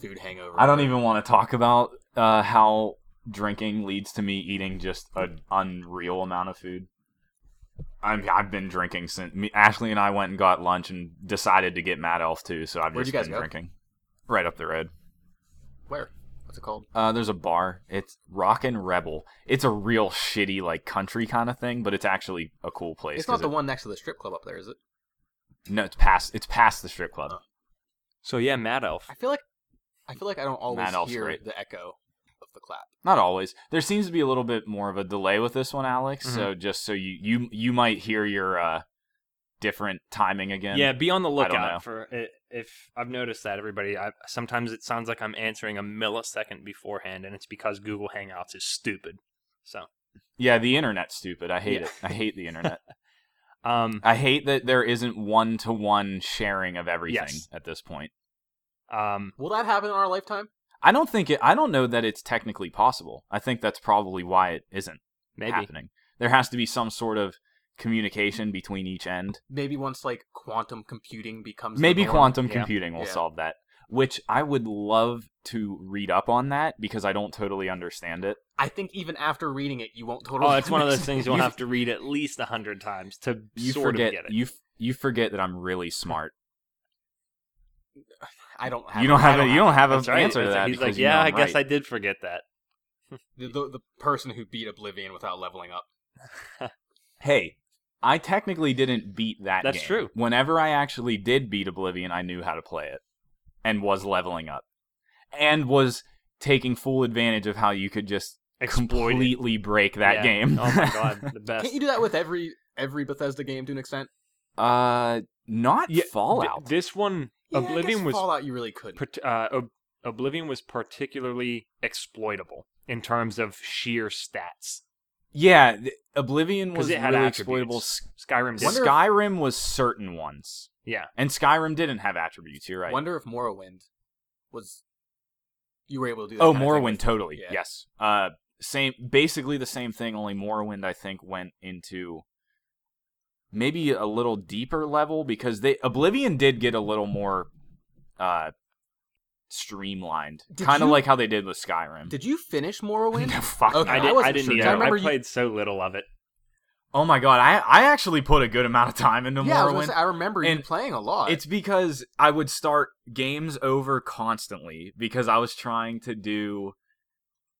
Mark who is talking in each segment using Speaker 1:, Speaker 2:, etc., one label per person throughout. Speaker 1: dude hangover.
Speaker 2: I don't e- even want to talk about uh, how drinking leads to me eating just an unreal amount of food. I'm, I've been drinking since me, Ashley and I went and got lunch and decided to get Mad Elf too. So I've
Speaker 1: Where'd
Speaker 2: just
Speaker 1: you guys
Speaker 2: been
Speaker 1: go?
Speaker 2: drinking right up the road.
Speaker 1: Where? What's it called?
Speaker 2: Uh, there's a bar. It's Rockin' Rebel. It's a real shitty like country kind of thing, but it's actually a cool place.
Speaker 1: It's, not
Speaker 2: 'cause
Speaker 1: the one next to the strip club up there, is it?
Speaker 2: it- no, it's past. It's past the strip club.
Speaker 3: So yeah, Mad Elf.
Speaker 1: I feel like I feel like I don't always
Speaker 2: Mad Elf's
Speaker 1: hear
Speaker 2: great.
Speaker 1: the echo of the clap.
Speaker 2: Not always. There seems to be a little bit more of a delay with this one, Alex.
Speaker 3: Mm-hmm.
Speaker 2: So just so you you you might hear your uh different timing again.
Speaker 3: yeah, be on the
Speaker 2: don't know.
Speaker 3: lookout for it. If I've noticed that everybody, I, sometimes it sounds like I'm answering a millisecond beforehand, and it's because Google Hangouts is stupid. So,
Speaker 2: Yeah, the internet's stupid. I hate
Speaker 3: Yeah.
Speaker 2: it. I hate the internet.
Speaker 3: um,
Speaker 2: I hate that there isn't one to one sharing of everything
Speaker 3: Yes.
Speaker 2: at this point.
Speaker 3: um,
Speaker 1: Will that happen in our lifetime?
Speaker 2: I don't think it I don't know that it's technically possible. I think that's probably why it isn't
Speaker 3: maybe.
Speaker 2: happening. There has to be some sort of communication between each end.
Speaker 1: Maybe once like quantum computing becomes the
Speaker 2: Maybe
Speaker 1: norm.
Speaker 2: quantum
Speaker 3: Yeah.
Speaker 2: computing will
Speaker 1: Yeah.
Speaker 2: solve that, which I would love to read up on that because I don't totally understand it.
Speaker 1: I think even after reading it, you won't totally.
Speaker 3: Oh, it's one of those
Speaker 1: understand.
Speaker 3: things you'll
Speaker 2: You-
Speaker 3: have to read at least a hundred times to
Speaker 2: You
Speaker 3: sort
Speaker 2: forget
Speaker 3: of get it.
Speaker 2: you f- you forget that I'm really smart.
Speaker 1: I don't. Have
Speaker 2: you don't
Speaker 1: I
Speaker 2: have a, you don't have
Speaker 3: That's
Speaker 2: an
Speaker 3: right.
Speaker 2: answer to
Speaker 3: That's-
Speaker 2: that.
Speaker 3: He's like,
Speaker 2: because you know
Speaker 3: yeah,
Speaker 2: I'm
Speaker 3: I guess
Speaker 2: right."
Speaker 3: I did forget that.
Speaker 1: The, the, the person who beat Oblivion without leveling up.
Speaker 2: Hey, I technically didn't beat that.
Speaker 3: That's
Speaker 2: game.
Speaker 3: true.
Speaker 2: Whenever I actually did beat Oblivion, I knew how to play it, and was leveling up, and was taking full advantage of how you could just
Speaker 3: Exploit it.
Speaker 2: completely break that
Speaker 3: Yeah.
Speaker 2: game.
Speaker 3: Oh my god, the best.
Speaker 1: Can't you do that with every every Bethesda game to an extent?
Speaker 2: Uh, not
Speaker 3: Yeah,
Speaker 2: Fallout.
Speaker 3: Th- this one,
Speaker 1: Yeah, I
Speaker 3: Oblivion
Speaker 1: guess
Speaker 3: was
Speaker 1: Fallout. You really couldn't.
Speaker 3: part- uh, Ob- Oblivion was particularly exploitable in terms of sheer stats
Speaker 2: yeah, th- Oblivion was
Speaker 3: because it had
Speaker 2: really
Speaker 3: attributes.
Speaker 2: exploitable. S-
Speaker 3: Skyrim, did.
Speaker 1: Wonder- if-
Speaker 2: Skyrim was certain ones,
Speaker 3: yeah,
Speaker 2: and Skyrim didn't have attributes. You're right.
Speaker 1: Wonder if Morrowind was. You were able to do. That
Speaker 2: Oh,
Speaker 1: kind of thing
Speaker 2: Morrowind,
Speaker 1: with-
Speaker 2: totally.
Speaker 1: Yeah.
Speaker 2: Yes. Uh, same, basically the same thing. Only Morrowind, I think, went into maybe a little deeper level because they Oblivion did get a little more uh streamlined,
Speaker 1: Did
Speaker 2: kind of
Speaker 1: you-
Speaker 2: like how they did with Skyrim.
Speaker 1: Did you finish Morrowind?
Speaker 2: No, fuck
Speaker 1: Okay,
Speaker 2: no.
Speaker 3: I,
Speaker 1: I
Speaker 3: did,
Speaker 1: wasn't
Speaker 3: I didn't
Speaker 1: sure.
Speaker 3: either.
Speaker 1: I
Speaker 3: I,
Speaker 1: remember you-
Speaker 3: played so little of it.
Speaker 2: Oh my god, I I actually put a good amount of time into
Speaker 1: yeah, I, was
Speaker 2: Morrowind.
Speaker 1: gonna say, I remember you
Speaker 2: And
Speaker 1: playing a lot.
Speaker 2: It's because I would start games over constantly because I was trying to do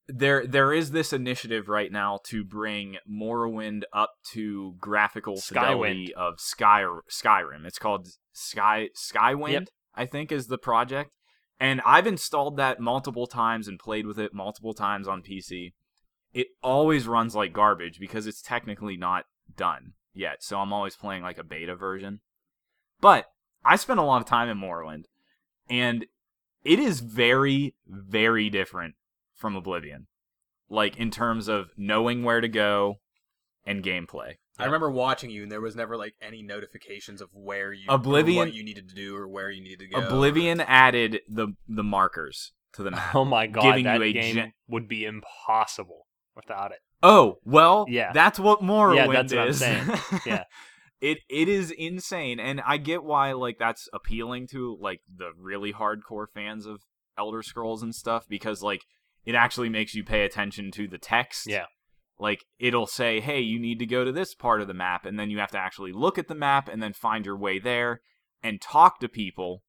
Speaker 2: there there is this initiative right now to bring Morrowind up to graphical fidelity of Sky Skyrim. It's called Sky Skywind,
Speaker 3: Yep.
Speaker 2: I think is the project. And I've installed that multiple times and played with it multiple times on PC. It always runs like garbage because it's technically not done yet. So I'm always playing like a beta version. But I spent a lot of time in Morrowind, and it is very, very different from Oblivion. Like in terms of knowing where to go and gameplay.
Speaker 1: I remember watching you, and there was never like any notifications of where you, or
Speaker 2: Oblivion-
Speaker 1: what you needed to do, or where you needed to go.
Speaker 2: Oblivion added the the markers to the map.
Speaker 3: Oh my god,
Speaker 2: Giving
Speaker 3: that
Speaker 2: you a
Speaker 3: game
Speaker 2: gen-
Speaker 3: would be impossible without it.
Speaker 2: Oh, well,
Speaker 3: Yeah.
Speaker 2: that's what Morrowind
Speaker 3: Yeah, that's what I'm
Speaker 2: is.
Speaker 3: saying. Yeah.
Speaker 2: It it is insane and I get why like that's appealing to like the really hardcore fans of Elder Scrolls and stuff because like it actually makes you pay attention to the text.
Speaker 3: Yeah.
Speaker 2: Like it'll say, "Hey, you need to go to this part of the map," and then you have to actually look at the map and then find your way there and talk to people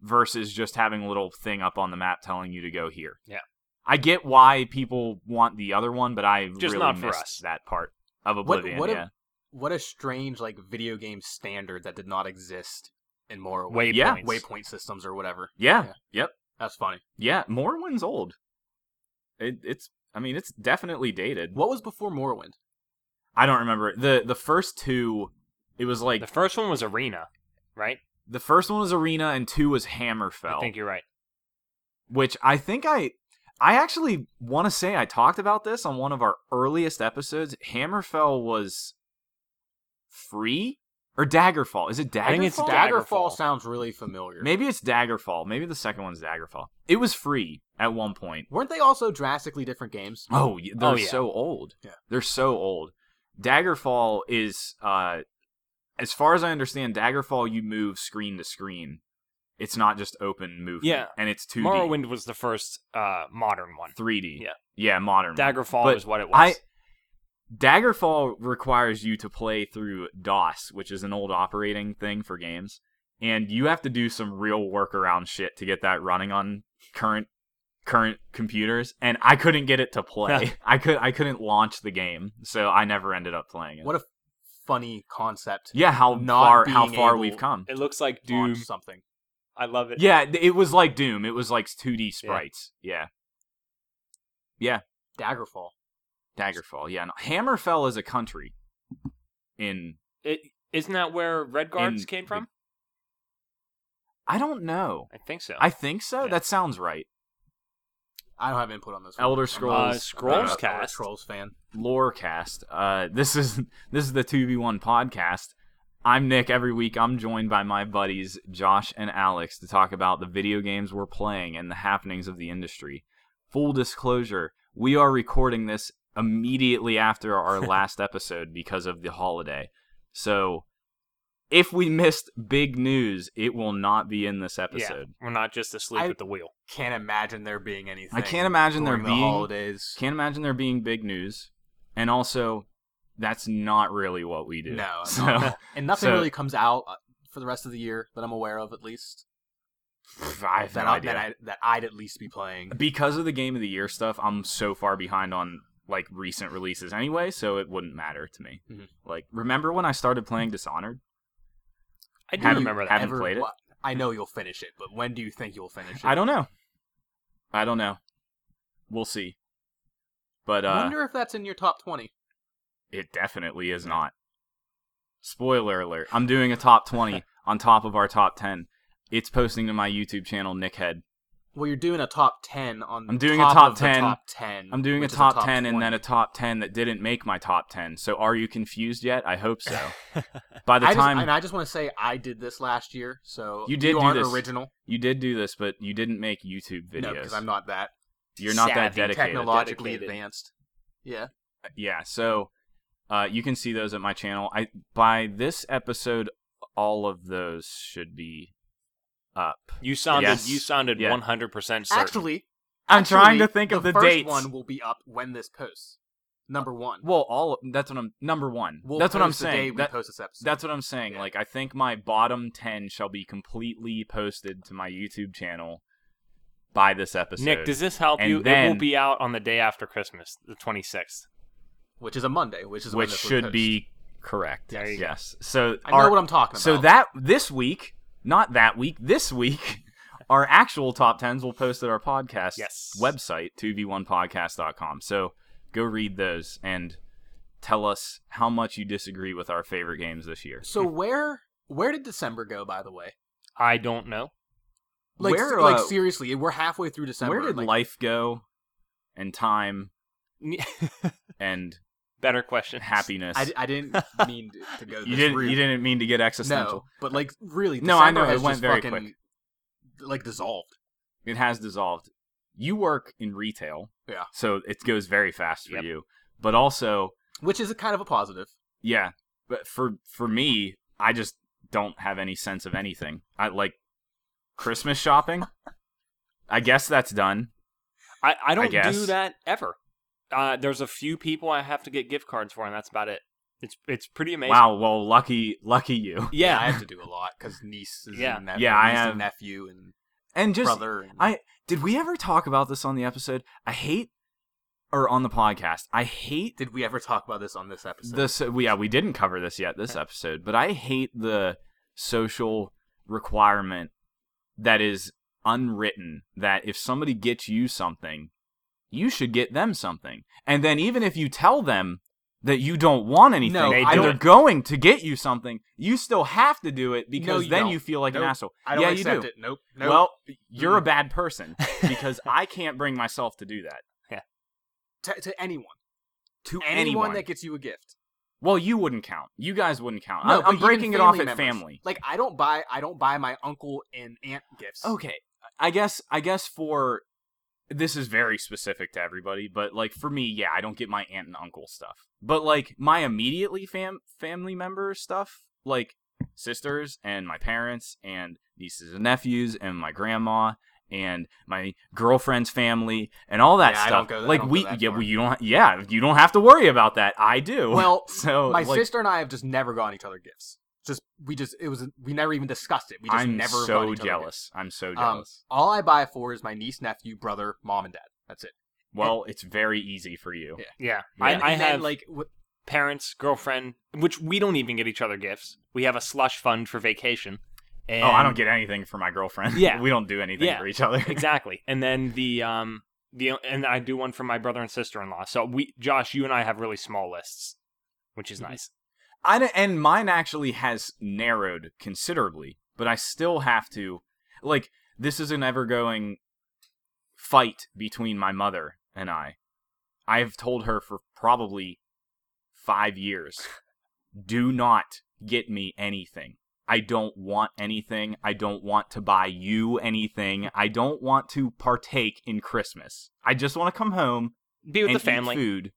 Speaker 2: versus just having a little thing up on the map telling you to go here.
Speaker 3: Yeah.
Speaker 2: I get why people want the other one, but I
Speaker 3: Just
Speaker 2: really
Speaker 3: not for
Speaker 2: missed
Speaker 3: us.
Speaker 2: that part of
Speaker 1: what,
Speaker 2: Oblivion.
Speaker 1: what
Speaker 2: yeah.
Speaker 1: a what a strange like video game standard that did not exist in Morrowind.
Speaker 3: Waypoints.
Speaker 2: Yeah,
Speaker 1: waypoint systems or whatever.
Speaker 2: yeah.
Speaker 1: Yeah. That's funny.
Speaker 2: Yeah. Morrowind's old. It, it's. I mean, it's definitely dated.
Speaker 1: What was before Morrowind?
Speaker 2: I don't remember the the first two. It was like
Speaker 3: The first one was Arena, right?
Speaker 2: the first one was Arena and two was Hammerfell.
Speaker 3: I think you're right.
Speaker 2: which I think I I actually want to say I talked about this on one of our earliest episodes. Hammerfell was free or Daggerfall. Is it Daggerfall?
Speaker 3: I think it's Dag-
Speaker 1: Daggerfall,
Speaker 3: Daggerfall.
Speaker 1: sounds really familiar.
Speaker 2: Maybe it's Daggerfall. Maybe the second one's Daggerfall. It was free at one point.
Speaker 1: Weren't they also drastically different games?
Speaker 2: Oh, y- they're
Speaker 3: Oh, yeah.
Speaker 2: so old.
Speaker 1: Yeah.
Speaker 2: They're so old. Daggerfall is uh as far as I understand Daggerfall you move screen to screen It's not just open movement.
Speaker 3: Yeah.
Speaker 2: and it's two D,
Speaker 3: Morrowind was the first uh, modern one.
Speaker 2: three D.
Speaker 3: Yeah.
Speaker 2: yeah, modern. one.
Speaker 3: Daggerfall
Speaker 2: But
Speaker 3: is what it was.
Speaker 2: I Daggerfall requires you to play through DOS, which is an old operating thing for games, and you have to do some real workaround shit to get that running on current current computers. And I couldn't get it to play. I could I couldn't launch the game, so I never ended up playing it.
Speaker 1: What a funny concept.
Speaker 2: yeah, how
Speaker 1: not
Speaker 2: far how
Speaker 1: being
Speaker 2: far
Speaker 1: able-
Speaker 2: we've come.
Speaker 3: it looks like
Speaker 1: Launch
Speaker 3: Doom.
Speaker 1: something.
Speaker 3: I love it.
Speaker 2: Yeah, th- it was like Doom. It was like 2D sprites. Yeah,
Speaker 1: Daggerfall.
Speaker 2: Daggerfall. Yeah, no. Hammerfell is a country in
Speaker 3: It, isn't that where Red Guards
Speaker 2: In
Speaker 3: came
Speaker 2: the-
Speaker 3: from?
Speaker 2: I don't know.
Speaker 3: I think so.
Speaker 2: I think so.
Speaker 3: Yeah.
Speaker 2: That sounds right.
Speaker 1: I don't have input on this. one.
Speaker 2: Elder
Speaker 1: I'm not
Speaker 2: Scrolls,
Speaker 1: a-
Speaker 3: Uh, Scrolls
Speaker 1: not a
Speaker 3: cast.
Speaker 1: Scrolls fan.
Speaker 2: Lorecast. Uh, this is this is the two v one podcast. I'm Nick. Every week, I'm joined by my buddies Josh and Alex to talk about the video games we're playing and the happenings of the industry. Full disclosure: we are recording this immediately after our last episode because of the holiday. So, if we missed big news, it will not be in this episode.
Speaker 3: We're not just asleep
Speaker 1: I-
Speaker 3: at the wheel.
Speaker 1: Can't imagine there being anything.
Speaker 2: I can't imagine there
Speaker 1: during the
Speaker 2: being-
Speaker 1: holidays.
Speaker 2: Can't imagine there being big news, and also. That's not really what we do.
Speaker 1: No,
Speaker 2: so
Speaker 1: not- and nothing
Speaker 2: so-
Speaker 1: really comes out uh, for the rest of the year that I'm aware of, at least.
Speaker 2: I have
Speaker 1: that
Speaker 2: no
Speaker 1: I,
Speaker 2: idea.
Speaker 1: that I that I'd at least be playing.
Speaker 2: because of the game of the year stuff, I'm so far behind on like recent releases anyway, so it wouldn't matter to me.
Speaker 1: Mhm.
Speaker 2: Like, remember when I started playing Dishonored?
Speaker 3: I do
Speaker 2: Have-
Speaker 3: remember that.
Speaker 2: have- haven't played it?
Speaker 1: wa- I know you'll finish it, but when do you think you'll finish it?
Speaker 2: I don't know. I don't know. We'll see. But uh
Speaker 1: wonder if that's in your top twenty.
Speaker 2: it definitely is not. Spoiler alert. I'm doing a top 20 on top of our top 10. It's posting to my YouTube channel Nickhead.
Speaker 1: Well, you're doing a top ten on.
Speaker 2: I'm doing a
Speaker 1: top
Speaker 2: top
Speaker 1: of
Speaker 2: 10.
Speaker 1: The top ten.
Speaker 2: I'm doing a
Speaker 1: which is
Speaker 2: top, 10 and
Speaker 1: 20.
Speaker 2: then a top 10 that didn't make my top 10. So are you confused yet? I hope so. By the
Speaker 1: I
Speaker 2: time
Speaker 1: just, and I just want to say I did this last year, so
Speaker 2: You did do
Speaker 1: aren't
Speaker 2: this
Speaker 1: original.
Speaker 2: You did do this, but you didn't make YouTube
Speaker 1: No,
Speaker 2: videos.
Speaker 1: because I'm not that
Speaker 2: You're not that
Speaker 3: savvy
Speaker 2: dedicated.
Speaker 3: technolo-
Speaker 1: technologically
Speaker 3: Dedicated.
Speaker 1: advanced. Yeah,
Speaker 2: yeah, so uh, you can see those at my channel. I by this episode, all of those should be up.
Speaker 3: You sounded
Speaker 2: Yes.
Speaker 3: you sounded
Speaker 2: Yeah.
Speaker 3: one hundred percent certain.
Speaker 1: actually,
Speaker 2: I'm
Speaker 1: actually,
Speaker 2: trying to think of the
Speaker 1: first
Speaker 2: dates.
Speaker 1: One will be up when this posts. Number one.
Speaker 2: Well, all that's what I'm number one.
Speaker 1: We'll
Speaker 2: that's what I'm
Speaker 1: post The day
Speaker 2: saying.
Speaker 1: we
Speaker 2: That-
Speaker 1: post this episode.
Speaker 2: that's what I'm saying.
Speaker 1: Yeah.
Speaker 2: Like I think my bottom ten shall be completely posted to my YouTube channel by this episode.
Speaker 3: Nick, does this help
Speaker 2: And
Speaker 3: you? it
Speaker 2: then-
Speaker 3: will be out on the day after Christmas, the twenty sixth.
Speaker 1: which is a Monday, which is when
Speaker 2: which
Speaker 1: this would
Speaker 2: should
Speaker 1: post.
Speaker 2: be correct.
Speaker 3: There you go.
Speaker 2: yes. So
Speaker 1: I know
Speaker 2: our-
Speaker 1: what I'm talking about.
Speaker 2: So that this week, not that week, this week, our actual top tens will post at our podcast
Speaker 3: Yes.
Speaker 2: website, 2v1podcast.com. So go read those and tell us how much you disagree with our favorite games this year.
Speaker 1: So where where did December go? By the way,
Speaker 3: I don't know.
Speaker 1: like
Speaker 2: Where,
Speaker 1: se- like
Speaker 2: uh,
Speaker 1: seriously, we're halfway through December.
Speaker 2: Where did
Speaker 1: like,
Speaker 2: life go and time and
Speaker 3: Better question.
Speaker 2: happiness?
Speaker 1: I, I didn't mean to- to go. This
Speaker 2: you didn't
Speaker 1: route.
Speaker 2: you didn't mean to get
Speaker 1: No,
Speaker 2: existential.
Speaker 1: but like really,
Speaker 2: No, I
Speaker 1: December
Speaker 2: know, it
Speaker 1: has
Speaker 2: went
Speaker 1: just
Speaker 2: very
Speaker 1: fucking,
Speaker 2: quick.
Speaker 1: Like dissolved.
Speaker 2: It has dissolved. You work in retail.
Speaker 1: Yeah.
Speaker 2: So it goes very fast for
Speaker 3: Yep.
Speaker 2: you. But also
Speaker 1: which is a kind of a positive.
Speaker 2: yeah but for for me i just don't have any sense of anything i like christmas shopping i guess that's done
Speaker 3: I, I don't do
Speaker 2: guess.
Speaker 3: that ever. Uh, there's a few people I have to get gift cards for, and that's about it. It's it's pretty amazing.
Speaker 2: wow well lucky lucky you
Speaker 3: Yeah.
Speaker 1: I have to do a lot because niece is
Speaker 3: Yeah.
Speaker 1: and nephew,
Speaker 2: Yeah, I
Speaker 1: niece
Speaker 2: have-
Speaker 1: and nephew and
Speaker 2: and just
Speaker 1: brother. And...
Speaker 2: I- did we ever talk about this on the episode i hate or on the podcast i hate
Speaker 1: Did we ever talk about this on this episode?
Speaker 2: the so, yeah we didn't cover this yet this episode but i hate the social requirement that is unwritten that if somebody gets you something you should get them something and then even if you tell them that you don't want anything
Speaker 1: No,
Speaker 3: They
Speaker 2: and
Speaker 3: don't.
Speaker 2: they're going to get you something you still have to do it because
Speaker 1: you
Speaker 2: then
Speaker 1: don't.
Speaker 2: you feel like an
Speaker 1: Nope.
Speaker 2: asshole
Speaker 1: I don't
Speaker 2: yeah
Speaker 1: accept
Speaker 2: you do
Speaker 1: it. Nope. Nope.
Speaker 2: well you're a bad person because i can't bring myself to do that
Speaker 1: to, to anyone,
Speaker 2: to
Speaker 1: anyone,
Speaker 2: anyone,
Speaker 1: that gets you a gift.
Speaker 2: well you wouldn't count you guys wouldn't count
Speaker 1: No,
Speaker 2: I'm-
Speaker 1: but
Speaker 2: i'm
Speaker 1: even
Speaker 2: breaking it off
Speaker 1: family
Speaker 2: at
Speaker 1: members.
Speaker 2: family
Speaker 1: Like I don't buy, I don't buy my uncle and aunt gifts.
Speaker 2: okay i guess i guess for this is very specific to everybody but like for me yeah i don't get my aunt and uncle stuff but like my immediately fam family member stuff like sisters and my parents and nieces and nephews and my grandma and my girlfriend's family and all that
Speaker 1: Yeah, I
Speaker 2: stuff.
Speaker 1: don't go- I
Speaker 2: like
Speaker 1: don't go
Speaker 2: we,
Speaker 1: that
Speaker 2: yeah,
Speaker 1: far.
Speaker 2: well, you don't. Yeah, you don't have to worry about that. I do.
Speaker 1: Well,
Speaker 2: so
Speaker 1: my
Speaker 2: like,
Speaker 1: sister and I have just never gotten each other gifts. Just we just it was we never even discussed it. We just
Speaker 2: I'm
Speaker 1: never got
Speaker 2: so
Speaker 1: each other gifts.
Speaker 2: jealous. I'm so
Speaker 1: Um,
Speaker 2: jealous.
Speaker 1: All I buy for is my niece, nephew, brother, mom, and dad. That's it.
Speaker 2: well, it's very easy for you.
Speaker 1: Yeah.
Speaker 3: Yeah,
Speaker 2: Yeah.
Speaker 3: I,
Speaker 1: And,
Speaker 3: I
Speaker 1: and then,
Speaker 3: have
Speaker 1: like w-
Speaker 3: parents, girlfriend, which we don't even get each other gifts. We have a slush fund for vacation. And
Speaker 2: oh, I don't get anything for my girlfriend.
Speaker 3: Yeah.
Speaker 2: we don't do anything
Speaker 3: Yeah.
Speaker 2: for each other.
Speaker 3: exactly. And then the um the and I do one for my brother and sister in law. So we, Josh, you and I have really small lists, which
Speaker 2: Mm-hmm.
Speaker 3: is nice.
Speaker 2: I don't- and mine actually has narrowed considerably, but I still have to like this is an ever going fight between my mother and I. I've told her for probably 5 years, do not get me anything. I don't want anything. I don't want to buy you anything. I don't want to partake in Christmas. I just want to come home
Speaker 3: Be with
Speaker 2: and
Speaker 3: the family.
Speaker 2: eat food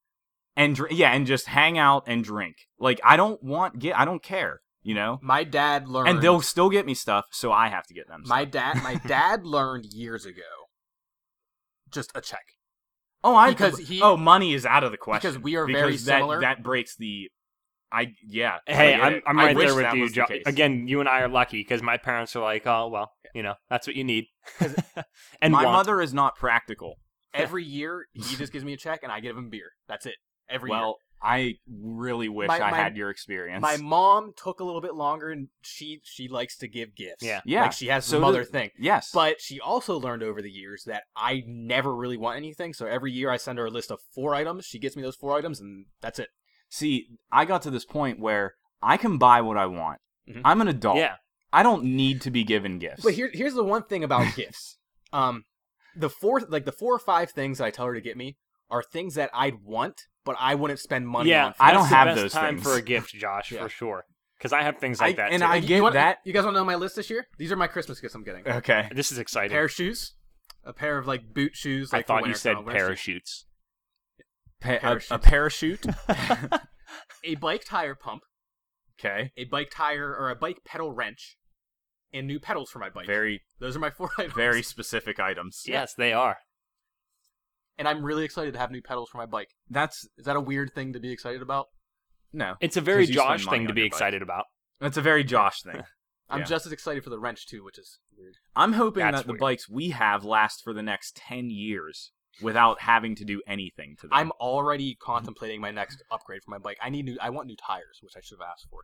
Speaker 2: and dr- yeah and just hang out and drink like i don't want get i don't care you know
Speaker 1: my dad learned.
Speaker 2: and they'll still get me stuff so i have to get them
Speaker 1: my
Speaker 2: stuff.
Speaker 1: dad my dad learned years ago. Just a check.
Speaker 2: oh i
Speaker 1: because
Speaker 2: because
Speaker 1: he-
Speaker 2: oh money is out of the question
Speaker 1: we are very
Speaker 2: Because that,
Speaker 1: similar.
Speaker 2: that breaks the i yeah I
Speaker 3: Hey,
Speaker 2: get
Speaker 3: I'm,
Speaker 2: it.
Speaker 3: I'm
Speaker 2: I
Speaker 3: right
Speaker 2: wish
Speaker 3: there with
Speaker 2: that
Speaker 3: you,
Speaker 2: was the
Speaker 3: Josh.
Speaker 2: case.
Speaker 3: Again, you and I are lucky because my parents are like, oh well, you know, that's what you need. and
Speaker 2: my
Speaker 3: want.
Speaker 2: mother is not practical
Speaker 1: Every year he just gives me a check and I give him beer. That's it. Every year.
Speaker 2: well i really wish
Speaker 1: My-
Speaker 2: i
Speaker 1: my-
Speaker 2: had your experience
Speaker 1: My mom took a little bit longer, and she she likes to give gifts.
Speaker 3: Yeah.
Speaker 2: Yeah.
Speaker 1: Like she has
Speaker 2: So
Speaker 1: some other
Speaker 2: does-
Speaker 1: thing.
Speaker 2: yes
Speaker 1: But she also learned over the years that I never really want anything. So every year I send her a list of four items. She gets me those four items, and that's it.
Speaker 2: see i got to this point where i can buy what i want
Speaker 1: Mhm.
Speaker 2: i'm an adult
Speaker 3: Yeah.
Speaker 2: i don't need to be given gifts
Speaker 1: But here, here's the one thing about gifts. Um, the four like the four or five things that I tell her to get me are things that I'd want, but I wouldn't spend money
Speaker 3: yeah,
Speaker 1: on.
Speaker 2: I
Speaker 3: that's
Speaker 2: don't
Speaker 3: the
Speaker 2: have
Speaker 3: best
Speaker 2: those
Speaker 3: time
Speaker 2: things.
Speaker 3: for a gift, Josh,
Speaker 1: Yeah.
Speaker 3: for sure. Because I have things
Speaker 2: I-
Speaker 3: like that.
Speaker 2: and
Speaker 3: too.
Speaker 2: I
Speaker 1: You- you
Speaker 2: get
Speaker 1: wanna-
Speaker 2: that.
Speaker 1: You guys want to know my list this year? These are my Christmas gifts I'm getting.
Speaker 2: okay
Speaker 3: this is
Speaker 1: A
Speaker 3: exciting.
Speaker 1: pair of shoes, a pair of like boot shoes.
Speaker 3: I
Speaker 1: Like, for
Speaker 3: thought you
Speaker 1: winter,
Speaker 3: said
Speaker 1: so winter shoes.
Speaker 3: parachutes.
Speaker 2: Pa- a-
Speaker 1: Parachute.
Speaker 2: A, parachute.
Speaker 1: A bike tire pump.
Speaker 2: okay.
Speaker 1: a bike tire or a bike pedal wrench, and new pedals for my bike.
Speaker 2: Very,
Speaker 1: Those are my four items.
Speaker 2: very specific items.
Speaker 3: Yes, they are.
Speaker 1: And I'm really excited to have new pedals for my bike.
Speaker 2: That's
Speaker 1: Is that a weird thing to be excited about?
Speaker 2: no.
Speaker 3: It's a very
Speaker 2: 'Cause you spend
Speaker 3: Josh
Speaker 2: money
Speaker 3: thing to
Speaker 2: on
Speaker 3: be
Speaker 2: your bike.
Speaker 3: excited about.
Speaker 2: That's a very Josh thing.
Speaker 1: I'm
Speaker 2: Yeah.
Speaker 1: just as excited for the wrench too, which is weird.
Speaker 2: I'm hoping
Speaker 3: That's
Speaker 2: that the
Speaker 3: weird.
Speaker 2: bikes we have last for the next ten years without having to do anything to them.
Speaker 1: I'm already contemplating my next upgrade for my bike. I need new. I want new tires, which I should have asked for.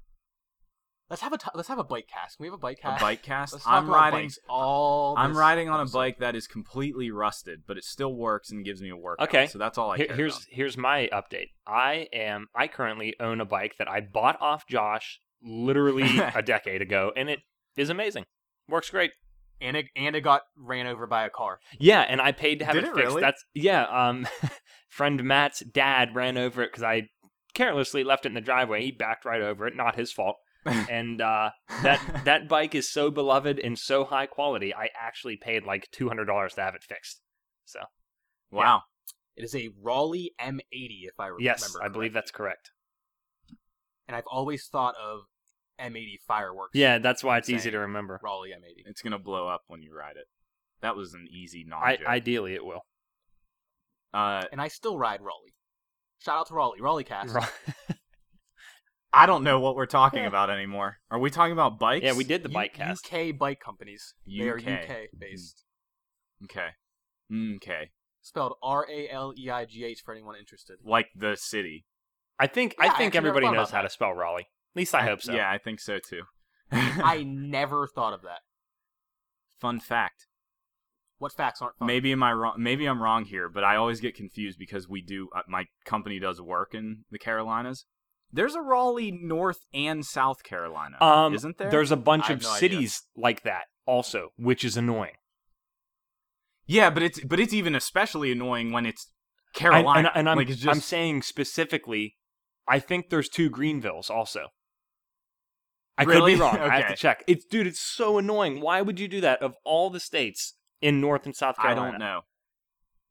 Speaker 1: Let's have a ti- let's have a bike cast. Can we have a bike
Speaker 2: a
Speaker 1: cast?
Speaker 2: bike cast.
Speaker 1: Let's talk
Speaker 2: I'm
Speaker 1: about
Speaker 2: riding.
Speaker 1: bikes all.
Speaker 2: I'm
Speaker 1: this
Speaker 2: riding on a
Speaker 1: episode.
Speaker 2: bike that is completely rusted, but it still works and gives me a workout.
Speaker 3: Okay.
Speaker 2: So that's all I
Speaker 3: Here-
Speaker 2: care
Speaker 3: here's
Speaker 2: about.
Speaker 3: here's my update. I am I currently own a bike that I bought off Josh literally a decade ago, and it is amazing. Works great.
Speaker 1: and it and it got ran over by a car.
Speaker 3: Yeah, and I paid to have
Speaker 2: Did
Speaker 3: it
Speaker 2: it
Speaker 3: fixed.
Speaker 2: really?
Speaker 3: That's yeah. Um, friend Matt's dad ran over it because I carelessly left it in the driveway. He backed right over it. Not his fault. and uh, that that bike is so beloved and so high quality. I actually paid like two hundred dollars to have it fixed. So
Speaker 2: Wow.
Speaker 1: It is a Raleigh M80, if I remember.
Speaker 3: yes, I
Speaker 1: correctly.
Speaker 3: believe that's correct.
Speaker 1: and I've always thought of M80 fireworks.
Speaker 3: Yeah, that's why it's
Speaker 2: Same.
Speaker 3: easy to remember.
Speaker 1: Raleigh M80.
Speaker 2: It's gonna blow up when you ride it. That was an easy non
Speaker 3: I, ideally, it will.
Speaker 2: uh,
Speaker 1: And I still ride Raleigh. Shout out to Raleigh, Raleigh Cast.
Speaker 2: I don't know what we're talking about anymore. Are we talking about bikes?
Speaker 3: yeah, we did the bike cast.
Speaker 1: UK bike companies. They are
Speaker 2: UK.
Speaker 1: UK based.
Speaker 2: Okay. Mm, Okay.
Speaker 1: Spelled R A L E I G H for anyone interested.
Speaker 2: Like the city.
Speaker 3: I think
Speaker 1: Yeah,
Speaker 3: I
Speaker 1: I
Speaker 3: think
Speaker 1: actually never
Speaker 3: everybody
Speaker 1: thought
Speaker 3: knows
Speaker 1: about
Speaker 3: how to spell Raleigh. At least I hope so.
Speaker 2: Yeah, I think so too.
Speaker 1: I never thought of that.
Speaker 2: Fun fact.
Speaker 1: What facts aren't fun?
Speaker 2: Maybe am I wrong? Maybe I'm wrong here, but I always get confused because we do. Uh, my company does work in the Carolinas. There's a Raleigh North and South Carolina,
Speaker 3: Um,
Speaker 2: isn't there?
Speaker 3: There's a bunch
Speaker 1: I
Speaker 3: of
Speaker 1: have no idea.
Speaker 3: cities like that also, which is annoying.
Speaker 2: yeah, but it's but it's even especially annoying when it's
Speaker 3: I-
Speaker 2: Carolina.
Speaker 3: and, and I'm,
Speaker 2: like it's just
Speaker 3: I'm saying specifically, I think there's two Greenvilles also. I could
Speaker 2: Really?
Speaker 3: be wrong. I have
Speaker 2: Okay.
Speaker 3: to check. It's dude, it's so annoying. Why would you do that of all the states in North and South
Speaker 2: I
Speaker 3: Carolina?
Speaker 2: don't know.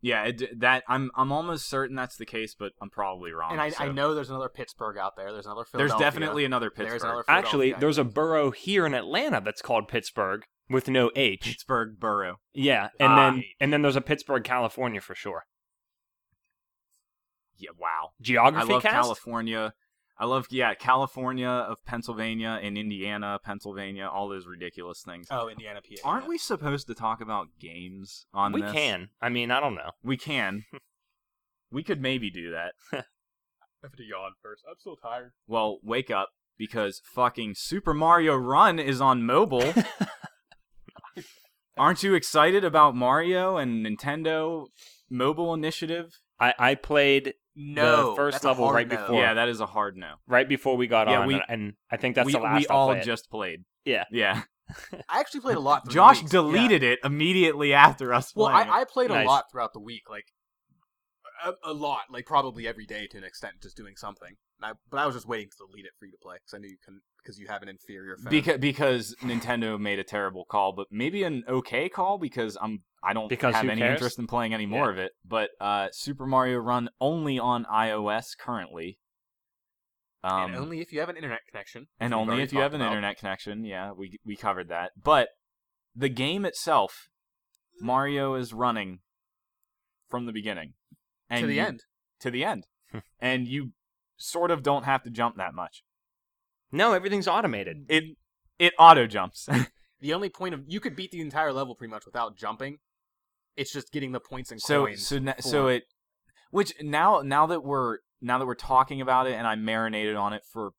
Speaker 2: Yeah, it, that I'm I'm almost certain that's the case, but I'm probably wrong.
Speaker 1: And I, I
Speaker 2: so.
Speaker 1: know there's another Pittsburgh out there. There's another
Speaker 2: there's
Speaker 1: Philadelphia.
Speaker 2: definitely another
Speaker 1: There's
Speaker 2: Pittsburgh.
Speaker 1: another
Speaker 3: Actually,
Speaker 1: Philadelphia.
Speaker 3: there's a borough here in Atlanta that's called Pittsburgh with no H.
Speaker 2: Pittsburgh borough.
Speaker 3: Yeah, and
Speaker 2: Ah.
Speaker 3: then and then there's a Pittsburgh, California for sure.
Speaker 2: Yeah, wow. I
Speaker 3: Geography
Speaker 2: love
Speaker 3: cast.
Speaker 2: California. I love yeah, California of Pennsylvania and Indiana, Pennsylvania, all those ridiculous things.
Speaker 1: Oh, Indiana, PA.
Speaker 2: Aren't we supposed to talk about games on
Speaker 3: we
Speaker 2: this?
Speaker 3: can. I mean, I don't know.
Speaker 2: We can. we could maybe do that.
Speaker 1: I have to yawn first. I'm so tired.
Speaker 2: Well, wake up because fucking Super Mario Run is on mobile. Aren't you excited about Mario and Nintendo mobile initiative?
Speaker 3: I, I played
Speaker 1: No,
Speaker 3: first
Speaker 1: that's a
Speaker 3: level
Speaker 1: hard
Speaker 3: right
Speaker 1: no.
Speaker 3: before.
Speaker 2: Yeah, that is a hard no.
Speaker 3: right before we got
Speaker 2: Yeah,
Speaker 3: on,
Speaker 2: we-
Speaker 3: and, and I think that's
Speaker 2: we
Speaker 3: the last.
Speaker 2: we
Speaker 3: I
Speaker 2: all
Speaker 3: played.
Speaker 2: just played.
Speaker 3: Yeah.
Speaker 2: Yeah.
Speaker 1: I actually played a lot. through the
Speaker 2: Josh
Speaker 1: weeks. Yeah.
Speaker 2: deleted it immediately after us.
Speaker 1: Well,
Speaker 2: playing it.
Speaker 1: I, I played
Speaker 3: Nice.
Speaker 1: a lot throughout the week, like a, a lot, like probably every day to an extent, just doing something. And I, but I was just waiting to delete it for you to play because I knew you couldn't because you have an inferior phone.
Speaker 2: Beca- because Nintendo made a terrible call, but maybe an okay call because I'm I don't
Speaker 3: Because
Speaker 2: have
Speaker 3: who
Speaker 2: any
Speaker 3: cares?
Speaker 2: interest in playing any more of it. But uh, Super Mario Run only on iOS currently. Um,
Speaker 1: and only if you have an internet connection.
Speaker 2: and
Speaker 1: which we've
Speaker 2: only
Speaker 1: already
Speaker 2: if you have
Speaker 1: talked
Speaker 2: an
Speaker 1: about.
Speaker 2: internet connection. Yeah, we we covered that. But the game itself, Mario is running from the beginning and
Speaker 1: to the
Speaker 2: you-
Speaker 1: end.
Speaker 2: To the end, and you sort of don't have to jump that much.
Speaker 3: no, everything's automated.
Speaker 2: it it auto jumps.
Speaker 1: The only point of you could beat the entire level pretty much without jumping. It's just getting the points and
Speaker 2: so
Speaker 1: coins.
Speaker 2: so na-
Speaker 1: for-
Speaker 2: so it which now now that we're now that we're talking about it and I marinated on it for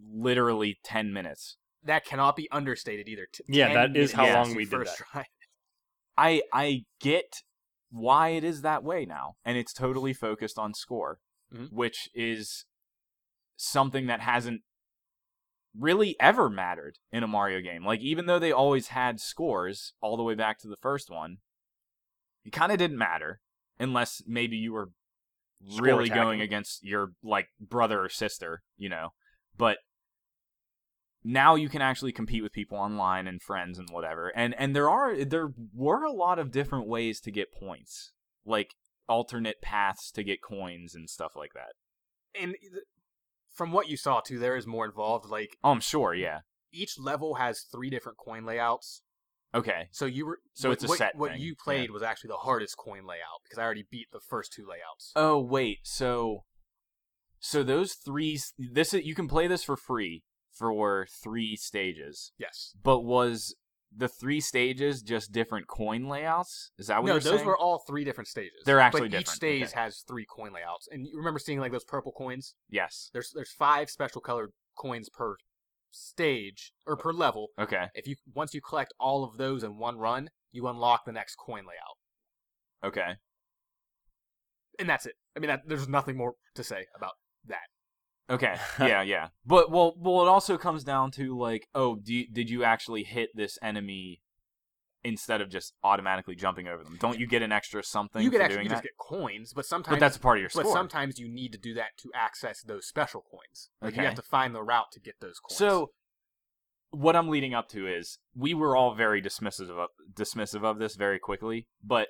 Speaker 2: literally 10 minutes.
Speaker 1: that cannot be understated either. T-
Speaker 3: Yeah,
Speaker 1: 10
Speaker 3: that is how
Speaker 1: minutes
Speaker 3: long
Speaker 1: in
Speaker 3: we did
Speaker 1: first
Speaker 3: that.
Speaker 1: try.
Speaker 2: I I get why it is that way now and it's totally focused on score,
Speaker 1: Mhm.
Speaker 2: which is something that hasn't really ever mattered in a Mario game. Like even though they always had scores all the way back to the first one, it kind of didn't matter unless maybe you were
Speaker 3: Score
Speaker 2: really
Speaker 3: attacking.
Speaker 2: going against your like brother or sister, you know. But now you can actually compete with people online and friends and whatever. And and there are there were a lot of different ways to get points. Like alternate paths to get coins and stuff like that.
Speaker 1: And th- from what you saw too, there is more involved. Like
Speaker 2: Oh, I'm sure,
Speaker 3: Mm.
Speaker 2: yeah.
Speaker 1: each level has three different coin layouts.
Speaker 2: Okay.
Speaker 1: So you were
Speaker 2: So
Speaker 1: what-
Speaker 2: it's a
Speaker 1: what,
Speaker 2: set
Speaker 1: What
Speaker 2: thing,
Speaker 1: you
Speaker 2: yeah.
Speaker 1: played was actually the hardest coin layout because I already beat the first two layouts.
Speaker 2: Oh, wait. So so those three s- this is, you can play this for free for 3 stages.
Speaker 1: yes.
Speaker 2: But was the three stages just different coin layouts? Is that what
Speaker 1: No,
Speaker 2: you're
Speaker 1: those
Speaker 2: saying?
Speaker 1: were all three different stages.
Speaker 2: They're actually
Speaker 1: but each
Speaker 2: different,
Speaker 1: stage
Speaker 2: okay.
Speaker 1: has three coin layouts. And you remember seeing like those purple coins?
Speaker 2: yes.
Speaker 1: There's there's five special colored coins per stage or per level.
Speaker 2: Okay.
Speaker 1: If you once you collect all of those in one run, you unlock the next coin layout.
Speaker 2: Okay.
Speaker 1: And that's it. I mean that there's nothing more to say about
Speaker 2: Okay. Yeah, yeah. But well, well, it also comes down to like, oh, do you, did you actually hit this enemy instead of just automatically jumping over them? Don't you get an extra something
Speaker 1: you could
Speaker 2: for
Speaker 1: actually
Speaker 2: doing
Speaker 1: you just
Speaker 2: that?
Speaker 1: get coins, but sometimes
Speaker 2: but that's a part of your score.
Speaker 1: But sometimes you need to do that to access those special coins. Like you
Speaker 2: Okay.
Speaker 1: have to find the route to get those coins.
Speaker 2: So, what I'm leading up to is we were all very dismissive of dismissive of this very quickly, but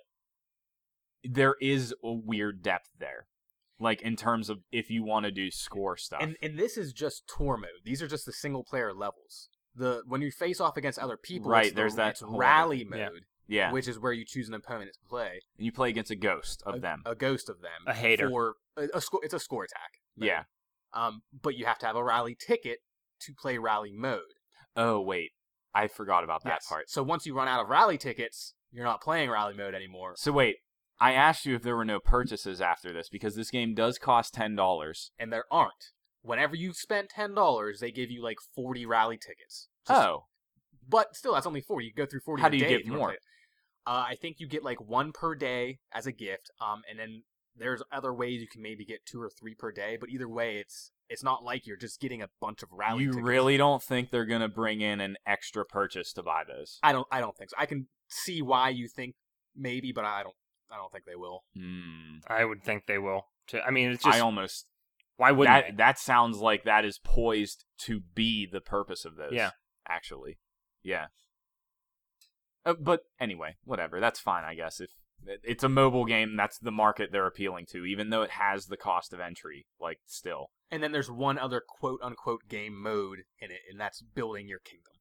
Speaker 2: there is a weird depth there, like in terms of if you want to do score stuff.
Speaker 1: and and this is just tour mode. These are just the single player levels. The when you face off against other people,
Speaker 2: Right,
Speaker 1: it's the-
Speaker 2: there's that
Speaker 1: it's
Speaker 2: whole other-
Speaker 1: rally mode,
Speaker 3: yeah.
Speaker 2: yeah,
Speaker 1: which is where you choose an opponent to play
Speaker 2: and you play against a ghost of
Speaker 1: a,
Speaker 2: them.
Speaker 1: a ghost of them,
Speaker 3: A hater.
Speaker 1: for a, a score. It's a score attack. mode.
Speaker 2: yeah.
Speaker 1: Um, but you have to have a rally ticket to play rally mode.
Speaker 2: Oh wait, I forgot about that
Speaker 1: Yes.
Speaker 2: part.
Speaker 1: So once you run out of rally tickets, you're not playing rally mode anymore.
Speaker 2: So wait, I asked you if there were no purchases after this because this game does cost ten dollars.
Speaker 1: and there aren't. Whenever you spend ten dollars, they give you like forty rally tickets. Just-
Speaker 2: Oh,
Speaker 1: but still, that's only forty. You go through forty.
Speaker 2: How
Speaker 1: a
Speaker 2: do you
Speaker 1: day
Speaker 2: get
Speaker 1: if wanna
Speaker 2: more?
Speaker 1: play it. Uh, I think you get like one per day as a gift, um, and then there's other ways you can maybe get two or three per day. But either way, it's it's not like you're just getting a bunch of rally.
Speaker 2: you
Speaker 1: tickets.
Speaker 2: really don't think they're gonna bring in an extra purchase to buy those?
Speaker 1: I don't. I don't think so. I can see why you think maybe, but I don't. I don't think they will.
Speaker 2: Hmm.
Speaker 3: I would think they will. Too. I mean, it's just
Speaker 2: I almost
Speaker 3: why wouldn't
Speaker 2: that that sounds like that is poised to be the purpose of those.
Speaker 3: Yeah.
Speaker 2: actually, yeah. Uh, but anyway, whatever. That's fine, I guess. If It- It's a mobile game. That's the market they're appealing to, even though it has the cost of entry. Like, still.
Speaker 1: And then there's one other quote unquote game mode in it, and that's building your kingdom.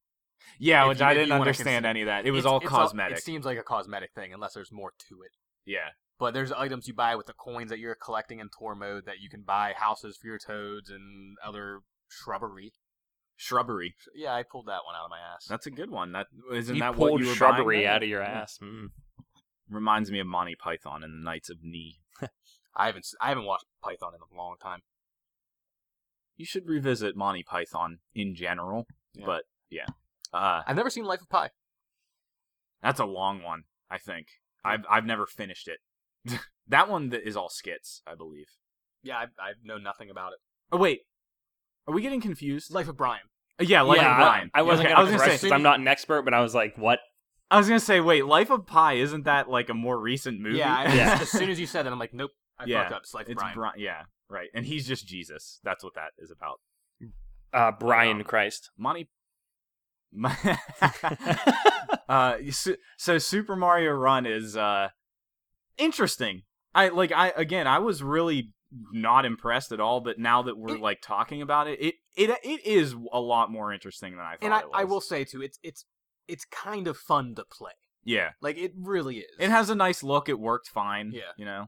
Speaker 2: Yeah,
Speaker 1: If
Speaker 2: which
Speaker 1: you-
Speaker 2: I
Speaker 1: if you
Speaker 2: didn't
Speaker 1: wanna
Speaker 2: understand
Speaker 1: consider-
Speaker 2: any of that. It was
Speaker 1: It's-
Speaker 2: all
Speaker 1: it's
Speaker 2: cosmetic.
Speaker 1: it seems like a cosmetic thing, unless there's more to it.
Speaker 2: yeah.
Speaker 1: But there's items you buy with the coins that you're collecting in Tor mode that you can buy houses for your toads and other shrubbery.
Speaker 2: Shrubbery.
Speaker 1: Yeah, I pulled that one out of my ass.
Speaker 2: That's a good one. That isn't
Speaker 3: you
Speaker 2: that
Speaker 3: pulled
Speaker 2: what you were
Speaker 3: shrubbery
Speaker 2: buying?
Speaker 3: out of your
Speaker 2: Yeah.
Speaker 3: ass. Mm.
Speaker 2: Reminds me of Monty Python and the Knights of Knee.
Speaker 1: I haven't s- I haven't watched Python in a long time.
Speaker 2: You should revisit Monty Python in general, but yeah, uh,
Speaker 1: I've never seen Life of Pi.
Speaker 2: that's a long one. I think I've I've never finished it. that one that is all skits, I believe.
Speaker 1: Yeah, I, I know nothing about it.
Speaker 2: Oh wait, are we getting confused?
Speaker 1: Life of Brian.
Speaker 2: Uh, yeah, Life
Speaker 3: yeah,
Speaker 2: of
Speaker 3: I-
Speaker 2: Brian.
Speaker 3: I, wasn't
Speaker 2: Okay,
Speaker 3: gonna
Speaker 2: I was gonna
Speaker 3: correct
Speaker 2: say.
Speaker 3: 'cause I'm not an expert, but I was like, what?
Speaker 2: I was gonna say. Wait, Life of Pi isn't that like a more recent movie?
Speaker 1: Yeah, I,
Speaker 3: Yeah.
Speaker 1: as soon as you said that, I'm like, nope, I
Speaker 2: Yeah,
Speaker 1: fucked up. It's Life of
Speaker 2: it's
Speaker 1: Brian.
Speaker 2: Bri- Yeah, right. And he's just Jesus. That's what that is about.
Speaker 3: Uh, Brian
Speaker 2: Um,
Speaker 3: Christ.
Speaker 2: Monty. uh, so, so Super Mario Run is uh interesting. I like I again I was really not impressed at all, but now that we're
Speaker 1: It-
Speaker 2: like talking about it, it it it is a lot more interesting than I thought.
Speaker 1: and I,
Speaker 2: it was.
Speaker 1: I will say too, it's it's it's kind of fun to play.
Speaker 2: yeah.
Speaker 1: Like it really is.
Speaker 2: It has a nice look. It worked fine.
Speaker 1: Yeah.
Speaker 2: you know.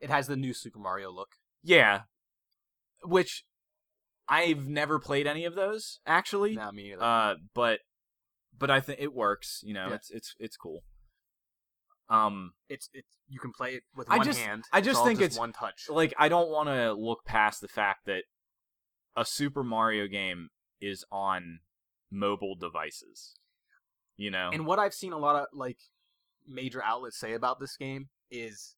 Speaker 1: it has the new Super Mario look.
Speaker 2: Yeah, which I've never played any of those actually.
Speaker 1: Not me either.
Speaker 2: Uh, but but I think it works. You know,
Speaker 1: Yeah.
Speaker 2: it's it's it's cool. Um,
Speaker 1: it's it's you can play it with
Speaker 2: I
Speaker 1: one
Speaker 2: just-
Speaker 1: hand.
Speaker 2: I just
Speaker 1: all
Speaker 2: think it's-
Speaker 1: one touch.
Speaker 2: like I don't want to look past the fact that a Super Mario game is on mobile devices. You know,
Speaker 1: And what I've seen a lot of like major outlets say about this game is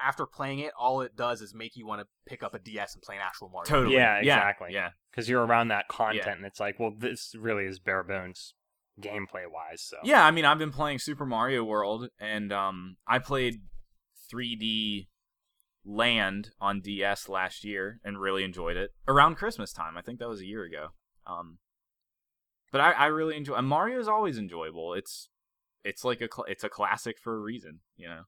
Speaker 1: after playing it, all it does is make you want to pick up a DS and play an actual Mario.
Speaker 2: totally.
Speaker 3: Yeah, exactly.
Speaker 2: Yeah,
Speaker 3: Because you're around that content,
Speaker 2: Yeah.
Speaker 3: and it's like, well, this really is bare bones gameplay wise. So
Speaker 2: yeah. I mean, I've been playing Super Mario World, and um, I played 3D Land on DS last year, and really enjoyed it around Christmas time. I think that was a year ago. Um, but I, I really enjoy. And Mario is always enjoyable. It's it's like a cl- it's a classic for a reason. You know.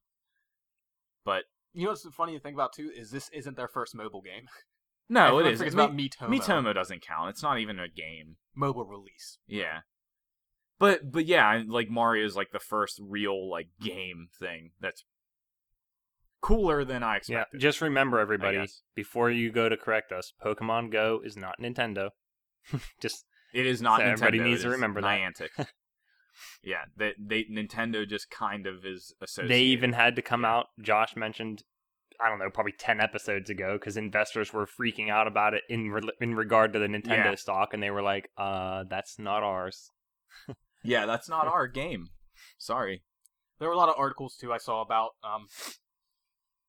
Speaker 2: But
Speaker 1: You know what's funny to think about too is this isn't their first mobile game.
Speaker 2: no, Oh, it
Speaker 1: Everyone
Speaker 2: is.
Speaker 1: forgets
Speaker 2: Me-
Speaker 1: about Miitomo.
Speaker 2: Mitomo doesn't count. It's not even a game.
Speaker 1: mobile release.
Speaker 2: Yeah. But but yeah, I- like Mario's like the first real like game thing that's cooler than I
Speaker 3: yeah.
Speaker 2: expected.
Speaker 3: Just remember,
Speaker 2: I
Speaker 3: everybody,
Speaker 2: guess.
Speaker 3: before you go to correct us, Pokemon Go is not Nintendo. Just
Speaker 2: It is not
Speaker 3: So
Speaker 2: Nintendo.
Speaker 3: everybody needs
Speaker 2: it
Speaker 3: to
Speaker 2: is
Speaker 3: remember that.
Speaker 2: Niantic. yeah, that they Nintendo just kind of is associated.
Speaker 3: they even had to come out. Josh mentioned, I don't know, probably ten episodes ago, because investors were freaking out about it in re- in regard to the Nintendo
Speaker 2: Yeah.
Speaker 3: stock, and they were like, "Uh, that's not ours."
Speaker 2: Yeah, that's not our game. Sorry.
Speaker 1: There were a lot of articles too I saw about um,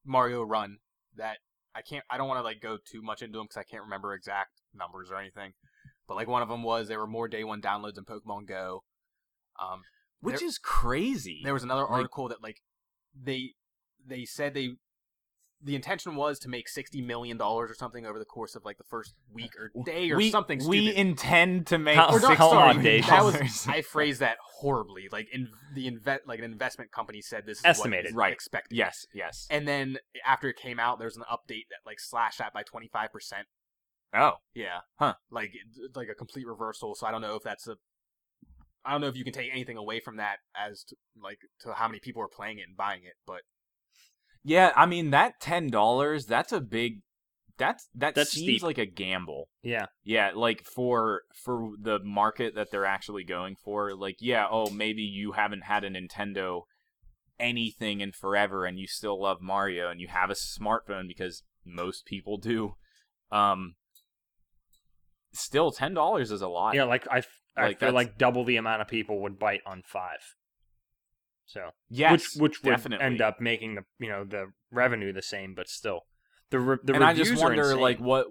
Speaker 1: Mario Run that I can't. I don't want to like go too much into them because I can't remember exact numbers or anything. But like one of them was there were more day one downloads in Pokemon Go. Um,
Speaker 2: Which
Speaker 1: There-
Speaker 2: is crazy.
Speaker 1: there was another
Speaker 2: Like-
Speaker 1: article that like they they said they the intention was to make sixty million dollars or something over the course of like the first week or day or
Speaker 2: we,
Speaker 1: something.
Speaker 2: We
Speaker 1: stupid.
Speaker 2: intend to make
Speaker 3: How-
Speaker 1: Or not,
Speaker 2: six
Speaker 3: how
Speaker 2: million
Speaker 3: audacious.
Speaker 1: That was-
Speaker 2: dollars.
Speaker 1: I phrased that horribly. Like in the invest like an investment company said this is
Speaker 3: Estimated.
Speaker 1: what
Speaker 2: Right.
Speaker 1: is expected.
Speaker 2: yes, yes.
Speaker 1: And then after it came out, there was an update that like slashed that by twenty five percent.
Speaker 2: Oh,
Speaker 1: Yeah.
Speaker 2: Huh.
Speaker 1: Like it- like a complete reversal. So I don't know if that's a. I don't know if you can take anything away from that as to like to how many people are playing it and buying it, but
Speaker 2: Yeah, I mean that ten dollars. That's a big. That's that
Speaker 3: That's
Speaker 2: seems
Speaker 3: steep.
Speaker 2: like a gamble.
Speaker 3: Yeah,
Speaker 2: Yeah, like for for the market that they're actually going for. Like, yeah, oh, maybe you haven't had a Nintendo anything in forever, and you still love Mario, and you have a smartphone because most people do. Um, still, ten dollars is a lot.
Speaker 3: yeah. Like I, f- I
Speaker 2: Like,
Speaker 3: feel
Speaker 2: that's-
Speaker 3: like double the amount of people would bite on five. So
Speaker 2: yes,
Speaker 3: which which would
Speaker 2: definitely.
Speaker 3: end up making the you know the revenue the same, but still the re- the
Speaker 2: and I just
Speaker 3: reviews are
Speaker 2: wonder,
Speaker 3: insane.
Speaker 2: like, what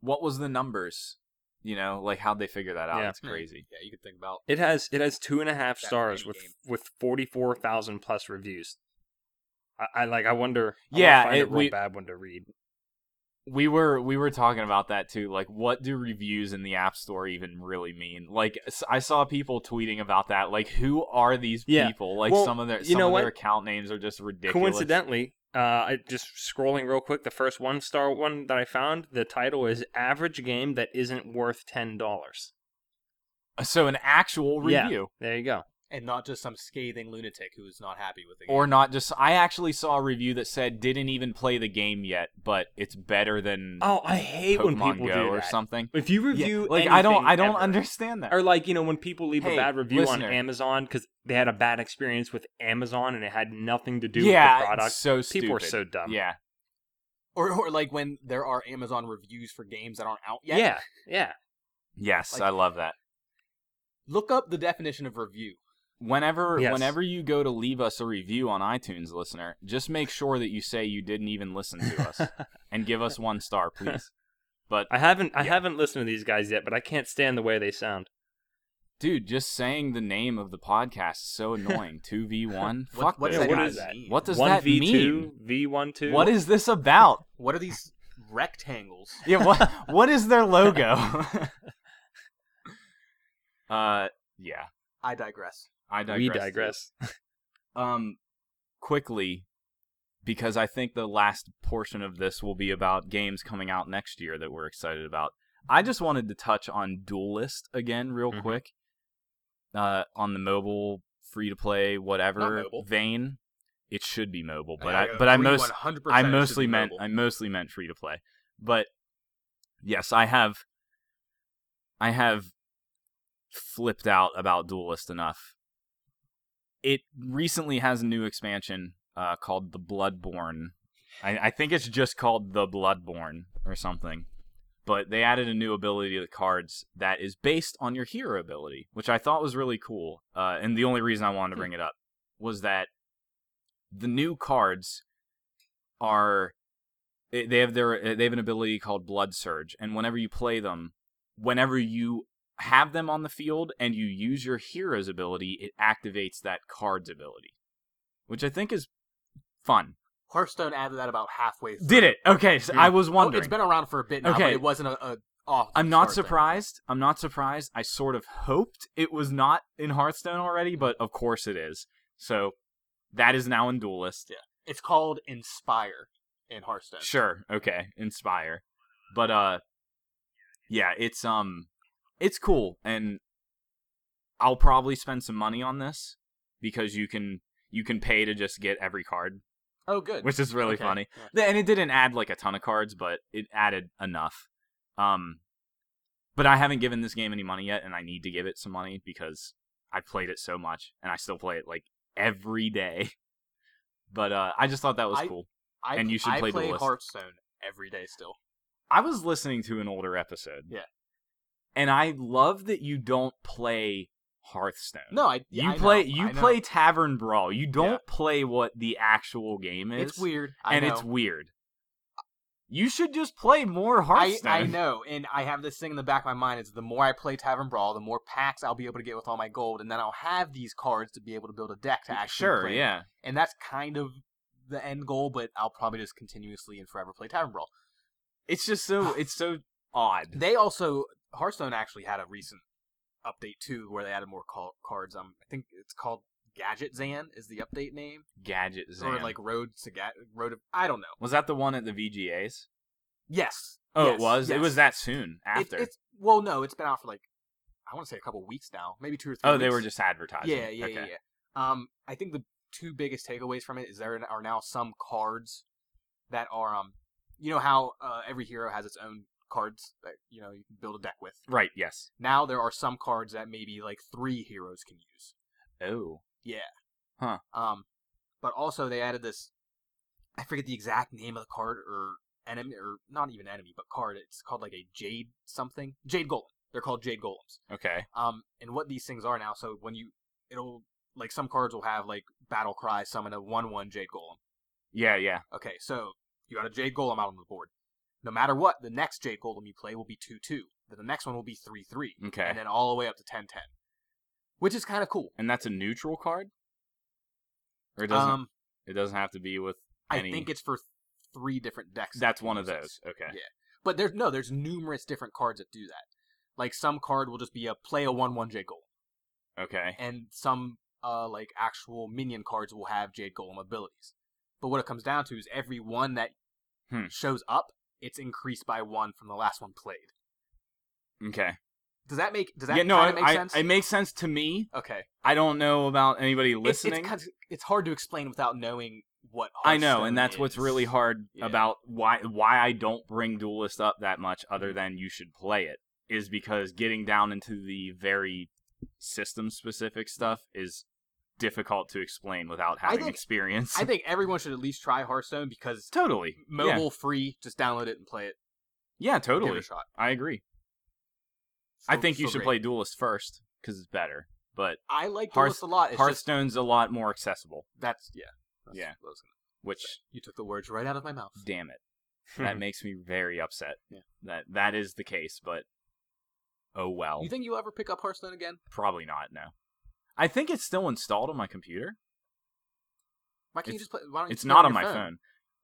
Speaker 2: what was the numbers? You know, like how'd they figure that out?
Speaker 3: Yeah.
Speaker 2: It's crazy.
Speaker 1: yeah, you could think about.
Speaker 3: it has it has two and a half
Speaker 1: That
Speaker 3: stars
Speaker 1: many
Speaker 3: with
Speaker 1: game.
Speaker 3: with forty four thousand plus reviews. I, I like I wonder. I wanna
Speaker 2: Yeah,
Speaker 3: find
Speaker 2: it-
Speaker 3: it, real
Speaker 2: we-
Speaker 3: bad one to read.
Speaker 2: we were we were talking about that too. Like, what do reviews in the App Store even really mean? Like, s- I saw people tweeting about that. Like, who are these
Speaker 3: Yeah.
Speaker 2: people? Like,
Speaker 3: Well,
Speaker 2: some of their
Speaker 3: you
Speaker 2: some
Speaker 3: know
Speaker 2: of their
Speaker 3: what?
Speaker 2: account names are just ridiculous.
Speaker 3: Coincidentally, uh, I just scrolling real quick, the first one star one that I found, the title is Average Game That Isn't Worth $10.
Speaker 2: Uh, So, an actual
Speaker 3: Yeah.
Speaker 2: review,
Speaker 3: There you go.
Speaker 1: and not just some scathing lunatic who is not happy with the game.
Speaker 2: or not just? I actually saw a review that said didn't even play the game yet, but it's better than
Speaker 3: Oh, I hate when
Speaker 2: Pokemon
Speaker 3: people
Speaker 2: Go
Speaker 3: do
Speaker 2: or
Speaker 3: that.
Speaker 2: something.
Speaker 3: If you
Speaker 2: Yeah,
Speaker 3: review
Speaker 2: like, I don't
Speaker 3: anything
Speaker 2: I don't
Speaker 3: ever-
Speaker 2: understand that.
Speaker 3: Or like you know when people leave
Speaker 2: Hey,
Speaker 3: a bad review
Speaker 2: listener.
Speaker 3: on Amazon because they had a bad experience with Amazon and it had nothing to do
Speaker 2: yeah,
Speaker 3: with the
Speaker 2: it's
Speaker 3: product.
Speaker 2: so stupid.
Speaker 3: People are so dumb.
Speaker 2: Yeah,
Speaker 1: or, or like when there are Amazon reviews for games that aren't out
Speaker 3: yeah,
Speaker 1: yet.
Speaker 3: yeah.
Speaker 2: yes,
Speaker 1: Like-
Speaker 2: I love that.
Speaker 1: Look up the definition of review.
Speaker 2: whenever
Speaker 3: Yes.
Speaker 2: whenever you go to leave us a review on iTunes, listener, just make sure that you say you didn't even listen to us and give us one star, please. But
Speaker 3: I haven't I
Speaker 2: Yeah.
Speaker 3: haven't listened to these guys yet, but I can't stand the way they sound.
Speaker 2: dude, just saying the name of the podcast is so annoying. Two v one.
Speaker 1: What,
Speaker 2: Fuck
Speaker 1: what's
Speaker 2: those
Speaker 3: yeah,
Speaker 1: that
Speaker 3: what
Speaker 1: even
Speaker 2: guys.
Speaker 3: is that?
Speaker 1: mean?
Speaker 2: What does
Speaker 3: One
Speaker 2: that
Speaker 3: v
Speaker 2: mean?
Speaker 3: two, v one two.
Speaker 2: What is this about?
Speaker 1: What are these rectangles?
Speaker 2: Yeah. What What is their logo? uh. Yeah.
Speaker 1: I digress.
Speaker 2: I digress.
Speaker 3: we
Speaker 2: too.
Speaker 3: digress?
Speaker 2: um quickly because I think the last portion of this will be about games coming out next year that we're excited about. I just wanted to touch on Duelist again real
Speaker 1: Mm-hmm.
Speaker 3: Mhm.
Speaker 2: quick. Uh on the mobile free to play whatever
Speaker 1: Not mobile.
Speaker 2: vein. It should be mobile, but I, but I most I mostly meant I mostly meant free to play. But yes, I have I have flipped out about Duelist enough. It recently has a new expansion uh, called the Bloodborne. I, I think it's just called the Bloodborne or something. But they added a new ability to the cards that is based on your hero ability, which I thought was really cool. Uh, and the only reason I wanted to bring it up was that the new cards are they they have their uh, they have an ability called blood surge and whenever you play them whenever you have them on the field and you use your hero's ability it activates that card's ability which i think is fun
Speaker 1: Hearthstone added that about halfway. through.
Speaker 2: did it okay so i
Speaker 1: Hmm.
Speaker 2: was
Speaker 1: Oh,
Speaker 2: wondering
Speaker 1: it's been around for a bit now,
Speaker 2: Okay.
Speaker 1: but it wasn't a. a off
Speaker 2: i'm not
Speaker 1: start thing.
Speaker 2: surprised i'm not surprised i sort of hoped it was not in hearthstone already but of course it is so that is now in duelist
Speaker 1: It's called Inspire in Hearthstone.
Speaker 2: Sure. Okay. Inspire. But uh yeah, it's um it's cool and I'll probably spend some money on this because you can you can pay to just get every card,
Speaker 1: Oh, good.
Speaker 2: which is really
Speaker 1: Okay.
Speaker 2: funny.
Speaker 1: Yeah.
Speaker 2: Th- And it didn't add like a ton of cards, but it added enough. Um but I haven't given this game any money yet and I need to give it some money because I played it so much and I still play it like every day. But uh I just thought that was
Speaker 1: I-
Speaker 2: cool.
Speaker 1: I,
Speaker 2: and you should
Speaker 1: I
Speaker 2: play
Speaker 1: play,
Speaker 2: Duelist.
Speaker 1: Hearthstone every day still.
Speaker 2: I was listening to an older episode.
Speaker 1: Yeah.
Speaker 2: And I love that you don't play Hearthstone.
Speaker 1: No, I yeah,
Speaker 2: you
Speaker 1: I know,
Speaker 2: play you
Speaker 1: I know.
Speaker 2: play Tavern Brawl. You don't
Speaker 1: Yeah.
Speaker 2: play what the actual game is.
Speaker 1: It's weird. I
Speaker 2: and
Speaker 1: know.
Speaker 2: it's weird. You should just play more
Speaker 1: I,
Speaker 2: Hearthstone.
Speaker 1: I know, and I have this thing in the back of my mind is the more I play Tavern Brawl, the more packs I'll be able to get with all my gold, and then I'll have these cards to be able to build a deck to actually
Speaker 2: Sure,
Speaker 1: play.
Speaker 2: yeah.
Speaker 1: And that's kind of the end goal, but I'll probably just continuously and forever play Tavern Brawl.
Speaker 2: It's just so it's so odd.
Speaker 1: They also Hearthstone actually had a recent update too, where they added more call, cards. Um, I think it's called Gadget Zan is the update name,
Speaker 2: Gadget Zan.
Speaker 1: or like Road to Ga- Road. Of, I don't know.
Speaker 2: was that the one at the VGAs?
Speaker 1: Yes.
Speaker 2: Oh,
Speaker 1: Yes,
Speaker 2: it was. It
Speaker 1: yes.
Speaker 2: was that soon
Speaker 1: It-
Speaker 2: after.
Speaker 1: it's well, no, it's been out for like I want to say a couple weeks now, maybe two or three.
Speaker 2: oh, they
Speaker 1: weeks.
Speaker 2: were just advertising.
Speaker 1: Yeah, yeah,
Speaker 2: okay.
Speaker 1: yeah, yeah. Um, I think the two biggest takeaways from it is there are now some cards that are um, you know how uh, every hero has its own cards that you know you can build a deck with.
Speaker 2: Right. Yes.
Speaker 1: Now there are some cards that maybe like three heroes can use.
Speaker 2: Oh.
Speaker 1: Um, but also they added this. I forget the exact name of the card or enemy or not even enemy, but card. It's called like a jade something. Jade golem. They're called jade golems.
Speaker 2: Okay.
Speaker 1: um, and what these things are now. So when you, it'll like some cards will have like battle cry, summon a one-one Jade Golem.
Speaker 2: Yeah. Yeah.
Speaker 1: Okay, so you got a Jade Golem out on the board. No matter what, the next Jade Golem you play will be two-two. Then the next one will be three-three,
Speaker 2: Okay.
Speaker 1: and then all the way up to 10-10. which is kind of cool.
Speaker 2: And that's a neutral card? Or it doesn't
Speaker 1: um,
Speaker 2: it doesn't have to be with
Speaker 1: I
Speaker 2: any-
Speaker 1: think it's for three different decks. that
Speaker 2: That's
Speaker 1: can
Speaker 2: one of
Speaker 1: use this.
Speaker 2: those. Okay.
Speaker 1: Yeah. But there's no, there's numerous different cards that do that. Like some card will just be a play a one one Jade Golem,
Speaker 2: Okay.
Speaker 1: and some uh like actual minion cards will have Jade Golem abilities. But what it comes down to is every one that
Speaker 2: Hmm.
Speaker 1: shows up, it's increased by one from the last one played.
Speaker 2: Okay.
Speaker 1: Does that make does that
Speaker 2: yeah, no,
Speaker 1: kind of make
Speaker 2: I,
Speaker 1: sense?
Speaker 2: I, it makes sense to me.
Speaker 1: okay, It's-
Speaker 2: I don't know about anybody listening.
Speaker 1: It's, kind of, it's hard to explain without knowing what
Speaker 2: I know,
Speaker 1: Hearthstone
Speaker 2: and that's what's
Speaker 1: is.
Speaker 2: really hard
Speaker 1: Yeah.
Speaker 2: about why why I don't bring Duelist up that much,
Speaker 1: Mm-hmm.
Speaker 2: other than you should play it, is because getting down into the very system specific stuff is difficult to explain without
Speaker 1: I
Speaker 2: having
Speaker 1: think-
Speaker 2: experience.
Speaker 1: I think everyone should at least try Hearthstone because it's
Speaker 2: totally
Speaker 1: mobile free. Just download it and play it.
Speaker 2: Yeah,
Speaker 1: Give
Speaker 2: yeah
Speaker 1: it
Speaker 2: totally.
Speaker 1: a shot.
Speaker 2: I agree. I
Speaker 1: Still-
Speaker 2: think you
Speaker 1: still
Speaker 2: should
Speaker 1: Oh, great.
Speaker 2: play Duelist first because it's better, but
Speaker 1: I like
Speaker 2: Hearth-
Speaker 1: Duelist a lot. It's just
Speaker 2: Hearthstone's a lot more accessible.
Speaker 1: that's yeah. That's
Speaker 2: Yeah.
Speaker 1: what I was gonna
Speaker 2: Which,
Speaker 1: say. you took the words right out of my mouth.
Speaker 2: damn it, that makes me very upset.
Speaker 1: Yeah.
Speaker 2: That that is the case, but oh well.
Speaker 1: You think you'll ever pick up Hearthstone again?
Speaker 2: Probably not. No, I think it's still installed on my computer.
Speaker 1: Why can't you
Speaker 2: It's-
Speaker 1: just play? Why don't you
Speaker 2: It's
Speaker 1: just play
Speaker 2: not on
Speaker 1: your
Speaker 2: my phone.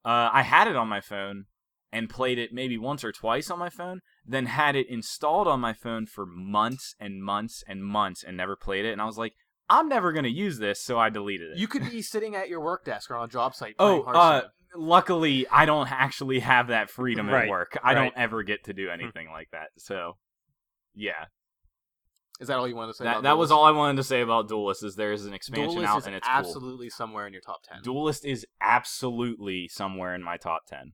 Speaker 2: Uh, I had it on my phone and played it maybe once or twice on my phone. Then had it installed on my phone for months and months and months and never played it. And I was like, I'm never gonna use this, so I deleted it.
Speaker 1: You could be sitting at your work desk or on a job site.
Speaker 2: Oh,
Speaker 1: Playing Hearthstone.
Speaker 2: Luckily, I don't actually have that freedom at
Speaker 3: Right,
Speaker 2: work. I
Speaker 3: right.
Speaker 2: don't ever get to do anything like that. So, yeah,
Speaker 1: is that all you wanted to say?
Speaker 2: that
Speaker 1: about
Speaker 2: that was
Speaker 1: Duelist?
Speaker 2: all I wanted to say about Duelist. Is there is an expansion
Speaker 1: Duelist
Speaker 2: out
Speaker 1: is
Speaker 2: and it's cool.
Speaker 1: absolutely somewhere in your top ten.
Speaker 2: Duelist is absolutely somewhere in my top ten.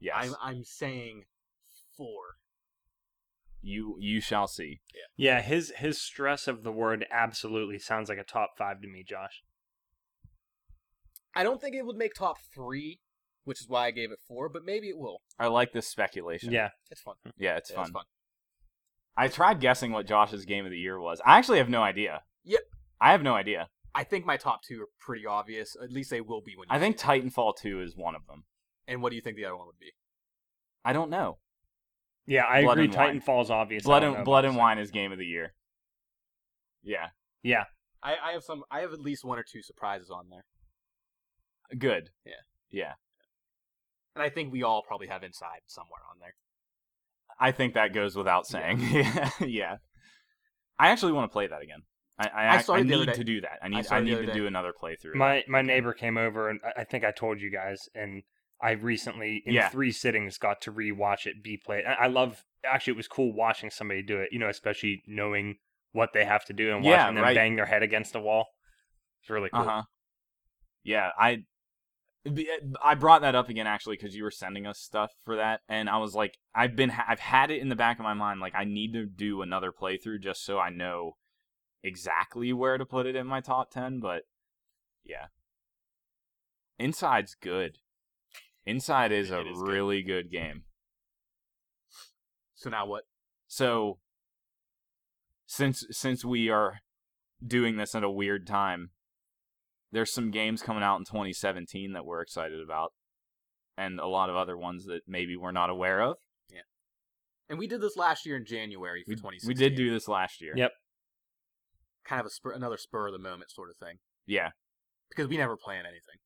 Speaker 2: Yes,
Speaker 1: I'm I'm saying four.
Speaker 2: you you shall see.
Speaker 3: yeah, his his stress of the word absolutely sounds like a top five to me, Josh.
Speaker 1: I don't think it would make top three, which is why I gave it four. But maybe it will.
Speaker 2: I like this speculation.
Speaker 3: Yeah,
Speaker 1: It's fun.
Speaker 2: yeah, it's
Speaker 1: Yeah,
Speaker 2: fun.
Speaker 1: It's fun.
Speaker 2: I tried guessing what Josh's game of the year was. I actually have no idea.
Speaker 1: Yep.
Speaker 2: I have no idea.
Speaker 1: I think my top two are pretty obvious. At least they will be when you
Speaker 2: I think
Speaker 1: see it.
Speaker 2: Titanfall Two is one of them.
Speaker 1: And what do you think the other one would be?
Speaker 2: I don't know.
Speaker 3: yeah, I
Speaker 2: Blood
Speaker 3: agree.
Speaker 2: and wine.
Speaker 3: Titanfall's obvious. I
Speaker 2: blood
Speaker 3: don't know
Speaker 2: and Blood
Speaker 3: about
Speaker 2: and
Speaker 3: this.
Speaker 2: Wine is game of the year. Yeah,
Speaker 3: Yeah,
Speaker 1: I, I have some. I have at least one or two surprises on there,
Speaker 2: good.
Speaker 1: Yeah.
Speaker 2: yeah.
Speaker 1: and I think we all probably have inside somewhere on there.
Speaker 2: I think that goes without saying. Yeah, yeah. I actually want to play that again. I I,
Speaker 1: I
Speaker 2: I,
Speaker 1: started the other
Speaker 2: need
Speaker 1: day.
Speaker 2: to do that. I need
Speaker 1: started
Speaker 2: I,
Speaker 1: the
Speaker 2: need
Speaker 1: other
Speaker 2: to
Speaker 1: day.
Speaker 2: do another playthrough.
Speaker 3: my my neighbor came over, and I, I think I told you guys, and I recently in
Speaker 2: Yeah.
Speaker 3: three sittings got to rewatch it, be played. I, I love actually, it was cool watching somebody do it. You know, especially knowing what they have to do and
Speaker 2: Yeah,
Speaker 3: watching them
Speaker 2: right.
Speaker 3: bang their head against the wall. It's really cool.
Speaker 2: Uh huh. Yeah, I b- I brought that up again actually because you were sending us stuff for that, and I was like, I've been ha- I've had it in the back of my mind like I need to do another playthrough just so I know exactly where to put it in my top ten. But yeah, Inside's good. Inside is a
Speaker 1: It is good.
Speaker 2: really good game.
Speaker 1: So now what?
Speaker 2: So since since we are doing this at a weird time, there's some games coming out in 2017 that we're excited about and a lot of other ones that maybe we're not aware of.
Speaker 1: And we did this last year in January for
Speaker 2: We,
Speaker 1: 2016.
Speaker 2: we did do this last year.
Speaker 3: Yep.
Speaker 1: kind of a spur, another spur of the moment sort of thing
Speaker 2: Yeah.
Speaker 1: because we never plan anything.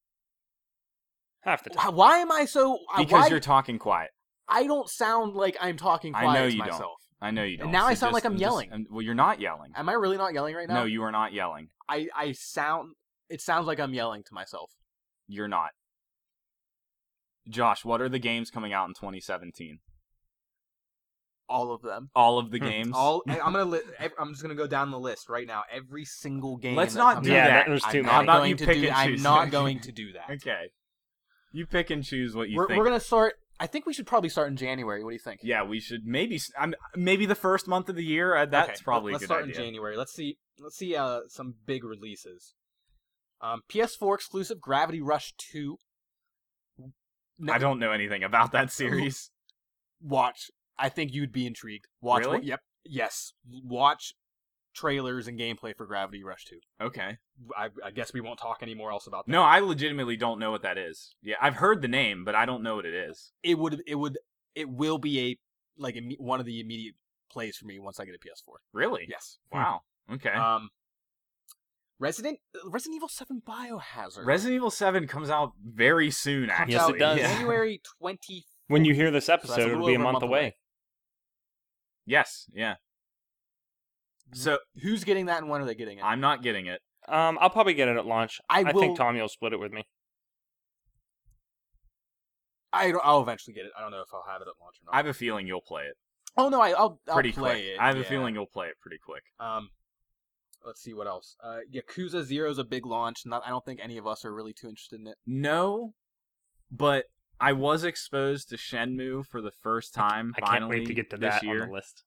Speaker 3: Half the time.
Speaker 1: Why, why am I so? I-
Speaker 2: Because
Speaker 1: Uh, why-
Speaker 2: you're talking quiet.
Speaker 1: I don't sound like I'm talking
Speaker 2: I
Speaker 1: quiet
Speaker 2: know
Speaker 1: to
Speaker 2: you don't.
Speaker 1: myself.
Speaker 2: I know you don't.
Speaker 1: now I
Speaker 2: so
Speaker 1: sound like I'm
Speaker 2: just-
Speaker 1: yelling.
Speaker 2: um, well, you're not yelling.
Speaker 1: Am I really not yelling right now?
Speaker 2: No, you are not yelling.
Speaker 1: I I sound. It sounds like I'm yelling to myself.
Speaker 2: You're not. Josh, what are the games coming out in 2017?
Speaker 1: All of them.
Speaker 2: All of the
Speaker 3: Hmm.
Speaker 2: games.
Speaker 1: All. I- I'm gonna. Li- ev- I'm just gonna go down the list right now. Every single game.
Speaker 2: Let's
Speaker 1: that
Speaker 2: not
Speaker 1: comes
Speaker 2: do
Speaker 1: out.
Speaker 3: yeah,
Speaker 2: that.
Speaker 3: that was
Speaker 1: I'm
Speaker 3: too
Speaker 1: not
Speaker 2: How
Speaker 3: many.
Speaker 2: about
Speaker 1: going
Speaker 2: you
Speaker 1: to
Speaker 2: pick
Speaker 1: do.
Speaker 2: and
Speaker 1: I'm
Speaker 2: choose?
Speaker 1: not going to do that.
Speaker 2: Okay. You pick and choose what you
Speaker 1: we're,
Speaker 2: think.
Speaker 1: we're gonna start. I think we should probably start in January. What do you think?
Speaker 2: Yeah, we should maybe s- I'm, maybe the first month of the year. Uh, that's
Speaker 1: Okay,
Speaker 2: probably a
Speaker 1: let's
Speaker 2: good
Speaker 1: start
Speaker 2: idea.
Speaker 1: in January. Let's see. Let's see uh, some big releases. Um, PS4 exclusive Gravity Rush Two. No,
Speaker 2: I don't know anything about that series.
Speaker 1: watch. I think you'd be intrigued. Watch.
Speaker 2: Really?
Speaker 1: Yep. Yes. Watch trailers and gameplay for Gravity Rush Two.
Speaker 2: okay.
Speaker 1: I, I guess we won't talk anymore else about that.
Speaker 2: No, I legitimately don't know what that is. Yeah, I've heard the name, but I don't know what it is.
Speaker 1: It would. It would. It will be a like imme- one of the immediate plays for me once I get a PS4.
Speaker 2: Really?
Speaker 1: Yes.
Speaker 2: Wow. Okay.
Speaker 1: Um, Resident Resident Evil Seven Biohazard.
Speaker 2: Resident Evil Seven comes out very soon.
Speaker 1: Comes
Speaker 2: Actually,
Speaker 3: Yes,
Speaker 1: out
Speaker 3: it does.
Speaker 1: in January twenty.
Speaker 3: When you hear this episode,
Speaker 1: a
Speaker 3: it'll
Speaker 1: little
Speaker 3: be a
Speaker 1: over
Speaker 3: month, away.
Speaker 2: Yes, yeah.
Speaker 1: Mm-hmm.
Speaker 2: So
Speaker 1: Who's getting that, and when are they getting it?
Speaker 2: I'm not getting it.
Speaker 3: Um, I'll probably get it at launch.
Speaker 1: I
Speaker 3: I
Speaker 1: will-
Speaker 3: think Tommy will split it with me.
Speaker 1: I don't, I'll eventually get it. I don't know if I'll have it at launch or not.
Speaker 2: I have a feeling you'll play it
Speaker 1: oh no, I, I'll, I'll
Speaker 2: pretty
Speaker 1: play
Speaker 2: quick.
Speaker 1: it.
Speaker 2: I have a
Speaker 1: yeah.
Speaker 2: feeling you'll play it pretty quick.
Speaker 1: Um, let's see what else. Uh, Yakuza Zero is a big launch. Not, I don't think any of us are really too interested in it.
Speaker 2: No, but I was exposed to Shenmue for the first time.
Speaker 3: I can't wait
Speaker 2: finally,
Speaker 3: to get to
Speaker 2: this
Speaker 3: that
Speaker 2: year.
Speaker 3: on the list.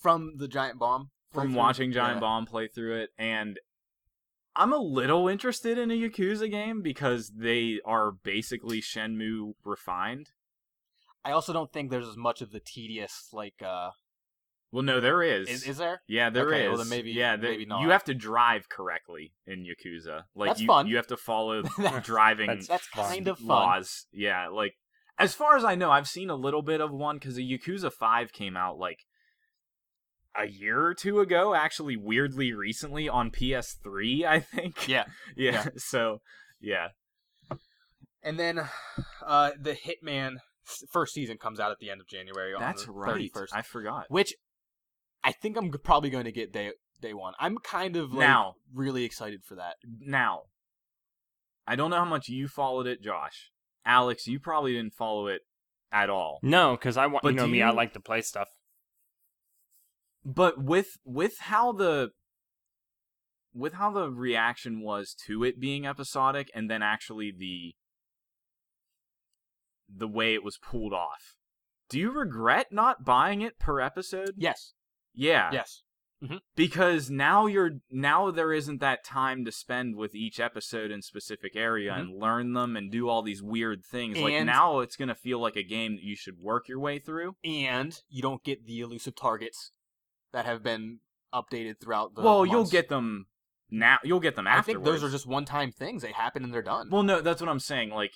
Speaker 1: From the Giant Bomb.
Speaker 2: from
Speaker 1: playthrough.
Speaker 2: watching Giant
Speaker 1: Yeah.
Speaker 2: Bomb play through it, and I'm a little interested in a Yakuza game because they are basically Shenmue refined.
Speaker 1: I also don't think there's as much of the tedious like. uh
Speaker 2: Well, no, there is.
Speaker 1: Is, is there?
Speaker 2: yeah, there is.
Speaker 1: okay, well, then maybe-
Speaker 2: yeah, there-
Speaker 1: maybe not.
Speaker 2: You have to drive correctly in Yakuza. Like
Speaker 1: That's
Speaker 2: you,
Speaker 1: fun.
Speaker 2: you have to follow
Speaker 1: That's-
Speaker 2: driving
Speaker 3: That's
Speaker 1: That's
Speaker 3: fun.
Speaker 1: kind of fun.
Speaker 2: laws. Yeah, like as far as I know, I've seen a little bit of one because the Yakuza Five came out like a year or two ago. Actually, weirdly recently on PS3, I think.
Speaker 1: Yeah.
Speaker 2: yeah.
Speaker 1: Yeah.
Speaker 2: So, yeah,
Speaker 1: And then, uh, the Hitman s- first season comes out at the end of January.
Speaker 2: that's
Speaker 1: on the
Speaker 2: right.
Speaker 1: 31st,
Speaker 2: I forgot.
Speaker 1: which I think I'm g- probably going to get day day one. I'm kind of like
Speaker 2: Now.
Speaker 1: really excited for that.
Speaker 2: Now, I don't know how much you followed it, Josh. Alex, you probably didn't follow it at all.
Speaker 3: No, because I want
Speaker 2: But
Speaker 3: you know
Speaker 2: do
Speaker 3: me. I
Speaker 2: you-
Speaker 3: like to play stuff.
Speaker 2: but with with how the with how the reaction was to it being episodic and then actually the the way it was pulled off do you regret not buying it per episode
Speaker 1: Yes.
Speaker 2: yeah
Speaker 1: Yes.
Speaker 2: because now you're now there isn't that time to spend with each episode in specific area and learn them and do all these weird things like
Speaker 1: Mm-hmm. And-
Speaker 2: now it's going to feel like a game that you should work your way through
Speaker 1: And you don't get the elusive targets that have been updated throughout the
Speaker 2: well you'll
Speaker 1: months.
Speaker 2: get them now you'll get them
Speaker 1: I think
Speaker 2: afterwards
Speaker 1: those are just one time things. They happen and they're done.
Speaker 2: Well, no, that's what I'm saying. Like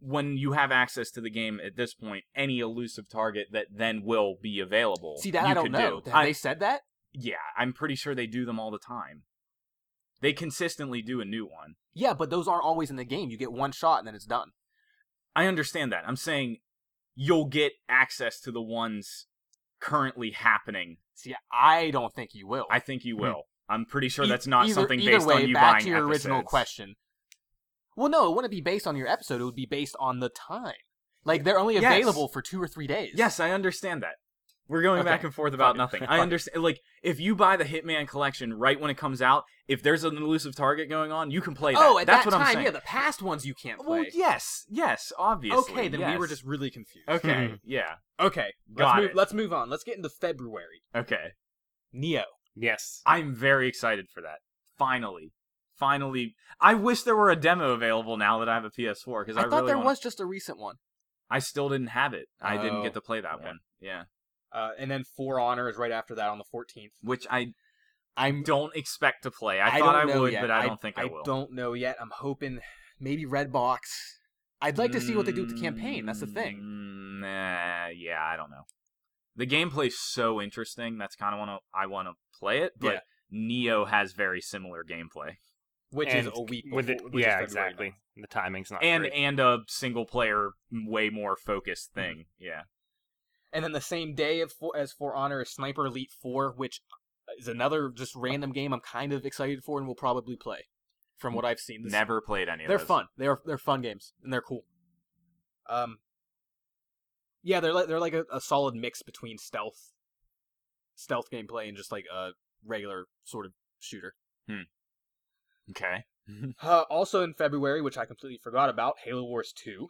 Speaker 2: when you have access to the game at this point, any elusive target that then will be available.
Speaker 1: See that
Speaker 2: you
Speaker 1: I don't
Speaker 2: could
Speaker 1: know.
Speaker 2: do.
Speaker 1: Have
Speaker 2: I-
Speaker 1: they said that?
Speaker 2: yeah, I'm pretty sure they do them all the time. They consistently do a new one.
Speaker 1: Yeah, but those aren't always in the game. You get one shot and then it's done.
Speaker 2: I understand that. I'm saying you'll get access to the ones currently happening.
Speaker 1: See, I don't think you will.
Speaker 2: I think you will. I'm pretty sure
Speaker 1: Hmm. E-
Speaker 2: that's not
Speaker 1: either-
Speaker 2: something
Speaker 1: either
Speaker 2: based
Speaker 1: way,
Speaker 2: on you
Speaker 1: back
Speaker 2: buying
Speaker 1: to your original
Speaker 2: episodes.
Speaker 1: question. Well, no, it wouldn't be based on your episode. It would be based on the time. Like they're only
Speaker 2: Yes.
Speaker 1: available for two or three days.
Speaker 2: Yes, I understand that. We're going
Speaker 1: Okay.
Speaker 2: back and forth about
Speaker 1: it.
Speaker 2: nothing.
Speaker 1: Fuck
Speaker 2: I
Speaker 1: it.
Speaker 2: understand. Like, if you buy the Hitman collection right when it comes out, if there's an elusive target going on, you can play that.
Speaker 1: Oh, at
Speaker 2: That's
Speaker 1: that
Speaker 2: what
Speaker 1: time,
Speaker 2: I'm saying.
Speaker 1: yeah, the past ones you can't
Speaker 2: well,
Speaker 1: play.
Speaker 2: yes, yes, obviously.
Speaker 1: okay, then we were
Speaker 2: yes.
Speaker 1: just really confused.
Speaker 2: okay. yeah,
Speaker 1: Okay,
Speaker 2: Got
Speaker 1: let's move,
Speaker 2: it.
Speaker 1: let's move on. Let's get into February.
Speaker 2: okay.
Speaker 1: Neo.
Speaker 3: Yes.
Speaker 2: I'm very excited for that. Finally, finally. I wish there were a demo available now that I have a PS4 because
Speaker 1: I,
Speaker 2: I,
Speaker 1: thought
Speaker 2: really
Speaker 1: there
Speaker 2: wanna-
Speaker 1: was just a recent one.
Speaker 2: I still didn't have it. I didn't
Speaker 1: Oh,
Speaker 2: get to play that
Speaker 1: okay.
Speaker 2: one. Yeah,
Speaker 1: Uh, and then For Honor is right after that on the 14th.
Speaker 2: which I
Speaker 1: I'm
Speaker 2: don't expect to play. I,
Speaker 1: don't
Speaker 2: thought I
Speaker 1: know
Speaker 2: would,
Speaker 1: yet.
Speaker 2: but I, don't think I, will.
Speaker 1: I don't know yet. I'm hoping maybe Redbox. I'd like to see what they do with the campaign. That's the thing.
Speaker 2: Mm, Nah, yeah, I don't know. The gameplay's so interesting. That's kind of want to I want to play it, but
Speaker 1: Yeah.
Speaker 2: Neo has very similar gameplay
Speaker 1: Which
Speaker 3: And
Speaker 1: is a week
Speaker 3: with it.
Speaker 1: before- which is
Speaker 3: Yeah,
Speaker 1: February
Speaker 3: exactly. The timing's not
Speaker 2: and
Speaker 3: great.
Speaker 2: and a single player way more
Speaker 1: Mm.
Speaker 2: focused thing. Yeah.
Speaker 1: And then the same day of, for- as For Honor is Sniper Elite 4, which is another just random game I'm kind of excited for and will probably play from what I've seen. This
Speaker 2: Never played any of
Speaker 1: They're
Speaker 2: those.
Speaker 1: fun. They're they're fun games and they're cool. Um Yeah, they're like they're like a, a solid mix between stealth stealth gameplay and just like a regular sort of shooter.
Speaker 2: Okay.
Speaker 1: Uh, also in February, which I completely forgot about, Halo Wars 2.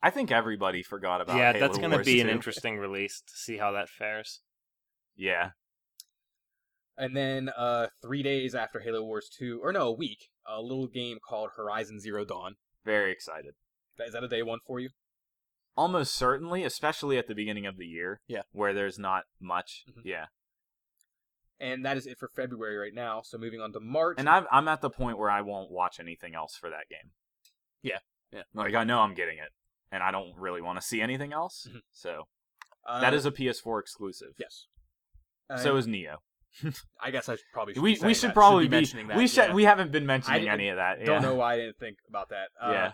Speaker 2: I think everybody forgot about
Speaker 3: yeah,
Speaker 2: Halo
Speaker 3: that's going to
Speaker 2: Wars
Speaker 3: be an
Speaker 2: 2.
Speaker 3: interesting release to see how that fares.
Speaker 2: Yeah.
Speaker 1: And then uh, three days after Halo Wars 2, or no, a week, a little game called Horizon Zero Dawn.
Speaker 2: Very excited.
Speaker 1: Is that a day one for you?
Speaker 2: Almost certainly, especially at the beginning of the year.
Speaker 1: Yeah.
Speaker 2: Where there's not much.
Speaker 1: Mhm.
Speaker 2: Yeah.
Speaker 1: And that is it for February right now. So moving on to March.
Speaker 2: And I'm I'm at the point where I won't watch anything else for that game.
Speaker 1: Yeah, yeah.
Speaker 2: Like I know I'm getting it, and I don't really want to see anything else.
Speaker 1: Mhm.
Speaker 2: So
Speaker 1: uh,
Speaker 2: that is a PS4 exclusive.
Speaker 1: Yes.
Speaker 2: So
Speaker 1: And-
Speaker 2: is Neo.
Speaker 1: I guess I should probably
Speaker 2: we
Speaker 1: be
Speaker 2: we
Speaker 1: saying
Speaker 2: should
Speaker 1: that,
Speaker 2: probably
Speaker 1: be
Speaker 2: be,
Speaker 1: mentioning that.
Speaker 2: we should
Speaker 1: yeah.
Speaker 2: we haven't been mentioning
Speaker 1: I-
Speaker 2: any of that.
Speaker 1: Don't
Speaker 2: yeah.
Speaker 1: know why I didn't think about that. Uh,
Speaker 2: Yeah.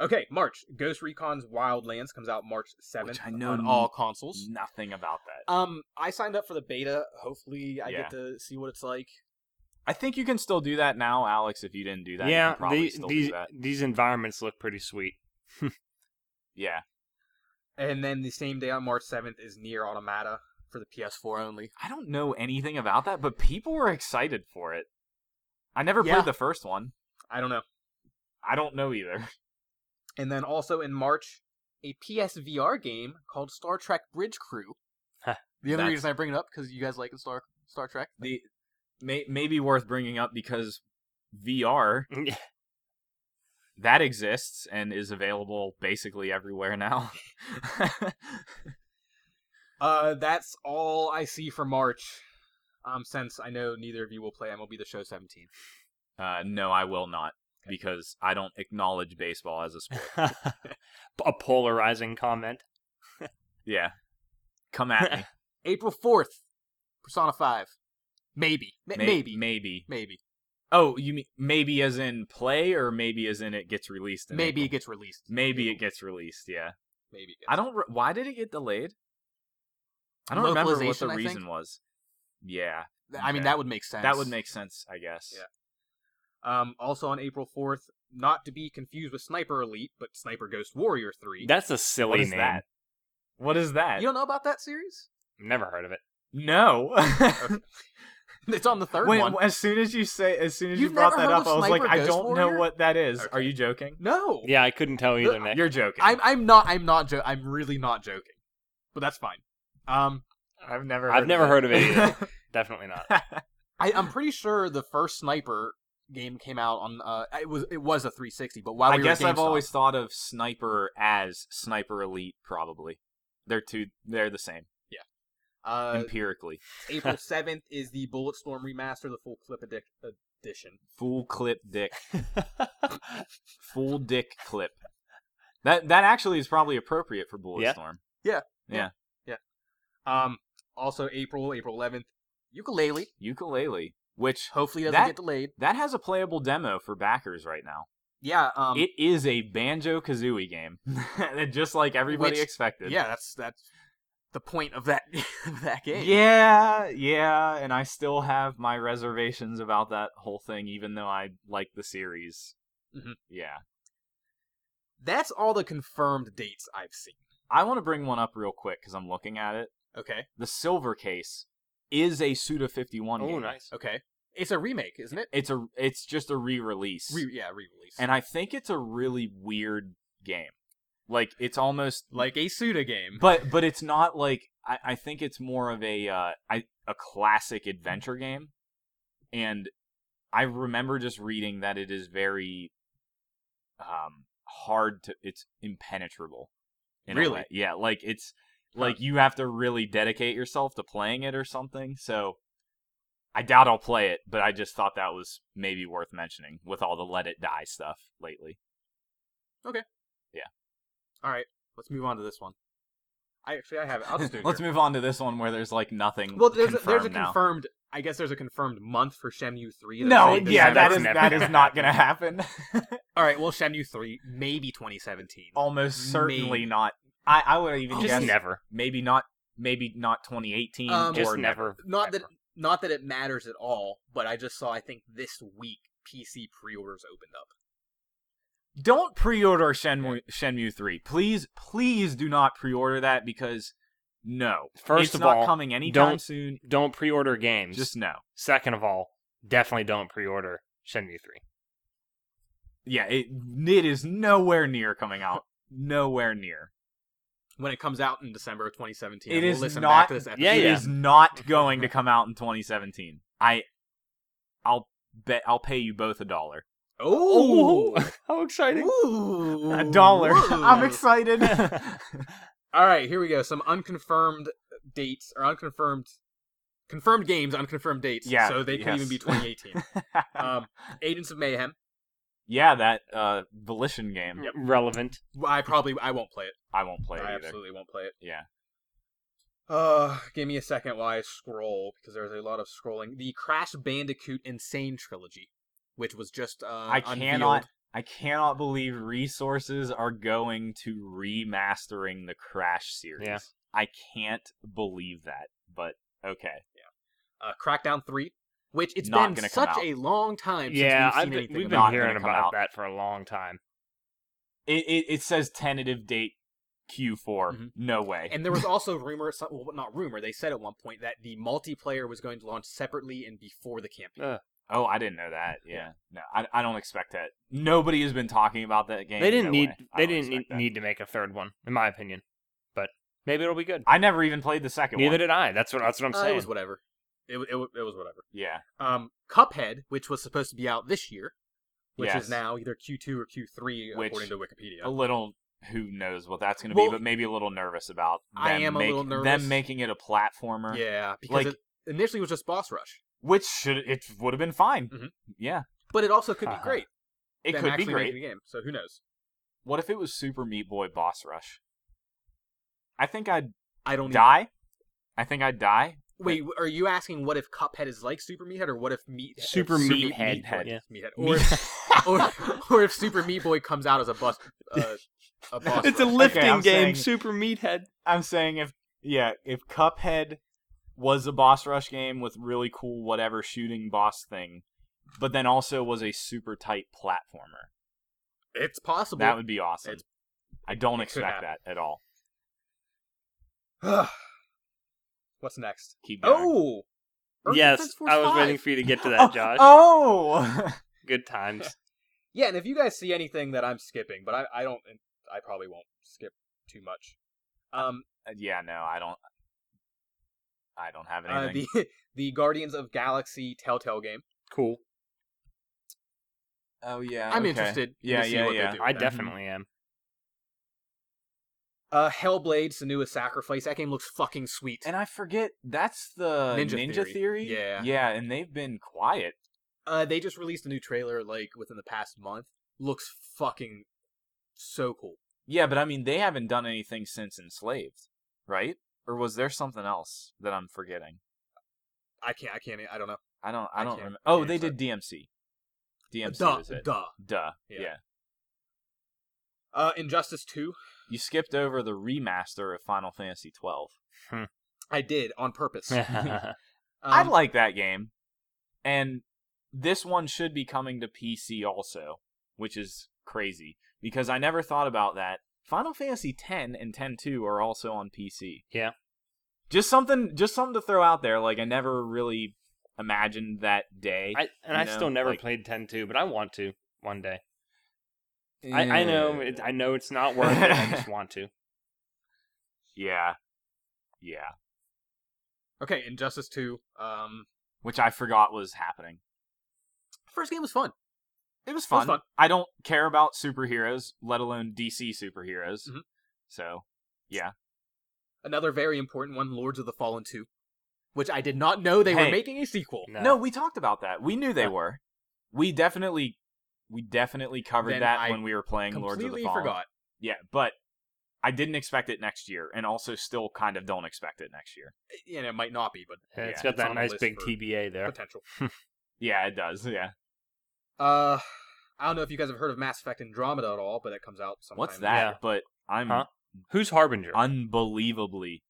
Speaker 1: Okay, March. Ghost Recon's Wildlands comes out March seventh
Speaker 2: Which I know
Speaker 1: on
Speaker 2: n-
Speaker 1: all consoles.
Speaker 2: nothing about that.
Speaker 1: Um, I signed up for the beta. Hopefully, I
Speaker 2: Yeah.
Speaker 1: get to see what it's like.
Speaker 2: I think you can still do that now, Alex. If you didn't do that, you
Speaker 3: yeah,
Speaker 2: can probably
Speaker 3: the,
Speaker 2: still
Speaker 3: these
Speaker 2: do that.
Speaker 3: these environments look pretty sweet.
Speaker 2: Yeah,
Speaker 1: And then the same day on March seventh is Near Automata for the PS4 only.
Speaker 2: I don't know anything about that, but people were excited for it. I never
Speaker 1: Yeah.
Speaker 2: played the first one.
Speaker 1: I don't know.
Speaker 2: I don't know either.
Speaker 1: And then also in March, a PSVR game called Star Trek Bridge Crew.
Speaker 3: Huh.
Speaker 1: the only
Speaker 2: That's-
Speaker 1: reason I bring it up because you guys like Star Star Trek.
Speaker 2: The may maybe worth bringing up because VR that exists and is available basically everywhere now.
Speaker 1: Uh, that's all I see for March. Um, since I know neither of you will play MLB The Show 17.
Speaker 2: uh, no, I will not because I don't acknowledge baseball as a sport.
Speaker 3: a polarizing comment.
Speaker 2: Yeah, come at me.
Speaker 1: April 4th, Persona 5. Maybe. M-
Speaker 2: May-
Speaker 1: maybe.
Speaker 2: maybe.
Speaker 1: Maybe.
Speaker 2: Oh, you mean maybe as in play or maybe as in it gets released? In
Speaker 1: Maybe it
Speaker 2: April?
Speaker 1: gets released.
Speaker 2: maybe it gets released. Yeah,
Speaker 1: Maybe. It gets.
Speaker 2: I don't. Re- why did it get delayed? I don't remember what the
Speaker 1: Localization, I
Speaker 2: reason
Speaker 1: think.
Speaker 2: was. Yeah,
Speaker 1: Th- I mean,
Speaker 2: Okay.
Speaker 1: that would make sense.
Speaker 2: that would make sense, I guess.
Speaker 1: Yeah. Um, also on April 4th, not to be confused with Sniper Elite, but Sniper Ghost Warrior 3.
Speaker 3: That's a silly
Speaker 2: What is
Speaker 3: name.
Speaker 2: that? What is that?
Speaker 1: you don't know about that series?
Speaker 3: Never heard of it.
Speaker 2: No.
Speaker 1: It's on the third
Speaker 2: when,
Speaker 1: one.
Speaker 2: as soon as you say, as soon as you
Speaker 1: You've
Speaker 2: brought
Speaker 1: never
Speaker 2: that
Speaker 1: heard
Speaker 2: up,
Speaker 1: of
Speaker 2: I was like,
Speaker 1: Sniper
Speaker 2: I
Speaker 1: Ghost
Speaker 2: don't
Speaker 1: Warrior?
Speaker 2: know what that is. Are
Speaker 1: Okay.
Speaker 2: you joking?
Speaker 1: No.
Speaker 3: Yeah, I couldn't tell either,
Speaker 1: Look,
Speaker 3: Nick.
Speaker 2: You're joking.
Speaker 1: I'm, I'm not, I'm not, jo- I'm really not joking. But that's fine. Um,
Speaker 2: I've never.
Speaker 3: I've
Speaker 2: of
Speaker 3: never
Speaker 2: it.
Speaker 3: heard of it either. Definitely not.
Speaker 1: I, I'm pretty sure the first Sniper game came out on, uh, it was, it was a 360, but while
Speaker 2: I
Speaker 1: we
Speaker 2: guess
Speaker 1: were at
Speaker 2: I've
Speaker 1: GameStop-
Speaker 2: always thought of sniper as sniper elite. Probably, they're two. They're the same
Speaker 1: uh,
Speaker 2: empirically.
Speaker 1: April 7th is the Bulletstorm remaster, the full clip edic- edition.
Speaker 2: Full clip dick. Full dick clip. That that actually is probably appropriate for Bulletstorm.
Speaker 3: Yeah.
Speaker 1: Yeah.
Speaker 2: Yeah.
Speaker 1: Um, also April, April 11th, Ukulele.
Speaker 2: Ukulele, which
Speaker 1: Hopefully doesn't
Speaker 2: That-
Speaker 1: get delayed.
Speaker 2: that has a playable demo for backers right now.
Speaker 1: Yeah. Um.
Speaker 2: it is a banjo kazooie game, just like everybody
Speaker 1: Which-
Speaker 2: expected.
Speaker 1: yeah. That's that's the point of that of that game.
Speaker 2: Yeah, yeah, and I still have my reservations about that whole thing, even though I like the series.
Speaker 1: Mhm.
Speaker 2: Yeah,
Speaker 1: That's all the confirmed dates I've seen.
Speaker 2: I want to bring one up real quick because I'm looking at it.
Speaker 1: Okay.
Speaker 2: The Silver Case is a Suda 51
Speaker 3: oh,
Speaker 2: game.
Speaker 3: nice.
Speaker 1: Okay. It's a remake, isn't it?
Speaker 2: It's a it's just a re-release,
Speaker 1: Re- yeah, re-release.
Speaker 2: and I think it's a really weird game. Like it's almost
Speaker 1: like a Suda game.
Speaker 2: but but it's not like I, I think it's more of a uh, I, a classic adventure game, and I remember just reading that it is very um hard to it's impenetrable. in a
Speaker 1: Really?
Speaker 2: way. Yeah, like it's
Speaker 1: Um,
Speaker 2: like you have to really dedicate yourself to playing it or something. So I doubt I'll play it, but I just thought that was maybe worth mentioning with all the let it die stuff lately.
Speaker 1: Let's move on to this one. I actually I have it. I'll just do it
Speaker 2: Let's
Speaker 1: here.
Speaker 2: move on to this one where there's like nothing.
Speaker 1: Well, there's a,
Speaker 2: confirmed
Speaker 1: there's a
Speaker 2: now.
Speaker 1: confirmed. I guess there's a confirmed month for Shenmue three. They're
Speaker 2: No,
Speaker 1: saying
Speaker 3: That's
Speaker 2: yeah,
Speaker 1: December.
Speaker 2: that
Speaker 3: never
Speaker 2: is
Speaker 3: gonna
Speaker 2: that is
Speaker 3: happen.
Speaker 2: not gonna happen.
Speaker 1: all right. Well, Shenmue three, maybe 2017.
Speaker 2: Almost certainly
Speaker 1: Maybe.
Speaker 2: not. I, I would even
Speaker 3: Just
Speaker 2: guess
Speaker 3: never.
Speaker 2: maybe not maybe not 2018
Speaker 1: Um,
Speaker 2: or
Speaker 1: Just
Speaker 3: Just never.
Speaker 1: not that
Speaker 3: ever.
Speaker 1: not that it matters at all, but I just saw I think this week PC pre-orders opened up.
Speaker 2: Don't pre-order Shenmue, Shenmue 3. Please please do not pre-order that because no.
Speaker 3: First
Speaker 2: it's
Speaker 3: of
Speaker 2: not
Speaker 3: all,
Speaker 2: coming anytime
Speaker 3: don't-
Speaker 2: soon.
Speaker 3: Don't pre-order games.
Speaker 2: Just no.
Speaker 3: Second of all, definitely don't pre-order Shenmue 3.
Speaker 2: Yeah, it it is nowhere near coming out. Nowhere near.
Speaker 1: When it comes out in December of 2017,
Speaker 2: It
Speaker 1: we'll
Speaker 2: is
Speaker 1: listen
Speaker 2: not-
Speaker 1: back to this episode.
Speaker 3: Yeah,
Speaker 2: It
Speaker 3: yeah.
Speaker 2: is not going to come out in 2017. I I'll bet I'll pay you both a dollar.
Speaker 1: Oh,
Speaker 3: how exciting.
Speaker 1: Ooh.
Speaker 2: A dollar.
Speaker 1: Whoa.
Speaker 2: I'm excited.
Speaker 1: All right, here we go. Some unconfirmed dates or unconfirmed confirmed games, unconfirmed dates.
Speaker 2: Yeah,
Speaker 1: so they could
Speaker 2: yes.
Speaker 1: even be 2018. um, Agents of Mayhem.
Speaker 2: Uh, yeah, that uh, Volition game.
Speaker 3: Relevant.
Speaker 1: I probably I won't play it.
Speaker 2: I won't play it
Speaker 1: I
Speaker 2: either.
Speaker 1: absolutely won't play it.
Speaker 2: Yeah.
Speaker 1: Uh, give me a second while I scroll because there's a lot of scrolling. The Crash Bandicoot Insane trilogy, which was just uh,
Speaker 2: I
Speaker 1: unveiled.
Speaker 2: cannot. I cannot believe resources are going to remastering the Crash series.
Speaker 3: Yeah.
Speaker 2: I can't believe that. But okay.
Speaker 1: uh, Crackdown Three, which it's
Speaker 2: Not
Speaker 1: been
Speaker 2: gonna come
Speaker 1: such
Speaker 2: out.
Speaker 1: a long time since
Speaker 3: yeah,
Speaker 1: we've seen
Speaker 3: I've been,
Speaker 1: anything
Speaker 3: we've
Speaker 1: about
Speaker 3: been
Speaker 2: not
Speaker 1: it.
Speaker 3: hearing
Speaker 2: gonna come
Speaker 3: about
Speaker 2: out.
Speaker 3: that for a long time.
Speaker 2: It it, it says tentative date Q4.
Speaker 1: Mhm.
Speaker 2: No way.
Speaker 1: And there was also rumor, so- well, not rumor. They said at one point that the multiplayer was going to launch separately and before the campaign. Uh,
Speaker 2: oh, I didn't know that. Yeah. No, I, I don't expect that. Nobody has been talking about that game.
Speaker 3: They didn't
Speaker 2: No
Speaker 3: need
Speaker 2: way. I
Speaker 3: they
Speaker 2: don't
Speaker 3: didn't need,
Speaker 2: expect that.
Speaker 3: need to make a third one, in my opinion. But maybe it'll be good.
Speaker 2: I never even played the second
Speaker 3: Neither
Speaker 2: one.
Speaker 3: did I. That's what that's what I'm
Speaker 1: Uh, it
Speaker 3: saying.
Speaker 1: was whatever. It, wa- it, wa- it was whatever.
Speaker 2: Yeah.
Speaker 1: Um, Cuphead, which was supposed to be out this year, which
Speaker 2: Yes.
Speaker 1: is now either Q2 or Q3
Speaker 2: Which-
Speaker 1: according to
Speaker 2: a
Speaker 1: Wikipedia.
Speaker 2: little who knows what that's going to
Speaker 1: Well,
Speaker 2: be, but maybe a little nervous about them
Speaker 1: I am a
Speaker 2: make-
Speaker 1: little nervous.
Speaker 2: them making it a platformer.
Speaker 1: Yeah, because
Speaker 2: like-
Speaker 1: it initially was just Boss Rush,
Speaker 2: which should it would have been fine.
Speaker 1: Mhm.
Speaker 2: Yeah,
Speaker 1: but it also could be great.
Speaker 2: it
Speaker 1: them
Speaker 2: could be
Speaker 1: actually
Speaker 2: great.
Speaker 1: making a game. So who knows?
Speaker 2: What if it was Super Meat Boy Boss Rush? I think I'd
Speaker 1: I don't. Even...
Speaker 2: die. I think I'd die.
Speaker 1: Wait, are you asking what if Cuphead is like Super Meat Head, or what if Meat
Speaker 3: Super
Speaker 1: if
Speaker 3: Meat Head,
Speaker 1: Meat,
Speaker 3: yeah.
Speaker 1: Meathead, or if, or or if Super Meat Boy comes out as a bus, uh, a boss.
Speaker 3: It's a
Speaker 1: rush.
Speaker 3: lifting
Speaker 2: I'm
Speaker 3: game,
Speaker 2: saying-
Speaker 3: Super Meathead.
Speaker 2: I'm saying if yeah, if Cuphead was a boss rush game with really cool whatever shooting boss thing, but then also was a super tight platformer,
Speaker 1: It's possible.
Speaker 2: that would be awesome.
Speaker 1: It's-
Speaker 2: I don't
Speaker 1: it could
Speaker 2: expect
Speaker 1: happen.
Speaker 2: that at all.
Speaker 1: What's next?
Speaker 2: Keep going.
Speaker 1: Oh, Earth
Speaker 3: Yes,
Speaker 1: Defense Force
Speaker 3: I was
Speaker 1: 5.
Speaker 3: waiting for you to get to that, Josh.
Speaker 2: Oh,
Speaker 3: Good times.
Speaker 1: Yeah, and if you guys see anything that I'm skipping, but I, I don't, I probably won't skip too much. Um,
Speaker 2: Uh, yeah, no, I don't. I don't have
Speaker 1: uh,
Speaker 2: anything.
Speaker 1: the the Guardians of Galaxy Telltale game.
Speaker 3: Cool.
Speaker 2: oh
Speaker 3: Uh,
Speaker 2: yeah,
Speaker 1: I'm interested
Speaker 2: Yeah,
Speaker 1: to see
Speaker 2: yeah,
Speaker 1: what
Speaker 2: yeah.
Speaker 1: they do.
Speaker 3: I
Speaker 1: with that.
Speaker 3: definitely am.
Speaker 1: Uh, Hellblade: Senua's Sacrifice. That game looks fucking sweet.
Speaker 2: And I forget that's the
Speaker 1: Ninja
Speaker 2: Ninja,
Speaker 1: Theory.
Speaker 2: Theory.
Speaker 1: Yeah.
Speaker 2: yeah, and they've been quiet.
Speaker 1: Uh, they just released a new trailer like within the past month. Looks fucking so cool.
Speaker 2: Yeah, but I mean, they haven't done anything since Enslaved, right? Or was there something else that I'm forgetting?
Speaker 1: I can't. I can't. e, I don't know.
Speaker 2: I don't.
Speaker 1: I
Speaker 2: I don't.
Speaker 1: can't
Speaker 2: remember. Oh, they
Speaker 1: answer.
Speaker 2: did DMC. DMC
Speaker 1: duh.
Speaker 2: was it?
Speaker 1: Duh.
Speaker 2: Duh.
Speaker 1: Yeah.
Speaker 2: Yeah.
Speaker 1: Uh, Injustice Two.
Speaker 2: You skipped over the remaster of Final Fantasy twelve.
Speaker 1: I did on purpose.
Speaker 2: I
Speaker 1: Um,
Speaker 2: like that game. And this one should be coming to PC also, which is crazy because I never thought about that. Final Fantasy X and X-2 are also on PC.
Speaker 3: Yeah.
Speaker 2: Just something just something to throw out there like I never really imagined that day.
Speaker 3: I, and I
Speaker 2: You know,
Speaker 3: still never
Speaker 2: like-
Speaker 3: played 10 2, but I want to one day. I, I know it, I know it's not worth it. I just want to.
Speaker 2: Yeah. Yeah.
Speaker 1: okay, Injustice Two. Um,
Speaker 2: Which I forgot was happening.
Speaker 1: first game was fun.
Speaker 2: It was
Speaker 1: was
Speaker 2: fun.
Speaker 1: fun.
Speaker 2: I don't care about superheroes, let alone DC superheroes.
Speaker 1: Mhm.
Speaker 2: So,
Speaker 1: Another very important one, Lords of the Fallen Two, which I did not know they were
Speaker 2: Hey.
Speaker 1: making a sequel.
Speaker 3: No.
Speaker 2: No, we talked about that. We knew they
Speaker 1: Yeah.
Speaker 2: were. We definitely, we definitely covered
Speaker 1: Then
Speaker 2: that
Speaker 1: I
Speaker 2: when we were playing Lords of the
Speaker 1: Completely
Speaker 2: Fallen.
Speaker 1: forgot.
Speaker 2: Yeah, but I didn't expect it next year, and also still kind of don't expect it next year.
Speaker 1: And Eh, it might not be, but
Speaker 3: And it's
Speaker 2: Yeah,
Speaker 3: got
Speaker 1: it's
Speaker 3: that
Speaker 1: on the
Speaker 3: nice
Speaker 1: list
Speaker 3: big
Speaker 1: for-
Speaker 3: TBA there.
Speaker 1: potential.
Speaker 2: Yeah, it does. Yeah.
Speaker 1: Uh, I don't know if you guys have heard of Mass Effect Andromeda at all, but it comes out sometime.
Speaker 2: What's that?
Speaker 3: Yeah.
Speaker 2: But I'm
Speaker 3: Huh? Who's Harbinger?
Speaker 2: unbelievably,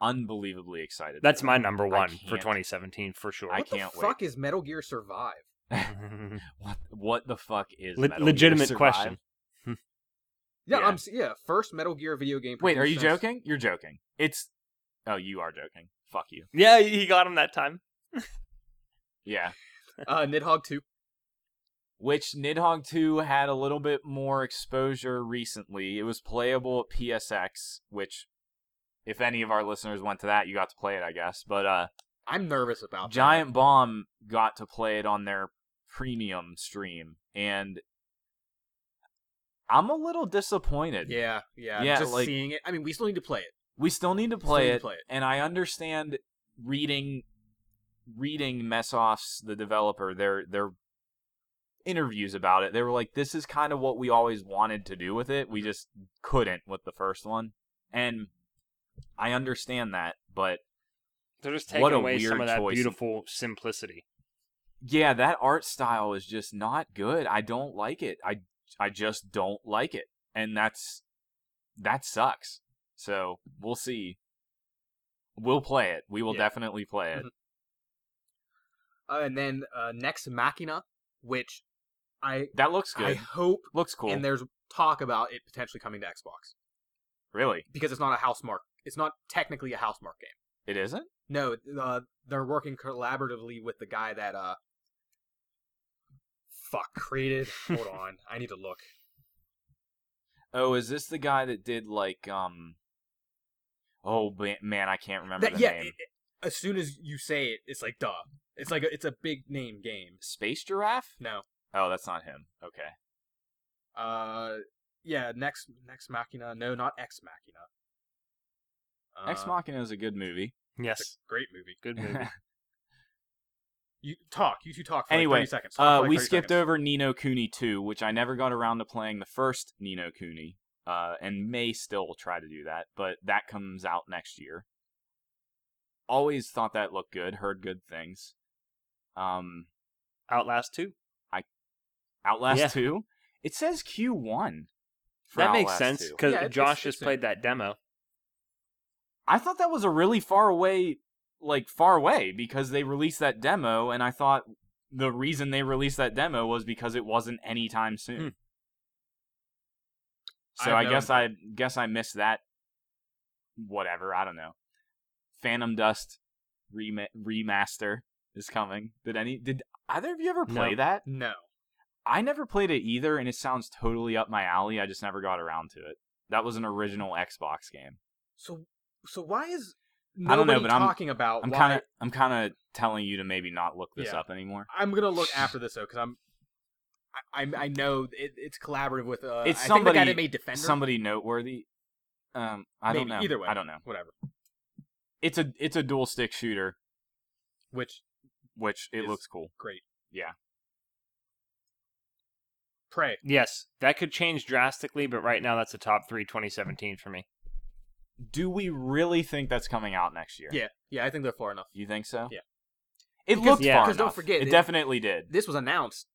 Speaker 2: unbelievably excited.
Speaker 3: That's my number one for
Speaker 2: can't.
Speaker 3: 2017 for sure.
Speaker 2: I
Speaker 1: What
Speaker 2: can't
Speaker 1: the
Speaker 2: wait.
Speaker 1: fuck is Metal Gear Survive?
Speaker 2: What, what the fuck is
Speaker 3: Le-
Speaker 2: Metal Gear
Speaker 3: legitimate
Speaker 2: Survive?
Speaker 3: question.
Speaker 1: Yeah,
Speaker 2: Yeah.
Speaker 1: I'm. s- Yeah, first Metal Gear video game.
Speaker 2: Wait, are you
Speaker 1: produced since-
Speaker 2: joking? You're joking. It's. Oh, you are joking. Fuck you.
Speaker 3: yeah, he got him that time.
Speaker 2: Yeah.
Speaker 1: Uh, Nidhogg Two.
Speaker 2: which Nidhogg 2 had a little bit more exposure recently. It was playable at PSX, which if any of our listeners went to that, you got to play it, I guess. But uh
Speaker 1: I'm nervous about that.
Speaker 2: Giant Bomb got to play it on their premium stream and I'm a little disappointed.
Speaker 1: Yeah, yeah,
Speaker 2: Yeah,
Speaker 1: Just
Speaker 2: like-
Speaker 1: seeing it. I mean, we still need to play it.
Speaker 2: We still need to
Speaker 1: Still need
Speaker 2: play
Speaker 1: to
Speaker 2: it,
Speaker 1: play it.
Speaker 2: and I understand reading reading Messoff's the developer their their interviews about it. They were like, "This is kind of what we always wanted to do
Speaker 1: Mm-hmm.
Speaker 2: with it. We just couldn't with the first one," and I understand that, But
Speaker 3: They're just
Speaker 2: What
Speaker 3: taking
Speaker 2: a
Speaker 3: away some
Speaker 2: weird
Speaker 3: of that
Speaker 2: choice.
Speaker 3: beautiful simplicity.
Speaker 2: yeah, that art style is just not good. I don't like it. I I just don't like it. And that's that sucks. So, we'll see. We'll play it. We will
Speaker 1: Yeah. Mm-hmm.
Speaker 2: definitely play it.
Speaker 1: Uh, and then uh, next Machina, which I
Speaker 2: That looks
Speaker 1: I
Speaker 2: good.
Speaker 1: hope
Speaker 2: looks cool.
Speaker 1: and there's talk about it potentially coming to Xbox
Speaker 2: really?
Speaker 1: because it's not a house mark. It's not technically a house mark game.
Speaker 2: It isn't?
Speaker 1: No, uh, they're working collaboratively with the guy that uh, fuck created. Hold on, I need to look.
Speaker 2: Oh, is this the guy that did like um? Oh ba- man, I can't remember
Speaker 1: That-
Speaker 2: the
Speaker 1: yeah,
Speaker 2: name.
Speaker 1: it- it- as soon as you say it, it's like duh. It's like a, it's a big name game.
Speaker 2: Space Giraffe?
Speaker 1: No,
Speaker 2: Oh, that's not him. Okay.
Speaker 1: uh, yeah, next next Machina. No, not Ex Machina. Uh,
Speaker 2: Ex Machina is a good movie.
Speaker 1: It's
Speaker 3: Yes,
Speaker 1: a great movie.
Speaker 3: good movie.
Speaker 1: You talk. You two talk for like,
Speaker 2: Anyway,
Speaker 1: 30 seconds. Talk
Speaker 2: Uh,
Speaker 1: for, like,
Speaker 2: we
Speaker 1: 30
Speaker 2: skipped
Speaker 1: seconds.
Speaker 2: over Nino Cooney 2, which I never got around to playing the first Nino Cooney, uh, and may still try to do that, but that comes out next year. Always thought that looked good, heard good things. Um,
Speaker 3: Outlast two.
Speaker 2: Outlast
Speaker 3: Yeah.
Speaker 2: 2? It says Q1. for
Speaker 3: That makes
Speaker 2: Outlast
Speaker 3: sense
Speaker 2: 2.
Speaker 3: because
Speaker 1: Yeah, it's-
Speaker 3: Josh
Speaker 1: it's-
Speaker 3: just
Speaker 1: it's in.
Speaker 3: played that demo.
Speaker 2: I thought that was a really far away, like far away, because they released that demo, and I thought the reason they released that demo was because it wasn't anytime soon.
Speaker 1: Hmm.
Speaker 2: So
Speaker 1: I
Speaker 2: I,
Speaker 1: have no
Speaker 2: guess I guess I missed that. Whatever, I don't know. Phantom Dust rema- remaster is coming. Did any did either of you ever
Speaker 3: No.
Speaker 2: play that?
Speaker 1: No.
Speaker 2: I never played it either, and it sounds totally up my alley. I just never got around to it. That was an original Xbox game.
Speaker 1: So so why is
Speaker 2: I don't know,
Speaker 1: nobody
Speaker 2: but I'm-
Speaker 1: talking about?
Speaker 2: I'm
Speaker 1: why-
Speaker 2: kind of I'm kind of telling you to maybe not look this
Speaker 1: Yeah.
Speaker 2: up anymore.
Speaker 1: I'm gonna look after this though because I'm. I, I I know it, it's collaborative with uh.
Speaker 2: It's
Speaker 1: I think the guy
Speaker 2: somebody-
Speaker 1: that made Defender.
Speaker 2: Somebody noteworthy. Um, I
Speaker 1: Maybe.
Speaker 2: don't know.
Speaker 1: Either way.
Speaker 2: I don't know.
Speaker 1: whatever.
Speaker 2: It's a it's a dual stick shooter,
Speaker 1: Which
Speaker 2: which it
Speaker 1: Is-
Speaker 2: looks cool.
Speaker 1: great.
Speaker 2: Yeah.
Speaker 1: Prey.
Speaker 3: Yes, that could change drastically, but right now that's a top three 2017 for me.
Speaker 2: Do we really think that's coming out next year?
Speaker 1: Yeah. Yeah, I think they're far enough.
Speaker 2: You think so?
Speaker 1: Yeah.
Speaker 2: It
Speaker 1: Because-
Speaker 2: looked
Speaker 3: yeah.
Speaker 2: far
Speaker 1: because don't
Speaker 2: enough.
Speaker 1: forget,
Speaker 2: it,
Speaker 1: it-
Speaker 2: definitely did.
Speaker 1: This was announced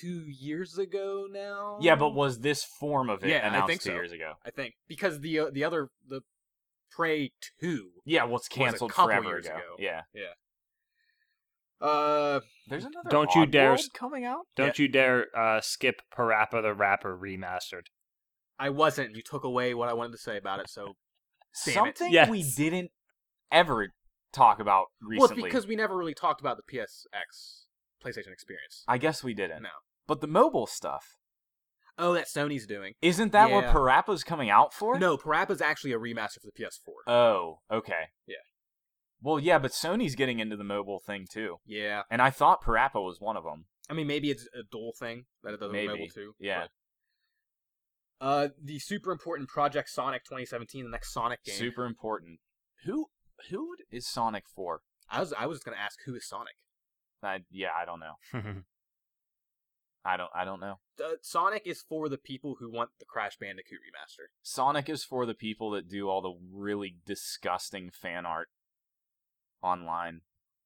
Speaker 1: two years ago now.
Speaker 2: Yeah, but was this form of it
Speaker 1: Um, Yeah, I
Speaker 2: announced
Speaker 1: think
Speaker 2: two
Speaker 1: so.
Speaker 2: years ago?
Speaker 1: I think because the uh, the other the Prey two.
Speaker 2: Yeah, well, it's canceled
Speaker 1: couple
Speaker 2: forever
Speaker 1: years
Speaker 2: ago.
Speaker 1: ago.
Speaker 2: Yeah,
Speaker 1: Uh,
Speaker 2: there's another.
Speaker 3: Don't you dare
Speaker 2: Oddworld
Speaker 3: s-
Speaker 2: coming out.
Speaker 3: Don't you dare uh, skip Parappa the Rapper remastered.
Speaker 1: I wasn't. You took away what I wanted to say about it. So Damn it.
Speaker 2: Something
Speaker 3: Yes.
Speaker 2: we didn't ever talk about
Speaker 1: well, it's
Speaker 2: recently.
Speaker 1: because we never really talked about the PSX PlayStation experience.
Speaker 2: I guess we didn't.
Speaker 1: No.
Speaker 2: But the mobile stuff.
Speaker 1: Oh, that Sony's doing.
Speaker 2: Isn't that what
Speaker 1: Yeah.
Speaker 2: Parappa's coming out for?
Speaker 1: No, Parappa's actually a remaster for the PS4.
Speaker 2: Oh, okay.
Speaker 1: Yeah.
Speaker 2: Well, yeah, but Sony's getting into the mobile thing too.
Speaker 1: yeah,
Speaker 2: And I thought Parappa was one of them.
Speaker 1: I mean maybe it's a dual thing that it doesn't
Speaker 2: Maybe.
Speaker 1: mobile too.
Speaker 2: Yeah.
Speaker 1: but- Uh, the super important Project Sonic 2017, the next Sonic game.
Speaker 2: Super important. Who who would- is Sonic for?
Speaker 1: I was I was just gonna ask who is Sonic.
Speaker 2: I, yeah, I don't know. I don't I don't know.
Speaker 1: Uh, Sonic is for the people who want the Crash Bandicoot remaster.
Speaker 2: Sonic is for the people that do all the really disgusting fan art online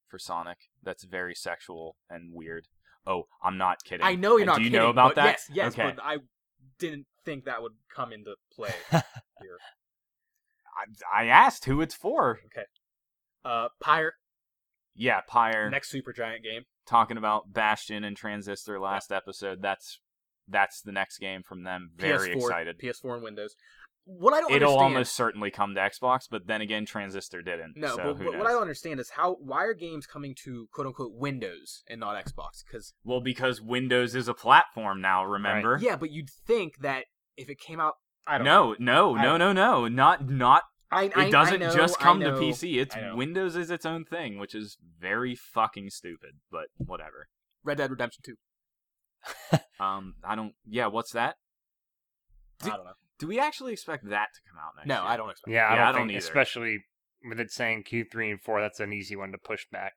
Speaker 2: for Sonic. That's very sexual and weird. Oh, I'm not kidding.
Speaker 1: I know you're
Speaker 2: And
Speaker 1: not
Speaker 2: Do you
Speaker 1: kidding,
Speaker 2: know about
Speaker 1: but
Speaker 2: that?
Speaker 1: Yes, yes,
Speaker 2: Okay.
Speaker 1: but I didn't think that would come into play here.
Speaker 2: I, I asked who it's for.
Speaker 1: Uh, Pyre,
Speaker 2: Yeah, Pyre.
Speaker 1: next super giant game.
Speaker 2: talking about Bastion and Transistor last episode. That's that's the next game from them. Very
Speaker 1: PS4,
Speaker 2: excited.
Speaker 1: PS4 and Windows. What I don't
Speaker 2: It'll
Speaker 1: understand,
Speaker 2: almost certainly come to Xbox, but then again, Transistor didn't.
Speaker 1: no,
Speaker 2: so
Speaker 1: but
Speaker 2: who
Speaker 1: what,
Speaker 2: knows?
Speaker 1: what I don't understand is how why are games coming to quote unquote Windows and not Xbox? Because
Speaker 2: Well, because Windows is a platform now. Remember?
Speaker 1: yeah, but you'd think that if it came out, I don't know.
Speaker 2: No, no,
Speaker 1: I
Speaker 2: no,
Speaker 1: don't-
Speaker 2: no, no. Not not.
Speaker 1: I, I,
Speaker 2: It doesn't
Speaker 1: I know,
Speaker 2: just
Speaker 1: I
Speaker 2: come to
Speaker 1: know.
Speaker 2: PC. It's
Speaker 1: I know.
Speaker 2: Windows is its own thing, which is very fucking stupid. But whatever.
Speaker 1: Red Dead Redemption Two.
Speaker 2: Um, I don't. Yeah, what's that?
Speaker 1: I
Speaker 2: Did-
Speaker 1: don't know.
Speaker 2: Do we actually expect that to come out next?
Speaker 1: No,
Speaker 2: year?
Speaker 1: I don't expect.
Speaker 3: yeah, I
Speaker 2: Yeah,
Speaker 3: don't
Speaker 2: I don't
Speaker 3: think,
Speaker 2: either.
Speaker 3: especially with it saying Q3 and 4, that's an easy one to push back.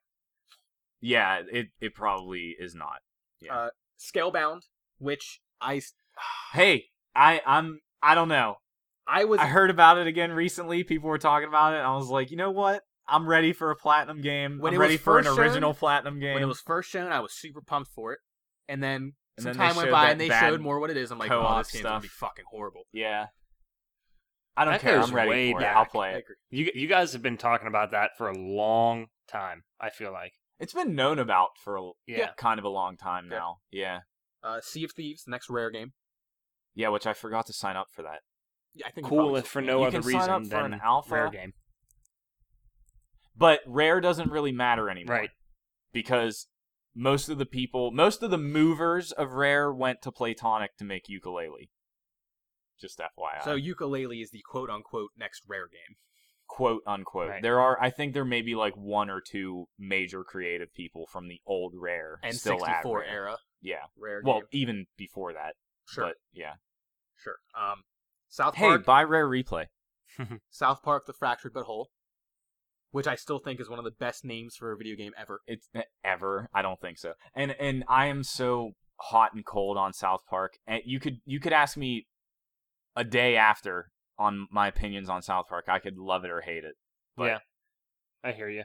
Speaker 2: Yeah, it it probably is not. Yeah.
Speaker 1: Uh, Scalebound, which I s-
Speaker 2: hey, I I'm I don't know.
Speaker 1: I was
Speaker 2: I heard about it again recently. People were talking about it. And I was like, you know what? I'm ready for a platinum game.
Speaker 1: When it
Speaker 2: I'm
Speaker 1: was
Speaker 2: ready for an
Speaker 1: first
Speaker 2: original
Speaker 1: shown-
Speaker 2: platinum game.
Speaker 1: When it was first shown, I was super pumped for it, and then
Speaker 2: And
Speaker 1: some
Speaker 2: then they
Speaker 1: time went
Speaker 2: showed
Speaker 1: by
Speaker 2: that
Speaker 1: and they
Speaker 2: bad
Speaker 1: showed more what it is. I'm like,
Speaker 2: co-op
Speaker 1: oh, this game's gonna
Speaker 2: stuff.
Speaker 1: be fucking horrible.
Speaker 2: yeah. I don't
Speaker 3: That
Speaker 2: care.
Speaker 3: goes
Speaker 2: I'm ready
Speaker 3: way
Speaker 2: for
Speaker 3: back.
Speaker 2: it. I'll play
Speaker 1: I
Speaker 2: it.
Speaker 1: agree.
Speaker 3: You you guys have been talking about that for a long time. I feel like
Speaker 2: It's been known about for a,
Speaker 3: Yeah.
Speaker 2: kind of a long time
Speaker 1: Yeah.
Speaker 2: now. Yeah.
Speaker 1: Uh, sea of Thieves, the next rare game.
Speaker 2: Yeah, which I forgot to sign up for that.
Speaker 1: Yeah, I think we
Speaker 3: cool
Speaker 1: probably
Speaker 3: if
Speaker 1: still
Speaker 3: for
Speaker 1: can.
Speaker 3: no
Speaker 2: You
Speaker 3: other
Speaker 2: can sign
Speaker 3: reason
Speaker 2: up for
Speaker 3: than
Speaker 2: an alpha.
Speaker 3: rare game.
Speaker 2: But rare doesn't really matter anymore.
Speaker 3: Right.
Speaker 2: Because most of the people, most of the movers of rare went to Platonic to make ukulele. Just FYI.
Speaker 1: So ukulele is the quote unquote next rare game.
Speaker 2: quote unquote.
Speaker 3: Right.
Speaker 2: There are, I think there may be like one or two major creative people from the old Rare
Speaker 1: And
Speaker 2: still at
Speaker 1: 64
Speaker 2: Rare.
Speaker 1: era
Speaker 2: Yeah.
Speaker 1: rare
Speaker 2: Well,
Speaker 1: game.
Speaker 2: even before that.
Speaker 1: Sure,
Speaker 2: But yeah.
Speaker 1: sure. Um, South
Speaker 2: Hey,
Speaker 1: Park,
Speaker 2: buy Rare Replay.
Speaker 1: South Park: The Fractured But Whole, which I still think is one of the best names for a video game ever.
Speaker 2: It's eh, ever. I don't think so. And and I am so hot and cold on South Park. And you could you could ask me a day after on my opinions on South Park. I could love it or hate it. But
Speaker 3: Yeah. I hear you.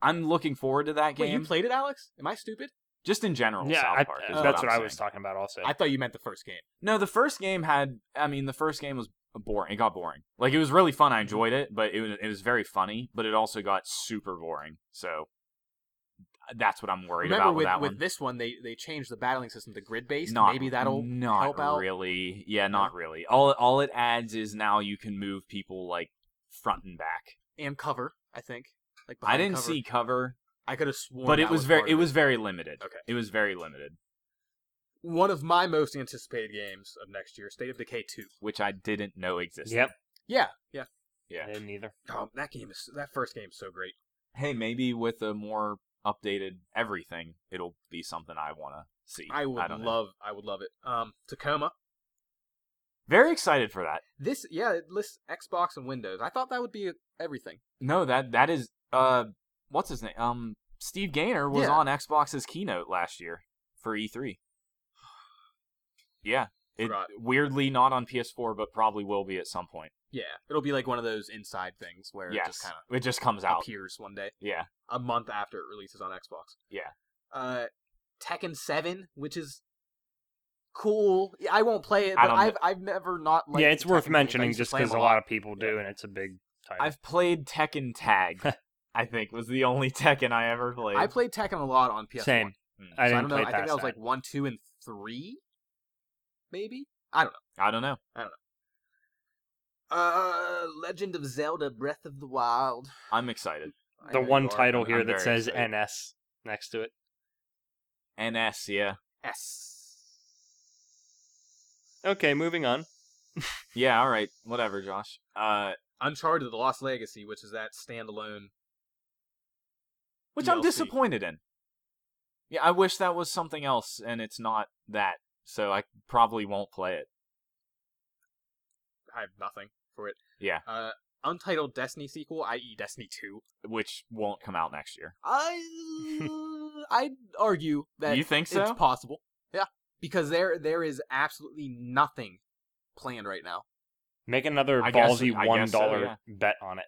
Speaker 2: I'm looking forward to that
Speaker 1: Wait, you
Speaker 2: game.
Speaker 1: played it, Alex? Am I stupid?
Speaker 2: Just in general,
Speaker 3: yeah,
Speaker 2: South
Speaker 3: I-
Speaker 2: Park.
Speaker 3: uh,
Speaker 2: is
Speaker 3: that's
Speaker 2: what,
Speaker 3: what
Speaker 2: I'm
Speaker 3: I was
Speaker 2: saying.
Speaker 3: talking about. Also,
Speaker 1: Oh, I thought you meant the first game.
Speaker 2: No, the first game had. I mean, the first game was boring. It got boring. Like it was really fun. I enjoyed it, but it was it was very funny. But it also got super boring. So that's what I'm worried
Speaker 1: Remember
Speaker 2: about
Speaker 1: with,
Speaker 2: with that
Speaker 1: with
Speaker 2: one.
Speaker 1: this one, they they changed the battling system to grid based.
Speaker 2: Not
Speaker 1: Maybe that'll
Speaker 2: not
Speaker 1: help out.
Speaker 2: really. Yeah, not really. All all it adds is now you can move people like front and back.
Speaker 1: and cover. I think. Like
Speaker 2: I
Speaker 1: behind
Speaker 2: didn't
Speaker 1: cover.
Speaker 2: see cover,
Speaker 1: I could have sworn.
Speaker 2: but it
Speaker 1: that
Speaker 2: was very
Speaker 1: part
Speaker 2: it
Speaker 1: of
Speaker 2: was very limited.
Speaker 1: Okay.
Speaker 2: It was very limited,
Speaker 1: one of my most anticipated games of next year, State of Decay two.
Speaker 2: which I didn't know existed.
Speaker 3: yep,
Speaker 1: Yeah, yeah.
Speaker 2: Yeah.
Speaker 3: I didn't either.
Speaker 1: Oh, that game is that first game is so great.
Speaker 2: hey, maybe with a more updated everything, it'll be something I want to see.
Speaker 1: I would
Speaker 2: don't know.
Speaker 1: love. I would love it. Um, Tacoma.
Speaker 2: Very excited for that.
Speaker 1: This yeah, it lists Xbox and Windows. I thought that would be e, everything.
Speaker 2: No, that that is uh, what's his name? Um, Steve Gaynor was
Speaker 1: Yeah.
Speaker 2: on Xbox's keynote last year for E3. Yeah, it,
Speaker 1: Forgot.
Speaker 2: weirdly not on PS4, but probably will be at some point.
Speaker 1: Yeah, it'll be like one of those inside things where
Speaker 2: yes,
Speaker 1: it just kind
Speaker 2: it just comes
Speaker 1: of
Speaker 2: out.
Speaker 1: appears one day,
Speaker 2: Yeah,
Speaker 1: a month after it releases on Xbox.
Speaker 2: Yeah.
Speaker 1: Uh, Tekken Seven, which is cool. Yeah, I won't play it,
Speaker 2: I
Speaker 1: but
Speaker 2: don't-
Speaker 1: I've I've never not. Liked
Speaker 3: yeah, it's
Speaker 1: the Tekken
Speaker 3: worth
Speaker 1: games. I
Speaker 3: mentioning
Speaker 1: used to
Speaker 3: just
Speaker 1: play 'em
Speaker 3: because a lot of people do, and it's a big title.
Speaker 2: I've played Tekken Tag. I think was the only Tekken I ever played.
Speaker 1: I played Tekken a lot on PS.
Speaker 3: Same.
Speaker 2: Mm.
Speaker 1: So
Speaker 3: I
Speaker 1: I
Speaker 3: didn't
Speaker 1: don't know.
Speaker 3: play
Speaker 1: I think
Speaker 3: past
Speaker 1: that was
Speaker 3: that.
Speaker 1: like one, two, and three, maybe.
Speaker 2: I don't know.
Speaker 1: Uh, Legend of Zelda: Breath of the Wild.
Speaker 2: I'm excited.
Speaker 1: I
Speaker 3: the
Speaker 1: know
Speaker 3: one
Speaker 1: you are.
Speaker 3: title
Speaker 2: I'm-
Speaker 3: here
Speaker 2: I'm
Speaker 3: that
Speaker 2: very
Speaker 3: says
Speaker 2: excited.
Speaker 3: NS next to it.
Speaker 2: NS, yeah,
Speaker 1: S.
Speaker 3: Okay, moving on.
Speaker 2: yeah. All right, whatever, Josh. Uh,
Speaker 1: Uncharted: The Lost Legacy, which is that standalone.
Speaker 2: which I'm
Speaker 1: DLC.
Speaker 2: disappointed in. Yeah, I wish that was something else, and it's not that. So I probably won't play it.
Speaker 1: I have nothing for it.
Speaker 2: Yeah.
Speaker 1: Uh, Untitled Destiny sequel, i.e., Destiny Two.
Speaker 2: Which won't come out next year.
Speaker 1: I I argue that
Speaker 2: you think
Speaker 1: it's
Speaker 2: so?
Speaker 1: possible. Yeah, because there there is absolutely nothing planned right now.
Speaker 3: Make another
Speaker 2: I guess-
Speaker 3: ballsy
Speaker 2: I
Speaker 3: one
Speaker 2: guess so,
Speaker 3: dollar
Speaker 2: yeah.
Speaker 3: bet on it.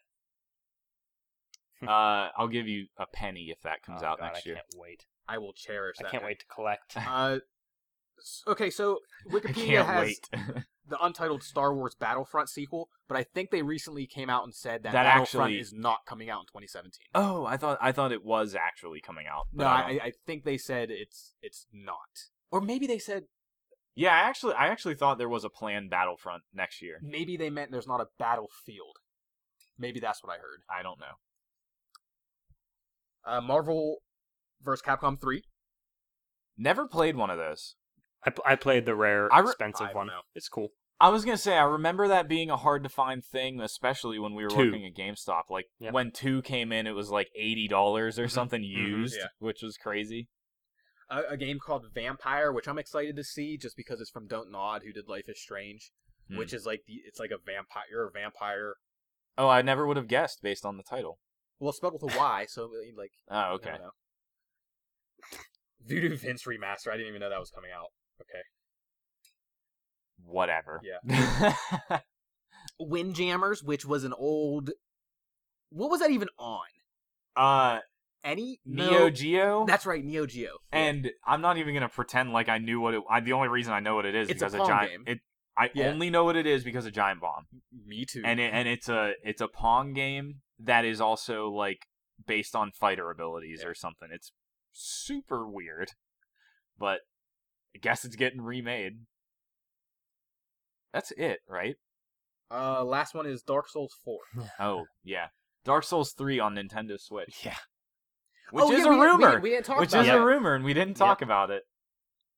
Speaker 2: uh, I'll give you a penny if that comes
Speaker 3: Oh,
Speaker 2: out
Speaker 3: God,
Speaker 2: next
Speaker 3: I
Speaker 2: year.
Speaker 3: can't wait.
Speaker 1: I will cherish that.
Speaker 3: I can't wait to collect.
Speaker 1: Uh, s- okay, so
Speaker 2: I
Speaker 1: Wikipedia
Speaker 2: can't
Speaker 1: has
Speaker 2: wait.
Speaker 1: the untitled Star Wars Battlefront sequel, but I think they recently came out and said that,
Speaker 2: That
Speaker 1: Battlefront
Speaker 2: actually-
Speaker 1: is not coming out in 2017.
Speaker 2: oh, I thought I thought it was actually coming out. but um,
Speaker 1: No,
Speaker 2: I don't-
Speaker 1: I, I think they said it's it's not, or maybe they said
Speaker 2: yeah, I actually I actually thought there was a planned Battlefront next year.
Speaker 1: maybe they meant there's not a battlefield. Maybe that's what I heard.
Speaker 2: I don't know.
Speaker 1: Uh, Marvel vs. Capcom 3.
Speaker 2: Never played one of those.
Speaker 3: I, pl- I played the rare,
Speaker 2: I re-
Speaker 1: I
Speaker 3: expensive
Speaker 1: don't
Speaker 3: one.
Speaker 1: know.
Speaker 3: It's cool.
Speaker 2: I was gonna say I remember that being a hard to find thing, especially when we were
Speaker 3: Two.
Speaker 2: working at GameStop. Like
Speaker 3: Yep.
Speaker 2: when two came in, it was like eighty dollars or something used,
Speaker 1: Mm-hmm. yeah.
Speaker 2: which was crazy.
Speaker 1: A, a game called Vampire, which I'm excited to see just because it's from Don't Nod, who did Life is Strange,
Speaker 2: Hmm.
Speaker 1: which is like the it's like a vampire. You're a vampire.
Speaker 2: Oh, I never would have guessed based on the title.
Speaker 1: Well, it's spelled with a Y, so like
Speaker 2: Oh,
Speaker 1: I
Speaker 2: okay.
Speaker 1: don't know. Voodoo Vince remaster. I didn't even know that was coming out.
Speaker 2: Whatever.
Speaker 1: Windjammers, which was an old What was that even on?
Speaker 2: Uh,
Speaker 1: Any
Speaker 2: Neo
Speaker 1: No.
Speaker 2: Geo.
Speaker 1: That's right, Neo Geo.
Speaker 2: and I'm not even gonna pretend like I knew what it. I, the only reason I know what it is
Speaker 1: It's a
Speaker 2: because
Speaker 1: Pong
Speaker 2: giant.
Speaker 1: game.
Speaker 2: It. I
Speaker 1: Yeah.
Speaker 2: only know what it is because of Giant Bomb,
Speaker 1: me too.
Speaker 2: and it, and it's a it's a Pong game that is also like based on fighter abilities or something. It's super weird, but I guess it's getting remade. That's it, right?
Speaker 1: uh, last one is Dark Souls Four.
Speaker 2: Oh yeah, Dark Souls three on Nintendo Switch,
Speaker 3: Yeah.
Speaker 2: which
Speaker 1: Oh, yeah,
Speaker 2: is
Speaker 1: we
Speaker 2: a
Speaker 1: didn't- we
Speaker 2: rumor,
Speaker 1: didn't- We, didn't talk
Speaker 2: which
Speaker 1: about
Speaker 2: is
Speaker 1: that.
Speaker 2: a rumor, and we didn't talk about it.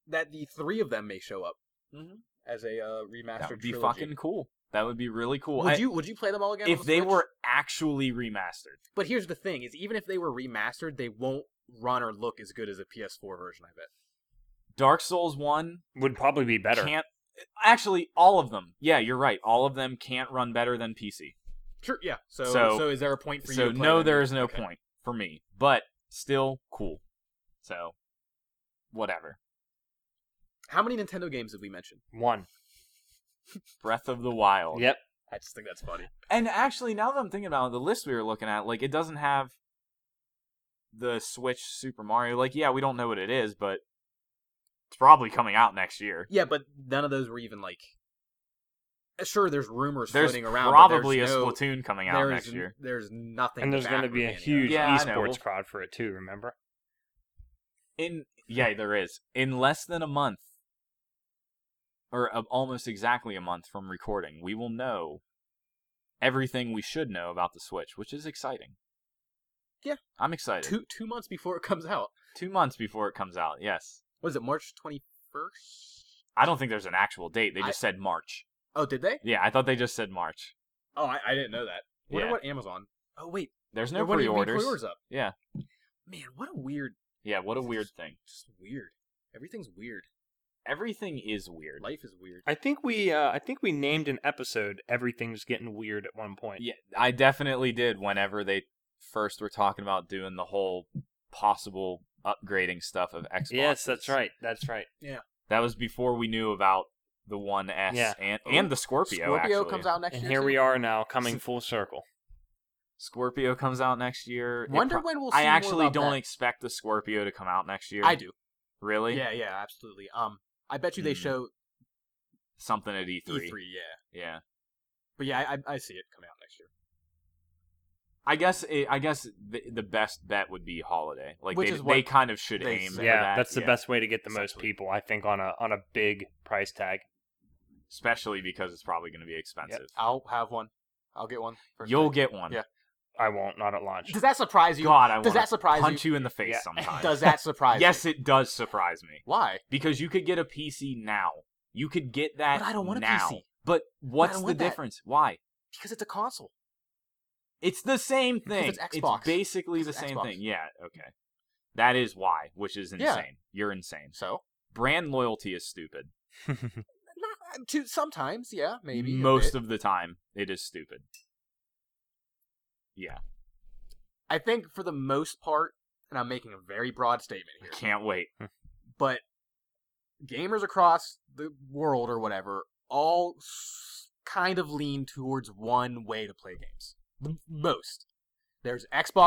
Speaker 1: that the three of them may show up
Speaker 2: Mhm.
Speaker 1: as a uh,
Speaker 2: That
Speaker 1: remastered
Speaker 2: would be
Speaker 1: trilogy.
Speaker 2: fucking cool. That would be really cool.
Speaker 1: Would
Speaker 2: I-
Speaker 1: you would you play them all again? on
Speaker 2: if
Speaker 1: the
Speaker 2: they
Speaker 1: Switch?
Speaker 2: were actually remastered.
Speaker 1: but here's the thing: is even if they were remastered, they won't run or look as good as a PS4 version. I bet.
Speaker 2: Dark Souls 1
Speaker 3: Would probably be better.
Speaker 2: can't actually all of them. Yeah, you're right. All of them can't run better than PC.
Speaker 1: Sure. Yeah. So so,
Speaker 2: So-
Speaker 1: is there a point for you?
Speaker 2: So
Speaker 1: to play
Speaker 2: no
Speaker 1: them?
Speaker 2: there is no
Speaker 1: Okay.
Speaker 2: point for me, but still cool. So whatever.
Speaker 1: How many Nintendo games did we mention?
Speaker 3: One.
Speaker 2: Breath of the Wild.
Speaker 3: Yep.
Speaker 1: I just think that's funny.
Speaker 2: And actually now that I'm thinking about it, the list we were looking at, like it doesn't have the Switch Super Mario. Like yeah, we don't know what it is, but it's probably coming out next year.
Speaker 1: Yeah, but none of those were even like. Sure, there's rumors
Speaker 2: There's
Speaker 1: floating around. but
Speaker 2: probably
Speaker 1: there's
Speaker 2: a
Speaker 1: no,
Speaker 2: Splatoon coming out
Speaker 1: there
Speaker 2: next
Speaker 1: is-
Speaker 2: year.
Speaker 1: There's nothing.
Speaker 3: And there's
Speaker 1: going to
Speaker 3: be a huge
Speaker 2: Yeah, I know.
Speaker 3: esports crowd for it too, remember?
Speaker 2: In yeah, there is. In less than a month, or uh, almost exactly a month from recording, we will know everything we should know about the Switch, which is exciting.
Speaker 1: Yeah.
Speaker 2: I'm excited. Two,
Speaker 1: two two months before it comes out.
Speaker 2: months before it comes out. Yes,
Speaker 1: What is it? March twenty first.
Speaker 2: I don't think there's an actual date. They
Speaker 1: I-
Speaker 2: just said March.
Speaker 1: Oh, did they?
Speaker 2: Yeah, I thought they just said March.
Speaker 1: Oh, I, I didn't know that. What
Speaker 2: Yeah.
Speaker 1: about Amazon? Oh wait,
Speaker 2: There's
Speaker 1: they're
Speaker 2: no
Speaker 1: putting
Speaker 2: pre-orders.
Speaker 1: pre-orders up.
Speaker 2: Yeah.
Speaker 1: Man, what a weird,
Speaker 2: Yeah, what a weird thing.
Speaker 1: just weird. Everything's weird.
Speaker 2: Everything is weird.
Speaker 1: Life is weird.
Speaker 3: I think we uh, I think we named an episode Everything's Getting Weird at one point.
Speaker 2: Yeah, I definitely did whenever they first were talking about doing the whole possible upgrading stuff of Xbox.
Speaker 3: Yes, that's right. That's right.
Speaker 2: That was before we knew about the One S
Speaker 3: Yeah.
Speaker 2: and and the Scorpio.
Speaker 1: Scorpio
Speaker 2: actually.
Speaker 1: comes out next
Speaker 3: And
Speaker 1: year.
Speaker 3: here we are now coming
Speaker 2: S-
Speaker 3: full circle.
Speaker 2: Scorpio comes out next year. It
Speaker 1: Wonder
Speaker 2: pro-
Speaker 1: when we'll. See
Speaker 2: I actually
Speaker 1: more about
Speaker 2: don't
Speaker 1: That.
Speaker 2: expect the Scorpio to come out next year.
Speaker 1: I do.
Speaker 2: Really?
Speaker 1: Yeah, yeah, absolutely. Um, I bet you they
Speaker 2: Hmm.
Speaker 1: show
Speaker 2: Something at E3.
Speaker 1: E3. Yeah,
Speaker 2: Yeah.
Speaker 1: but yeah, I, I, I see it coming out next year.
Speaker 2: I guess it, I guess the, the best bet would be holiday. Like
Speaker 1: Which
Speaker 2: they,
Speaker 1: is what
Speaker 2: they kind of should
Speaker 1: they
Speaker 2: aim.
Speaker 1: said.
Speaker 2: for
Speaker 1: Remember
Speaker 3: yeah,
Speaker 2: that.
Speaker 3: that's the
Speaker 2: yeah.
Speaker 3: best way to get the most
Speaker 1: Essentially.
Speaker 3: people, I think, on a on a big price tag.
Speaker 2: especially because it's probably going to be expensive.
Speaker 1: I'll have one. I'll get one. first
Speaker 2: You'll
Speaker 1: day.
Speaker 2: get one.
Speaker 1: Yeah.
Speaker 3: I won't, not at launch.
Speaker 1: Does that surprise you?
Speaker 2: God, I
Speaker 1: Does
Speaker 2: want
Speaker 1: that surprise
Speaker 2: to punch
Speaker 1: you?
Speaker 2: you in the face
Speaker 3: Yeah.
Speaker 2: sometimes.
Speaker 1: Does that surprise?
Speaker 2: yes,
Speaker 1: You?
Speaker 2: it does surprise me
Speaker 1: Why?
Speaker 2: because you could get a PC now. You could get that.
Speaker 1: But I don't want a
Speaker 2: now.
Speaker 1: PC.
Speaker 2: But
Speaker 1: I
Speaker 2: what's
Speaker 1: don't
Speaker 2: the
Speaker 1: want that.
Speaker 2: difference? Why?
Speaker 1: Because it's a console.
Speaker 2: It's the same thing.
Speaker 1: it's Xbox.
Speaker 2: basically
Speaker 1: Because
Speaker 2: the
Speaker 1: it's
Speaker 2: same
Speaker 1: Xbox.
Speaker 2: thing. Yeah. Okay. That is why, which is insane.
Speaker 1: Yeah.
Speaker 2: You're insane.
Speaker 1: So,
Speaker 2: Brand loyalty is stupid.
Speaker 1: not, uh, to sometimes, yeah, maybe a bit.
Speaker 2: Most of the time, it is stupid. Yeah.
Speaker 1: I think for the most part, and I'm making a very broad statement
Speaker 2: I
Speaker 1: here,
Speaker 2: can't wait.
Speaker 1: but gamers across the world or whatever all s- kind of lean towards one way to play games. The most. There's Xbox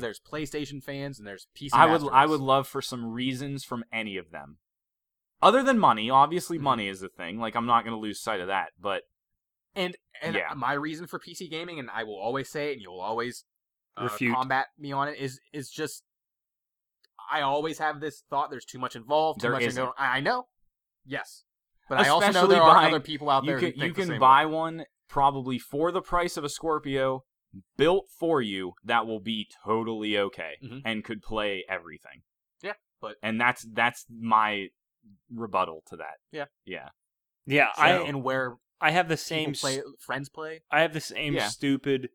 Speaker 1: fans, there's PlayStation fans, and there's PC.
Speaker 2: I would
Speaker 1: Master
Speaker 2: I
Speaker 1: Race.
Speaker 2: would love for some reasons from any of them. Other than money, obviously
Speaker 1: Mhm.
Speaker 2: money is the thing. Like I'm not going to lose sight of that, but
Speaker 1: and and uh,
Speaker 2: Yeah.
Speaker 1: my reason for PC gaming, and I will always say it, and you'll always uh,
Speaker 3: Refute.
Speaker 1: combat me on it, is is just I always have this thought: there's too much involved, too
Speaker 2: There
Speaker 1: much
Speaker 2: isn't.
Speaker 1: going. I I know, yes, but I also know
Speaker 2: Especially
Speaker 1: there are
Speaker 2: buying-
Speaker 1: other people out
Speaker 2: you
Speaker 1: there
Speaker 2: can
Speaker 1: who
Speaker 2: you
Speaker 1: think the
Speaker 2: can
Speaker 1: same
Speaker 2: buy
Speaker 1: way.
Speaker 2: one probably for the price of a Scorpio built for you that will be totally okay
Speaker 1: Mhm.
Speaker 2: and could play everything.
Speaker 1: Yeah, but-
Speaker 2: and that's that's my rebuttal to that.
Speaker 1: Yeah.
Speaker 2: Yeah.
Speaker 3: yeah,
Speaker 1: So-
Speaker 3: I
Speaker 1: and where
Speaker 3: I have the
Speaker 1: same
Speaker 3: same
Speaker 1: play,
Speaker 3: s-
Speaker 1: friends play.
Speaker 3: I have the same
Speaker 2: Yeah.
Speaker 3: stupid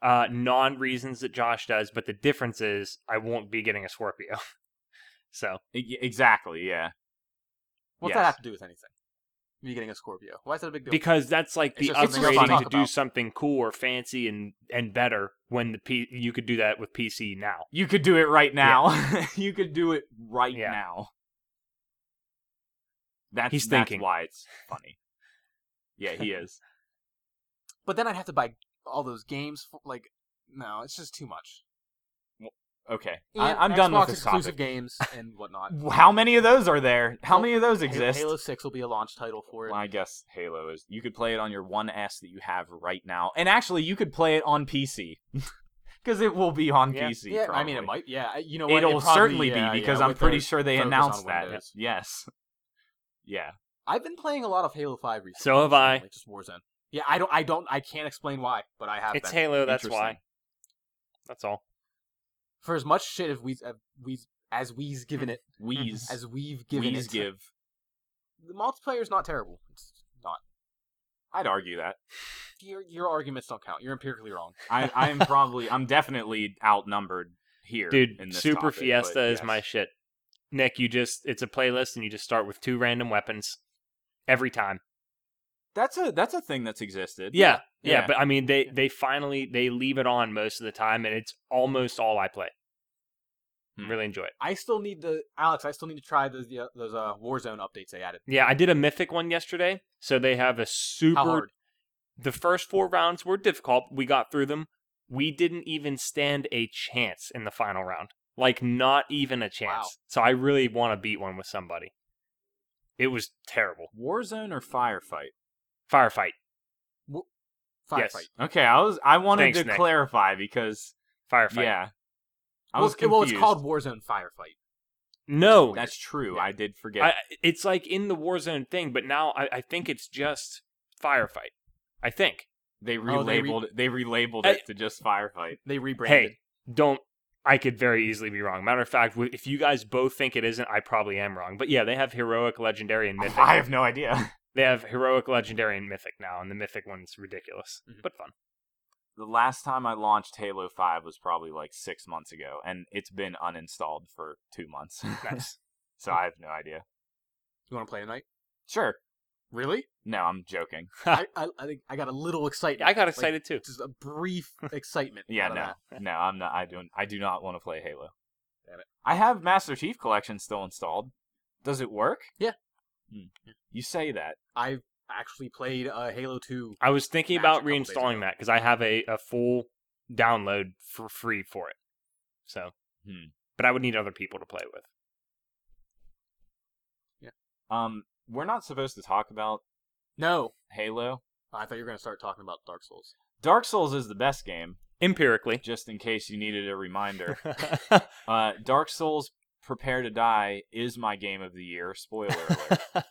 Speaker 3: uh, non reasons that Josh does, but the difference is I won't be getting a Scorpio. so
Speaker 2: E- exactly, yeah.
Speaker 1: What's that
Speaker 2: Yes.
Speaker 1: have to do with anything? Me getting a Scorpio. Why is that a big deal?
Speaker 3: because that's like
Speaker 1: It's
Speaker 3: the
Speaker 1: just
Speaker 2: something else to
Speaker 3: upgrading
Speaker 1: talk
Speaker 3: to do
Speaker 1: about.
Speaker 3: something cool or fancy and and better when the P- you could do that with PC now.
Speaker 2: You could do it right now. you could do it right
Speaker 3: Yeah.
Speaker 2: now. That's,
Speaker 3: He's
Speaker 2: that's
Speaker 3: thinking.
Speaker 2: why it's funny. Yeah, he is.
Speaker 1: but then I'd have to buy all those games, for, like No, it's just too much.
Speaker 2: Okay,
Speaker 1: And
Speaker 2: I, am done
Speaker 1: Xbox
Speaker 2: with this
Speaker 1: exclusive
Speaker 2: topic.
Speaker 1: games and whatnot.
Speaker 2: How many of those are there? How
Speaker 1: Well,
Speaker 2: many of those
Speaker 1: Halo-
Speaker 2: exist?
Speaker 1: Halo Six will be a launch title for it.
Speaker 2: Well, I guess Halo is. You could play it on your One S that you have right now, and actually, you could play it on PC because it will be on
Speaker 3: Yeah.
Speaker 2: PC.
Speaker 1: yeah, I mean it
Speaker 2: probably.
Speaker 1: might. Yeah, I- you know, what, it
Speaker 2: It'll
Speaker 1: probably-
Speaker 2: certainly
Speaker 1: yeah,
Speaker 2: be
Speaker 1: yeah,
Speaker 2: because I'm
Speaker 1: with
Speaker 2: pretty
Speaker 1: their
Speaker 2: sure they
Speaker 1: focus on
Speaker 2: announced that.
Speaker 1: Windows.
Speaker 2: Yes. Yeah.
Speaker 1: I've been playing a lot of Halo Five recently.
Speaker 3: So have I.
Speaker 1: recently, Just Warzone. Yeah, I don't. I don't. I can't explain why, but I have.
Speaker 3: It's
Speaker 1: been.
Speaker 3: Halo, that's
Speaker 2: Interesting.
Speaker 3: why. That's all.
Speaker 1: For as much shit as we as we as we's given it,
Speaker 2: Wheeze.
Speaker 1: as we've given
Speaker 2: Wheeze
Speaker 1: it,
Speaker 2: give.
Speaker 1: the multiplayer's not terrible. It's not.
Speaker 2: I'd argue that.
Speaker 1: Your your arguments don't count. You're empirically wrong.
Speaker 2: I, I'm probably. I'm definitely outnumbered here. in
Speaker 3: Dude,
Speaker 2: this
Speaker 3: Super
Speaker 2: topic, but
Speaker 3: Fiesta is
Speaker 2: yes.
Speaker 3: my shit. Nick, you just it's a playlist and you just start with two random weapons every time.
Speaker 2: That's a that's a thing that's existed.
Speaker 3: Yeah. Yeah,
Speaker 2: Yeah.
Speaker 3: but I mean they they finally they leave it on most of the time and it's almost all I play.
Speaker 2: Hmm.
Speaker 3: Really enjoy it.
Speaker 1: I still need to, Alex. I still need to try those the, those uh, Warzone updates they added.
Speaker 3: Yeah, I did a mythic one yesterday. So they have a
Speaker 1: How
Speaker 3: super
Speaker 1: hard?
Speaker 3: The first four rounds were difficult. We got through them. We didn't even stand a chance in the final round. Like, not even a chance.
Speaker 1: Wow.
Speaker 3: So I really want to beat one with somebody. It was terrible.
Speaker 2: Warzone or firefight?
Speaker 3: Firefight.
Speaker 1: Firefight.
Speaker 3: yes.
Speaker 2: Okay, I was I wanted
Speaker 3: Thanks,
Speaker 2: to
Speaker 3: Nick.
Speaker 2: clarify because
Speaker 3: Firefight.
Speaker 2: yeah, I
Speaker 1: Well,
Speaker 2: was
Speaker 1: it- well, it's
Speaker 2: confused.
Speaker 1: called Warzone Firefight.
Speaker 3: No.
Speaker 2: That's true.
Speaker 1: Yeah.
Speaker 2: I did forget.
Speaker 3: I, it's like in the Warzone thing, but now I, I think it's just firefight. I think.
Speaker 2: they
Speaker 1: Oh, they re-
Speaker 2: relabeled. it- they, relabeled
Speaker 3: I-
Speaker 2: it to just firefight.
Speaker 1: They rebranded.
Speaker 3: Don't. I could very easily be wrong. Matter of fact, w- if you guys both think it isn't, I probably am wrong. But yeah, they have heroic, legendary, and mythic.
Speaker 2: I have no idea.
Speaker 3: They have heroic, legendary, and mythic now, and the mythic one's ridiculous,
Speaker 2: Mm-hmm.
Speaker 1: Mhm.
Speaker 3: but fun.
Speaker 2: The last time I launched Halo Five was probably like six months ago, and it's been uninstalled for two months.
Speaker 3: Nice.
Speaker 2: so I have no idea.
Speaker 1: You want to play tonight?
Speaker 2: Sure.
Speaker 1: Really?
Speaker 2: No, I'm joking.
Speaker 1: I, I I think I got a little excited.
Speaker 3: I got
Speaker 1: Like,
Speaker 3: excited too.
Speaker 1: just a brief excitement.
Speaker 2: Yeah,
Speaker 1: out of
Speaker 2: no,
Speaker 1: that.
Speaker 2: no, I'm not. I don't. I do not want to play Halo.
Speaker 1: Damn it.
Speaker 2: I have Master Chief Collection still installed. Does it work?
Speaker 1: Yeah.
Speaker 2: Hmm. You say that.
Speaker 1: I've actually played uh, Halo Two.
Speaker 3: I was thinking
Speaker 1: Match a
Speaker 3: about
Speaker 1: couple days
Speaker 3: reinstalling
Speaker 1: ago.
Speaker 3: that because I have a, a full download for free for it. So,
Speaker 2: Hmm.
Speaker 3: but I would need other people to play with.
Speaker 2: Um, we're not supposed to talk about
Speaker 1: No,
Speaker 2: Halo.
Speaker 1: I thought you were going to start talking about Dark Souls.
Speaker 2: Dark Souls is the best game,
Speaker 3: Empirically,
Speaker 2: just in case you needed a reminder.
Speaker 3: I
Speaker 2: uh, Dark Souls Prepare to Die is my game of the year. Spoiler alert.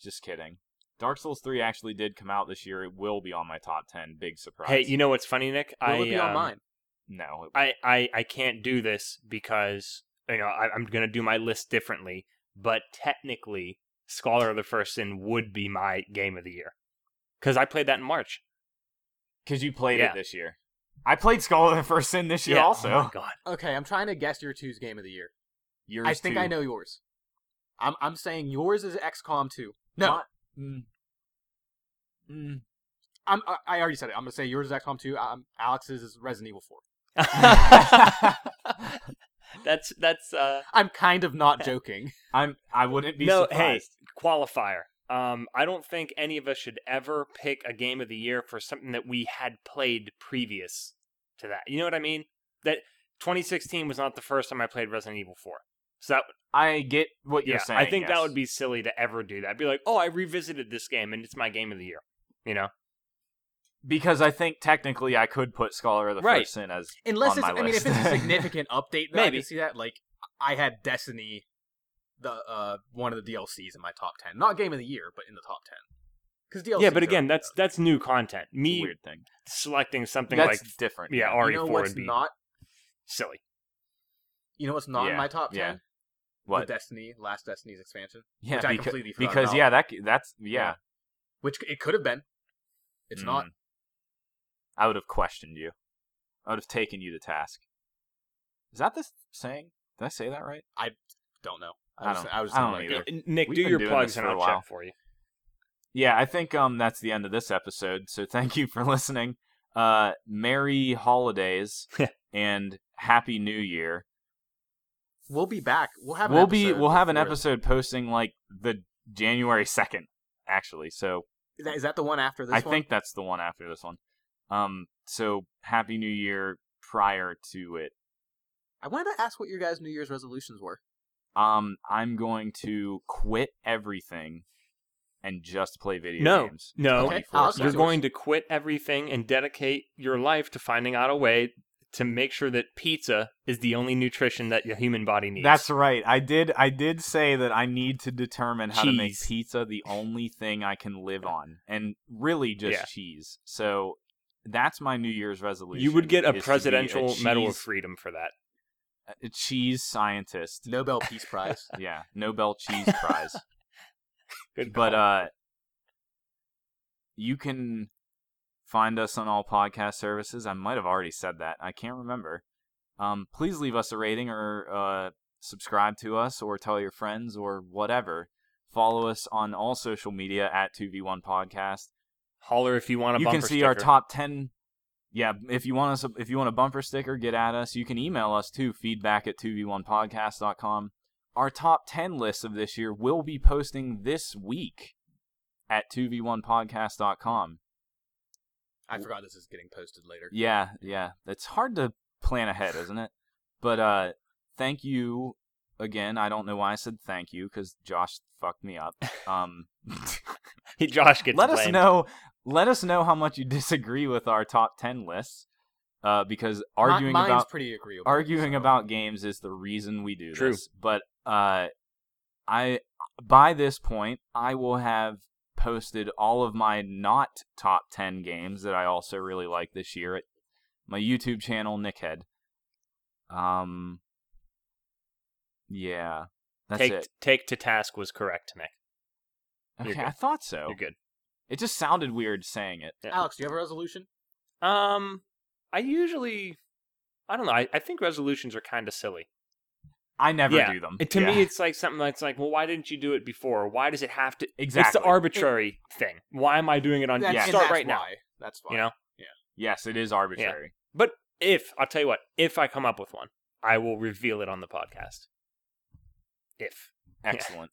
Speaker 2: just kidding. Dark Souls 3 actually did come out this year. It will be on my top 10. Big surprise.
Speaker 3: hey, you know what's funny, Nick?
Speaker 1: Will
Speaker 3: I
Speaker 1: it be on
Speaker 3: um,
Speaker 1: mine?
Speaker 2: No. It,
Speaker 3: I, I I can't do this because you know I, I'm going to do my list differently. But technically, Scholar of the First Sin would be my game of the year because I played that in March.
Speaker 2: Because you played
Speaker 3: Yeah.
Speaker 2: it this year. I played Skull of the First Sin this year also.
Speaker 3: Oh my God.
Speaker 1: Okay, I'm trying to guess your two's game of the year.
Speaker 2: Yours
Speaker 1: I think
Speaker 2: too.
Speaker 1: I know yours. I'm I'm saying yours is XCOM 2. No,
Speaker 2: Not- Mm. Mm.
Speaker 1: I'm I, I already said it. I'm gonna say yours is XCOM 2. Um, Alex's is Resident Evil 4.
Speaker 3: that's that's uh
Speaker 1: I'm kind of not joking.
Speaker 2: I'm, I wouldn't be
Speaker 3: No, hey.
Speaker 2: surprised.
Speaker 3: qualifier. Um I don't think any of us should ever pick a game of the year for something that we had played previous to that. You know what I mean? That 2016 was not the first time I played Resident Evil 4. So that
Speaker 2: I get what
Speaker 3: yeah,
Speaker 2: you're saying.
Speaker 3: I think
Speaker 2: yes.
Speaker 3: that would be silly to ever do that. Be like, "Oh, I revisited this game and it's my game of the year." You know?
Speaker 2: because I think technically I could put Scholar of the
Speaker 3: Right.
Speaker 2: First Sin as
Speaker 1: Unless
Speaker 2: On
Speaker 1: it's,
Speaker 2: my
Speaker 1: I mean, if
Speaker 2: list.
Speaker 1: it's a significant update, though, I
Speaker 3: Maybe.
Speaker 1: can see that. Like I had Destiny, the uh one of the DLCs in my top 10. Not game of the year, but in the top 10. Because DLC.
Speaker 3: yeah, but again, that's that's new content.
Speaker 2: it's a
Speaker 3: Me
Speaker 2: weird thing.
Speaker 3: selecting something
Speaker 2: That's
Speaker 3: like
Speaker 2: different.
Speaker 3: yeah,
Speaker 1: you
Speaker 3: RE4
Speaker 1: know what's
Speaker 3: would be
Speaker 1: not.
Speaker 3: silly.
Speaker 1: You know what's not in
Speaker 2: Yeah,
Speaker 1: my top 10?
Speaker 2: yeah.
Speaker 1: The
Speaker 2: what?
Speaker 1: Destiny, Last Destiny's expansion,
Speaker 2: yeah,
Speaker 1: which I
Speaker 2: because,
Speaker 1: completely forgot
Speaker 2: because
Speaker 1: about.
Speaker 2: yeah, that that's yeah.
Speaker 1: which it could have been. It's not.
Speaker 2: Mm. I would have questioned you. I would have taken you to task. Is that the saying? Did I say that right?
Speaker 1: Don't know.
Speaker 2: I
Speaker 1: was-
Speaker 2: don't-
Speaker 1: I was
Speaker 2: I don't
Speaker 1: like,
Speaker 2: either.
Speaker 3: N- Nick,
Speaker 2: We've
Speaker 3: do
Speaker 2: been
Speaker 3: your
Speaker 2: doing
Speaker 3: plugs
Speaker 2: this
Speaker 3: and
Speaker 2: for a
Speaker 3: I'll
Speaker 2: while.
Speaker 3: check for you.
Speaker 2: Yeah, I think um that's the end of this episode. So thank you for listening. Uh, merry holidays and happy New Year.
Speaker 1: We'll be back. We'll have. An
Speaker 2: we'll be
Speaker 1: episode
Speaker 2: we'll have an
Speaker 1: before-
Speaker 2: episode posting like the January second, actually. So
Speaker 1: Is that- Is that the one after this
Speaker 2: I
Speaker 1: one?
Speaker 2: think that's the one after this one. Um, so happy New Year prior to it.
Speaker 1: I wanted to ask what your guys' New Year's resolutions were.
Speaker 2: Um, I'm going to quit everything and just play video
Speaker 3: No.
Speaker 2: games.
Speaker 3: No,
Speaker 1: Okay.
Speaker 2: 24/7.
Speaker 1: Oh, okay.
Speaker 3: you're going to quit everything and dedicate your life to finding out a way to make sure that pizza is the only nutrition that your human body needs.
Speaker 2: That's right. I did. I did say that I need to determine how to make
Speaker 3: Cheese.
Speaker 2: pizza the only thing I can live on, and really just
Speaker 3: Yeah.
Speaker 2: cheese. So that's my New Year's resolution.
Speaker 3: you would get
Speaker 2: is
Speaker 3: a
Speaker 2: to be
Speaker 3: presidential
Speaker 2: a
Speaker 3: medal of
Speaker 2: cheese-
Speaker 3: freedom for that.
Speaker 2: a cheese scientist.
Speaker 1: Nobel Peace Prize.
Speaker 2: Yeah, Nobel Cheese Prize.
Speaker 3: Good
Speaker 2: but uh, you can find us on all podcast services. I might have already said that. I can't remember. Um, please leave us a rating or uh, subscribe to us or tell your friends or whatever. Follow us on all social media at 2v1 podcast.
Speaker 3: holler if you want a
Speaker 2: You
Speaker 3: bumper
Speaker 2: can see
Speaker 3: sticker.
Speaker 2: our top 10 yeah, if you want us if you want a bumper sticker, get at us. You can email us too, feedback at 2v1podcast.com. Our top 10 list of this year will be posting this week at 2v1podcast.com.
Speaker 1: I forgot this is getting posted later.
Speaker 2: Yeah, yeah. It's hard to plan ahead, isn't it? But uh thank you again. I don't know why I said thank you cuz Josh fucked me up. Um
Speaker 3: Josh gets
Speaker 2: let
Speaker 3: blamed.
Speaker 2: us know let us know how much you disagree with our top 10 lists uh, because
Speaker 1: Mi-
Speaker 2: arguing
Speaker 1: mine's
Speaker 2: about
Speaker 1: pretty agreeable.
Speaker 2: arguing
Speaker 1: so.
Speaker 2: about games is the reason we do
Speaker 3: True.
Speaker 2: this but uh, i by this point i will have posted all of my not top 10 games that i also really like this year at my youtube channel nickhead um yeah that's
Speaker 3: take
Speaker 2: it
Speaker 3: take to task was correct, Nick. you're
Speaker 2: okay
Speaker 3: good.
Speaker 2: i thought so
Speaker 3: You're good.
Speaker 2: it just sounded weird saying it
Speaker 1: Alex, do you have a resolution?
Speaker 3: Um, I usually, I don't know. I, I think resolutions are kind of silly.
Speaker 2: I never
Speaker 3: Yeah.
Speaker 2: do them.
Speaker 3: And to
Speaker 2: Yeah.
Speaker 3: me, it's like something that's like, well, why didn't you do it before? Why does it have to? It's
Speaker 2: exactly.
Speaker 3: the arbitrary thing. Why am I doing it on?
Speaker 1: That's-
Speaker 2: Yeah.
Speaker 1: and
Speaker 3: Uh, Start
Speaker 1: that's
Speaker 3: right now.
Speaker 1: why. That's why.
Speaker 3: You know.
Speaker 2: yes, it is arbitrary.
Speaker 3: But if I'll tell you what, if I come up with one, I will reveal it on the podcast. If
Speaker 2: Excellent.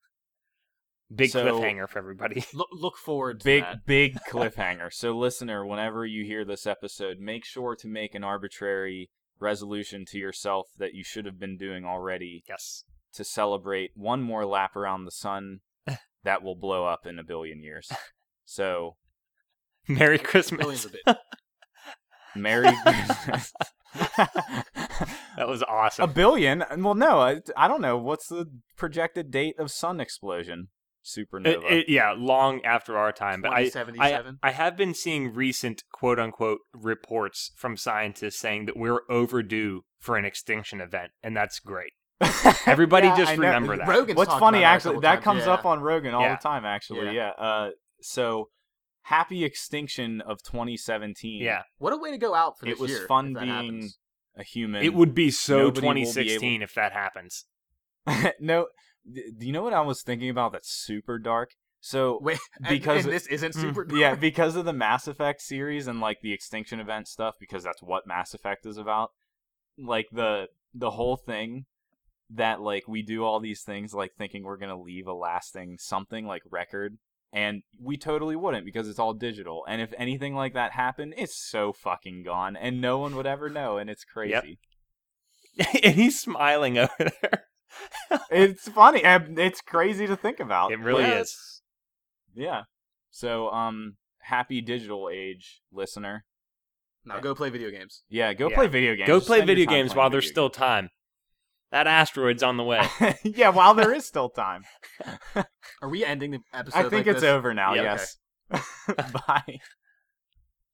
Speaker 3: big
Speaker 2: So-
Speaker 3: cliffhanger for everybody.
Speaker 1: Look, look forward to
Speaker 2: Big
Speaker 1: that.
Speaker 2: big cliffhanger. So listener, whenever you hear this episode, make sure to make an arbitrary resolution to yourself that you should have been doing already
Speaker 3: yes.
Speaker 2: to celebrate one more lap around the sun that will blow up in a billion years. So
Speaker 3: Merry Christmas.
Speaker 1: Millions of it.
Speaker 2: Merry Christmas.
Speaker 3: That was
Speaker 2: a
Speaker 3: awesome.
Speaker 2: billion? Well, no, I, I don't know. What's the projected date of sun explosion? Supernova.
Speaker 3: It- it- yeah, long after our time, but I, I
Speaker 1: 2077.
Speaker 3: I have been seeing recent quote unquote reports from scientists saying that we're overdue for an extinction event, and that's great. Everybody
Speaker 2: Yeah,
Speaker 3: just
Speaker 2: I know.
Speaker 3: remember that.
Speaker 1: Rogan's
Speaker 2: What's
Speaker 1: talked
Speaker 2: funny,
Speaker 1: about it a
Speaker 2: actually,
Speaker 1: couple
Speaker 2: that
Speaker 1: times.
Speaker 2: comes
Speaker 1: Yeah.
Speaker 2: up on Rogan all
Speaker 3: Yeah.
Speaker 2: the time, actually. Yeah. Uh, so, happy extinction of 2017.
Speaker 3: Yeah.
Speaker 1: What a way to go out for
Speaker 2: It
Speaker 1: this
Speaker 2: was
Speaker 1: year,
Speaker 2: fun
Speaker 1: if that
Speaker 2: being-
Speaker 1: happens.
Speaker 2: A human.
Speaker 3: It would be
Speaker 2: nobody
Speaker 3: so
Speaker 2: will be
Speaker 3: 2016 if that happens.
Speaker 2: no. th- Do you know what I was thinking about? That's super dark. So,
Speaker 1: Wait, and-
Speaker 2: because- Hmm,
Speaker 1: and this isn't
Speaker 3: Mm,
Speaker 1: super.
Speaker 2: yeah, because of the Mass Effect series and like the extinction event stuff, because that's what Mass Effect is about. Like the the whole thing that like we do all these things like thinking we're gonna leave a lasting something like record, and we totally wouldn't because it's all digital. And if anything like that happened, it's so fucking gone, and no one would ever know, and it's crazy.
Speaker 3: and he's smiling over there.
Speaker 2: it's funny. and It's crazy to think about.
Speaker 3: It really
Speaker 2: Yeah.
Speaker 3: is.
Speaker 2: Yeah. So um, happy digital age, listener.
Speaker 1: Now go play video games.
Speaker 2: Yeah, go
Speaker 3: Yeah.
Speaker 2: play video games.
Speaker 3: Go
Speaker 2: Just
Speaker 3: play
Speaker 2: spend your
Speaker 3: video
Speaker 2: time
Speaker 3: games
Speaker 2: playing
Speaker 3: while there's
Speaker 2: video
Speaker 3: still time. That asteroid's on the way.
Speaker 2: games. yeah, while there is still time.
Speaker 1: Are we ending the episode?
Speaker 2: I
Speaker 1: like
Speaker 2: think it's
Speaker 1: this?
Speaker 2: over now.
Speaker 1: Yeah,
Speaker 2: yes. Bye.